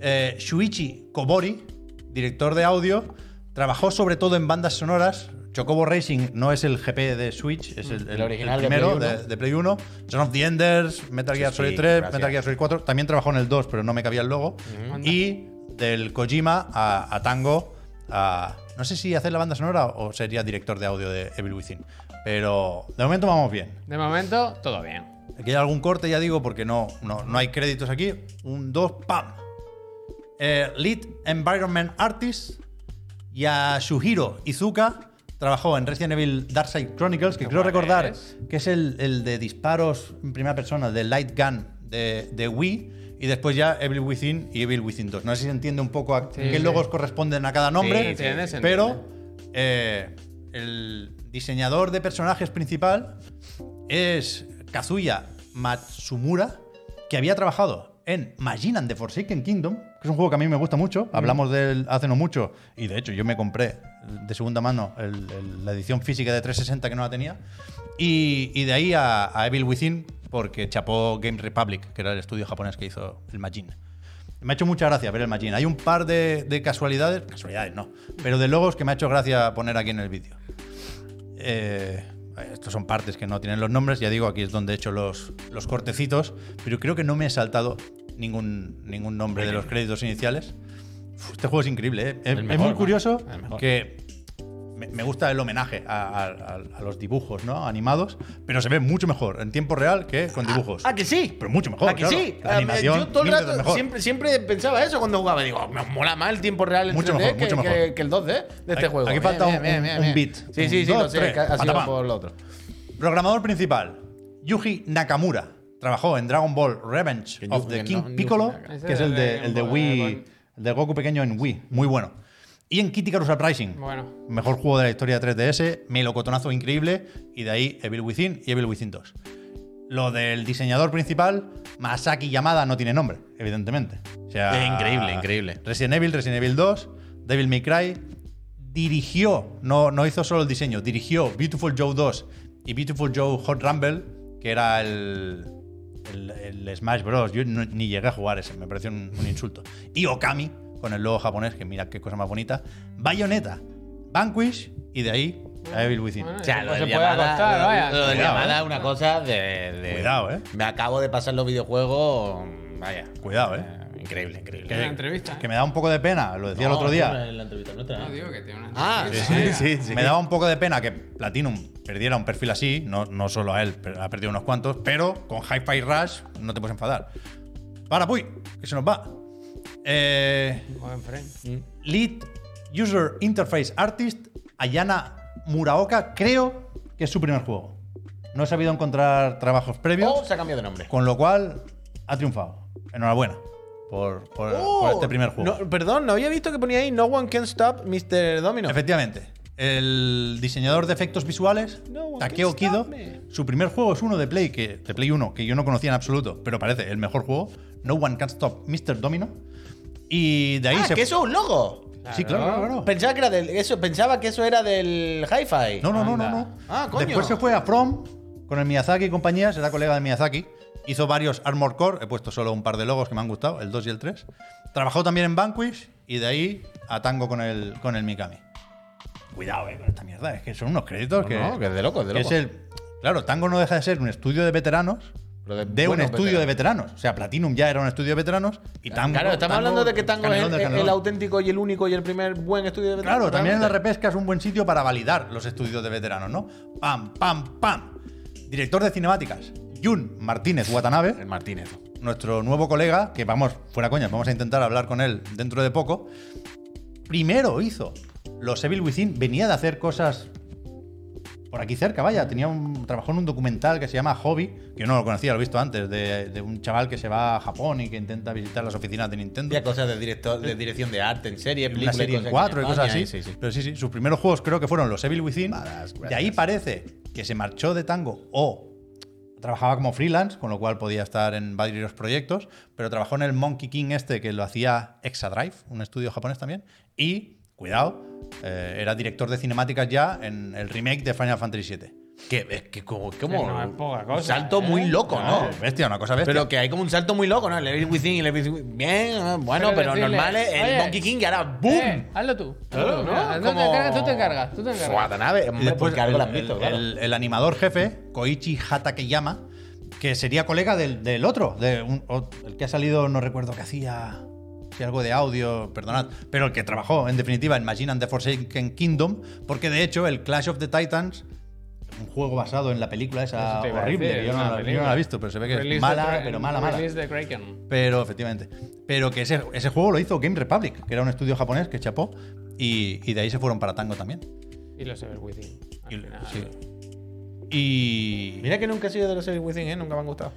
Speaker 2: Eh, Shuichi Kobori, director de audio, trabajó sobre todo en bandas sonoras. Chocobo Racing no es el GP de Switch, es el, el- el
Speaker 4: Mm. original de
Speaker 2: primero
Speaker 4: Play
Speaker 2: de,
Speaker 4: 1.
Speaker 2: de Play 1. Son of the Enders, Metal Gear
Speaker 4: sí,
Speaker 2: Solid 3,
Speaker 4: gracias.
Speaker 2: Metal Gear Solid 4. También trabajó en el 2, pero no me cabía el logo. Y del Kojima a, a Tango, a- no sé si hacer la banda sonora o sería director de audio de Evil Within. Pero de momento vamos bien.
Speaker 1: De momento, todo bien.
Speaker 2: Aquí hay algún corte, ya digo, porque no, no, no hay créditos aquí. Un, dos, ¡pam! Eh, Lead Environment Artist Yasuhiro Izuka trabajó en Resident Evil Darkseid Chronicles, que quiero
Speaker 1: ¿Cuál
Speaker 2: recordar
Speaker 1: es?
Speaker 2: que es el, el de disparos en primera persona, de Light Gun de, de Wii, y después ya Evil Within y Evil Within 2. No sé si se entiende un poco a
Speaker 1: Sí,
Speaker 2: qué
Speaker 1: sí.
Speaker 2: logos corresponden a cada nombre,
Speaker 1: Sí, se entiende, se
Speaker 2: pero eh, el diseñador de personajes principal es Kazuya Matsumura, que había trabajado en Majin and the Forsaken Kingdom, que es un juego que a mí me gusta
Speaker 1: Mm.
Speaker 2: mucho. Hablamos de él hace no mucho, y de hecho yo me compré de segunda mano el- el- la edición física de 360 que no la tenía. Y, y de ahí a, a Evil Within, porque chapó Game Republic, que era el estudio japonés que hizo el Majin. Me ha hecho mucha gracia ver el Majin. Hay un par de, de casualidades, casualidades no, pero de logos que me ha hecho gracia poner aquí en el vídeo. Eh, estos son partes que no tienen los nombres, ya digo, aquí es donde he hecho los, los cortecitos, pero creo que no me he saltado ningún, ningún nombre de los créditos iniciales. Uf, este juego es increíble, ¿eh? es,
Speaker 3: El
Speaker 2: es
Speaker 3: mejor,
Speaker 2: muy
Speaker 3: ¿no?
Speaker 2: curioso
Speaker 3: El mejor.
Speaker 2: que me, me gusta el homenaje a, a- a- a los dibujos ¿no? animados, pero se ve mucho mejor en tiempo real que con dibujos.
Speaker 4: Ah, que sí.
Speaker 2: Pero mucho mejor,
Speaker 4: Ah, que
Speaker 2: claro.
Speaker 4: sí.
Speaker 2: La
Speaker 4: Ah,
Speaker 2: animación,
Speaker 4: yo todo el
Speaker 2: mil veces
Speaker 4: rato
Speaker 2: mejor.
Speaker 4: siempre, siempre pensaba eso cuando jugaba. Digo, me mola más el tiempo real en
Speaker 2: Mucho
Speaker 4: 3D
Speaker 2: mejor,
Speaker 4: que,
Speaker 2: mucho
Speaker 4: que-
Speaker 2: mejor.
Speaker 4: que el 2D de este
Speaker 2: Aquí-
Speaker 4: juego.
Speaker 2: aquí
Speaker 4: Bien,
Speaker 2: falta
Speaker 4: bien,
Speaker 2: un-
Speaker 4: bien, bien,
Speaker 2: un
Speaker 4: bien.
Speaker 2: beat.
Speaker 4: Sí, sí, sí,
Speaker 2: Un,
Speaker 4: lo
Speaker 2: dos,
Speaker 4: sé.
Speaker 2: tres,
Speaker 4: que Ha sido
Speaker 2: patapam.
Speaker 4: por lo otro.
Speaker 2: Programador principal, Yuji Nakamura. Trabajó en Dragon Ball Revenge
Speaker 4: Que
Speaker 2: of
Speaker 4: Yuji-
Speaker 2: the
Speaker 4: que
Speaker 2: King
Speaker 4: no- Yuji
Speaker 2: Piccolo,
Speaker 4: Naka-
Speaker 1: Ese
Speaker 2: que es
Speaker 1: de
Speaker 2: el de,
Speaker 1: Dragon
Speaker 2: el de
Speaker 1: Ball,
Speaker 2: Wii,
Speaker 1: Dragon.
Speaker 2: el de Goku pequeño en Wii, muy bueno. Y en Kitty Carus Uprising,
Speaker 1: Bueno.
Speaker 2: mejor juego de la historia de 3DS, melocotonazo increíble, y de ahí Evil Within y Evil Within 2. Lo del diseñador principal, Masaki Yamada, no tiene nombre, evidentemente. O sea,
Speaker 3: Es increíble, increíble.
Speaker 2: Resident Evil, Resident Evil 2, Devil May Cry. Dirigió, no, no hizo solo el diseño, dirigió Beautiful Joe 2 y Beautiful Joe Hot Rumble, que era el, el, el Smash Bros. Yo no- ni llegué a jugar ese, me pareció un, un insulto. Y Okami, con el logo japonés, que mira qué cosa más bonita. Bayonetta, Vanquish y de ahí a Evil Within.
Speaker 1: Bueno,
Speaker 3: O sea, lo
Speaker 1: se
Speaker 3: de
Speaker 1: puede acostar,
Speaker 3: llamada,
Speaker 1: vaya.
Speaker 3: lo, lo de
Speaker 2: Cuidado,
Speaker 3: llamada
Speaker 2: eh.
Speaker 3: es una cosa de, de-
Speaker 2: Cuidado, eh.
Speaker 3: Me acabo de pasar los videojuegos. Vaya.
Speaker 2: Cuidado, eh.
Speaker 3: Eh, Increíble,
Speaker 1: Tiene
Speaker 3: increíble.
Speaker 1: una entrevista.
Speaker 2: Que
Speaker 1: ¿eh?
Speaker 2: me da un poco de pena, lo decía el otro día.
Speaker 1: No digo que tiene una
Speaker 3: Ah,
Speaker 1: entrevista. ¿eh?
Speaker 2: Sí,
Speaker 1: vaya.
Speaker 2: sí, sí. Me daba un poco de pena que Platinum perdiera un perfil así, no, no solo a él, pero ha perdido unos cuantos, pero con Hi-Fi Rush no te puedes enfadar. Para, puy, que se nos va. Eh,
Speaker 1: Buen friend.
Speaker 2: Lead User Interface Artist, Ayana Muraoka, creo que es su primer juego. No he sabido encontrar trabajos previos,
Speaker 3: Oh, se ha cambiado de nombre.
Speaker 2: con lo cual ha triunfado. Enhorabuena por, por-
Speaker 3: Oh,
Speaker 2: por este primer juego.
Speaker 4: No, perdón, no había visto que ponía ahí No One Can Stop Mr. Domino.
Speaker 2: Efectivamente. El diseñador de efectos visuales,
Speaker 4: No one
Speaker 2: Takeo
Speaker 4: can stop
Speaker 2: Kido,
Speaker 4: me.
Speaker 2: su primer juego es uno de Play, que, de Play 1, que yo no conocía en absoluto, pero parece el mejor juego, No One Can Stop Mr. Domino. Y de ahí
Speaker 4: Ah,
Speaker 2: se...
Speaker 4: que eso es un logo.
Speaker 2: Sí, claro, claro, claro.
Speaker 4: Pensaba que, era del, eso, pensaba que eso era del Hi-Fi.
Speaker 2: No, no, no, no,
Speaker 1: Anda.
Speaker 2: no.
Speaker 4: Ah, coño.
Speaker 2: Después se fue a From con el Miyazaki y compañía, será colega de Miyazaki. Hizo varios Armor Core, he puesto solo un par de logos que me han gustado, el 2 y el 3. Trabajó también en Vanquish y de ahí a Tango con el, con el Mikami. Cuidado, eh, con esta mierda, es que son unos créditos que.
Speaker 4: no, que es de loco, es de
Speaker 2: que
Speaker 4: loco.
Speaker 2: es el- claro, Tango no deja de ser un estudio de veteranos.
Speaker 4: Pero
Speaker 2: De,
Speaker 4: de
Speaker 2: un
Speaker 4: buenos
Speaker 2: estudio de veteranos. O sea, Platinum ya era un estudio de veteranos y Tango.
Speaker 4: Claro, estamos hablando de que Tango es
Speaker 2: Canelón
Speaker 4: el,
Speaker 2: del
Speaker 4: el
Speaker 2: Canelón.
Speaker 4: auténtico y el único y el primer buen estudio de veteranos.
Speaker 2: Claro, también la
Speaker 4: realmente.
Speaker 2: repesca es un buen sitio para validar los estudios de veteranos, ¿no? Pam, pam, pam. Director de cinemáticas, Jun Martínez Watanabe,
Speaker 3: El Martínez.
Speaker 2: nuestro nuevo colega, que vamos, fuera coñas, vamos a intentar hablar con él dentro de poco. Primero hizo los Evil Within, venía de hacer cosas por aquí cerca, vaya. Tenía un trabajó en un documental que se llama Hobby, que yo no lo conocía, lo he visto antes, de, de un chaval que se va a Japón y que intenta visitar las oficinas de Nintendo
Speaker 3: Había cosas de, director, de dirección de arte en serie,
Speaker 2: una
Speaker 3: películas.
Speaker 2: serie en 4 y cosas así. Pero sí, sí, sus primeros juegos creo que fueron los Evil Within. De ahí parece que se marchó de tango o trabajaba como freelance, con lo cual podía estar en varios proyectos, pero trabajó en el Monkey King este que lo hacía Exadrive, un estudio japonés también. Y, cuidado, eh, era director de cinemáticas ya en el remake de Final Fantasy VII.
Speaker 3: Que, es que como,
Speaker 1: Que
Speaker 3: como
Speaker 1: no es poca cosa,
Speaker 3: un salto
Speaker 1: ¿eh?
Speaker 3: muy loco,
Speaker 2: No,
Speaker 3: ¿no?
Speaker 2: bestia, una cosa bestia.
Speaker 4: Pero que hay como un salto muy loco, ¿no? El Evil Within y el Evil Within. Bien, ah, bueno,
Speaker 1: Pero
Speaker 4: pero,
Speaker 1: decirle,
Speaker 4: normal es el
Speaker 1: oye,
Speaker 4: Monkey King y ahora ¡boom!
Speaker 1: Eh, hazlo tú.
Speaker 4: Claro, ¿no?
Speaker 1: Mira, tú, te
Speaker 4: Como-
Speaker 1: encargas, tú te encargas, tú te encargas.
Speaker 4: Watanabe,
Speaker 2: Y
Speaker 4: hombre,
Speaker 2: después
Speaker 4: porque algo lo has
Speaker 2: el-
Speaker 4: visto,
Speaker 2: el,
Speaker 4: claro.
Speaker 2: el- el animador jefe, Koichi Hatakeyama, que sería colega del, del otro, de un- o- el que ha salido, no recuerdo qué hacía, si algo de audio, perdonad, pero el que trabajó en definitiva en Machine and the Forsaken Kingdom, porque de hecho el Clash of the Titans un juego basado en la película esa
Speaker 1: Eso te iba a
Speaker 2: horrible.
Speaker 1: decir,
Speaker 2: que yo,
Speaker 1: una
Speaker 2: no, la- yo no
Speaker 1: película.
Speaker 2: la he visto, pero se ve que
Speaker 1: Release
Speaker 2: es
Speaker 1: the
Speaker 2: mala,
Speaker 1: Kraken,
Speaker 2: pero mala, mala.
Speaker 1: Release the Kraken.
Speaker 2: Pero efectivamente. Pero que ese, ese juego lo hizo Game Republic, que era un estudio japonés que chapó. Y, y de ahí se fueron para Tango también.
Speaker 1: Y los Ah, Evil Within. al
Speaker 2: Y-
Speaker 1: final.
Speaker 2: sí. Y.
Speaker 4: Mira que nunca he sido de los series Within, ¿eh? Nunca me han gustado.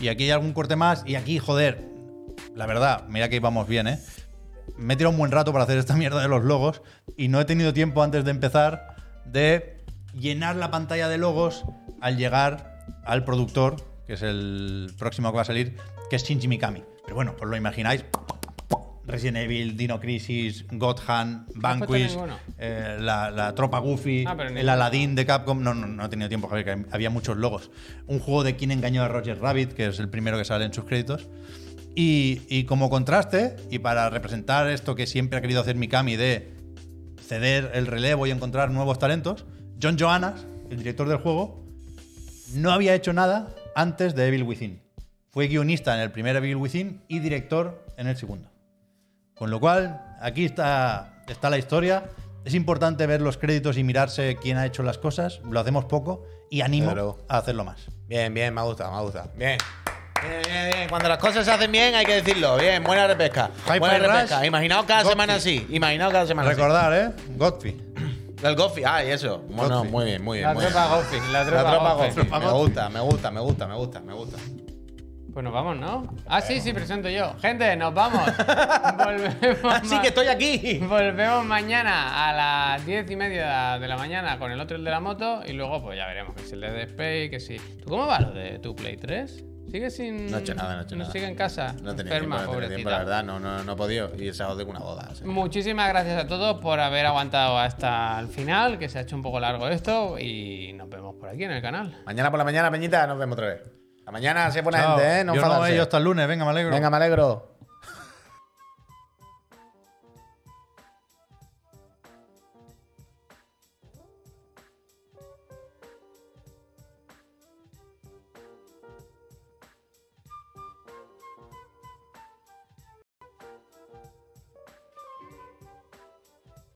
Speaker 2: Y aquí hay algún corte más. Y aquí, joder, la verdad, mira que íbamos bien, ¿eh? Me he tirado un buen rato para hacer esta mierda de los logos y no he tenido tiempo antes de empezar de llenar la pantalla de logos al llegar al productor, que es el próximo que va a salir, que es Shinji Mikami. Pero bueno, os lo imagináis. Resident Evil, Dino Crisis, God Hand, Vanquish,
Speaker 1: puesto ninguno?
Speaker 2: eh, la, la tropa Goofy,
Speaker 1: Ah, pero
Speaker 2: el
Speaker 1: ninguno.
Speaker 2: Aladdin de Capcom. No, no, no he tenido tiempo, Javier, que había muchos logos. Un juego de quién engañó a Roger Rabbit, que es el primero que sale en sus créditos. Y, y como contraste, y para representar esto que siempre ha querido hacer Mikami de ceder el relevo y encontrar nuevos talentos, John Johannes, el director del juego, no había hecho nada antes de Evil Within. Fue guionista en el primer Evil Within y director en el segundo. Con lo cual, aquí está, está la historia. Es importante ver los créditos y mirarse quién ha hecho las cosas. Lo hacemos poco y animo
Speaker 4: Claro.
Speaker 2: a hacerlo más.
Speaker 4: Bien, bien, me gusta, me gusta. Bien. Bien, bien, bien. Cuando las cosas se hacen bien hay que decirlo. Bien, buena repesca.
Speaker 2: Hi-Fi
Speaker 4: buena
Speaker 2: Rush,
Speaker 4: repesca. Imaginaos cada
Speaker 2: Gotti.
Speaker 4: semana así. Imaginaos cada semana así.
Speaker 2: Recordar, ¿eh? Godfrey.
Speaker 4: El Goffy, ah, y eso. Bueno,
Speaker 2: Goffy.
Speaker 4: muy bien, muy bien.
Speaker 1: La
Speaker 4: Muy bien.
Speaker 1: tropa Goffy. La tropa, Goffy.
Speaker 4: Goffy. Me gusta, me gusta, me gusta, me gusta, me gusta.
Speaker 1: Pues nos vamos, ¿no? Ah, sí, sí, presento yo. Gente, nos vamos. Volvemos.
Speaker 4: Así
Speaker 1: ma-
Speaker 4: que estoy aquí.
Speaker 1: Volvemos mañana a las diez y media de la mañana con el otro el de la moto y luego pues ya veremos que si el de Dead Space, que si... ¿Tú cómo vas lo de tu Play 3? ¿Sigue sin...?
Speaker 4: No he hecho nada, no he hecho nada.
Speaker 1: sigue en casa?
Speaker 4: No tenía
Speaker 1: Enferma,
Speaker 4: tiempo, no tenía tiempo,
Speaker 1: pobrecita.
Speaker 4: la verdad, no, no, no he podido. Y el sábado tengo una boda. así.
Speaker 1: Muchísimas gracias a todos por haber aguantado hasta el final, que se ha hecho un poco largo esto y nos vemos por aquí en el canal.
Speaker 4: Mañana por la mañana, Peñita, nos vemos otra vez. La mañana se pone
Speaker 2: Chao.
Speaker 4: gente, ¿eh? No
Speaker 2: Yo no,
Speaker 4: enfadarse.
Speaker 2: ellos hasta el lunes. Venga, me alegro.
Speaker 4: Venga, me alegro.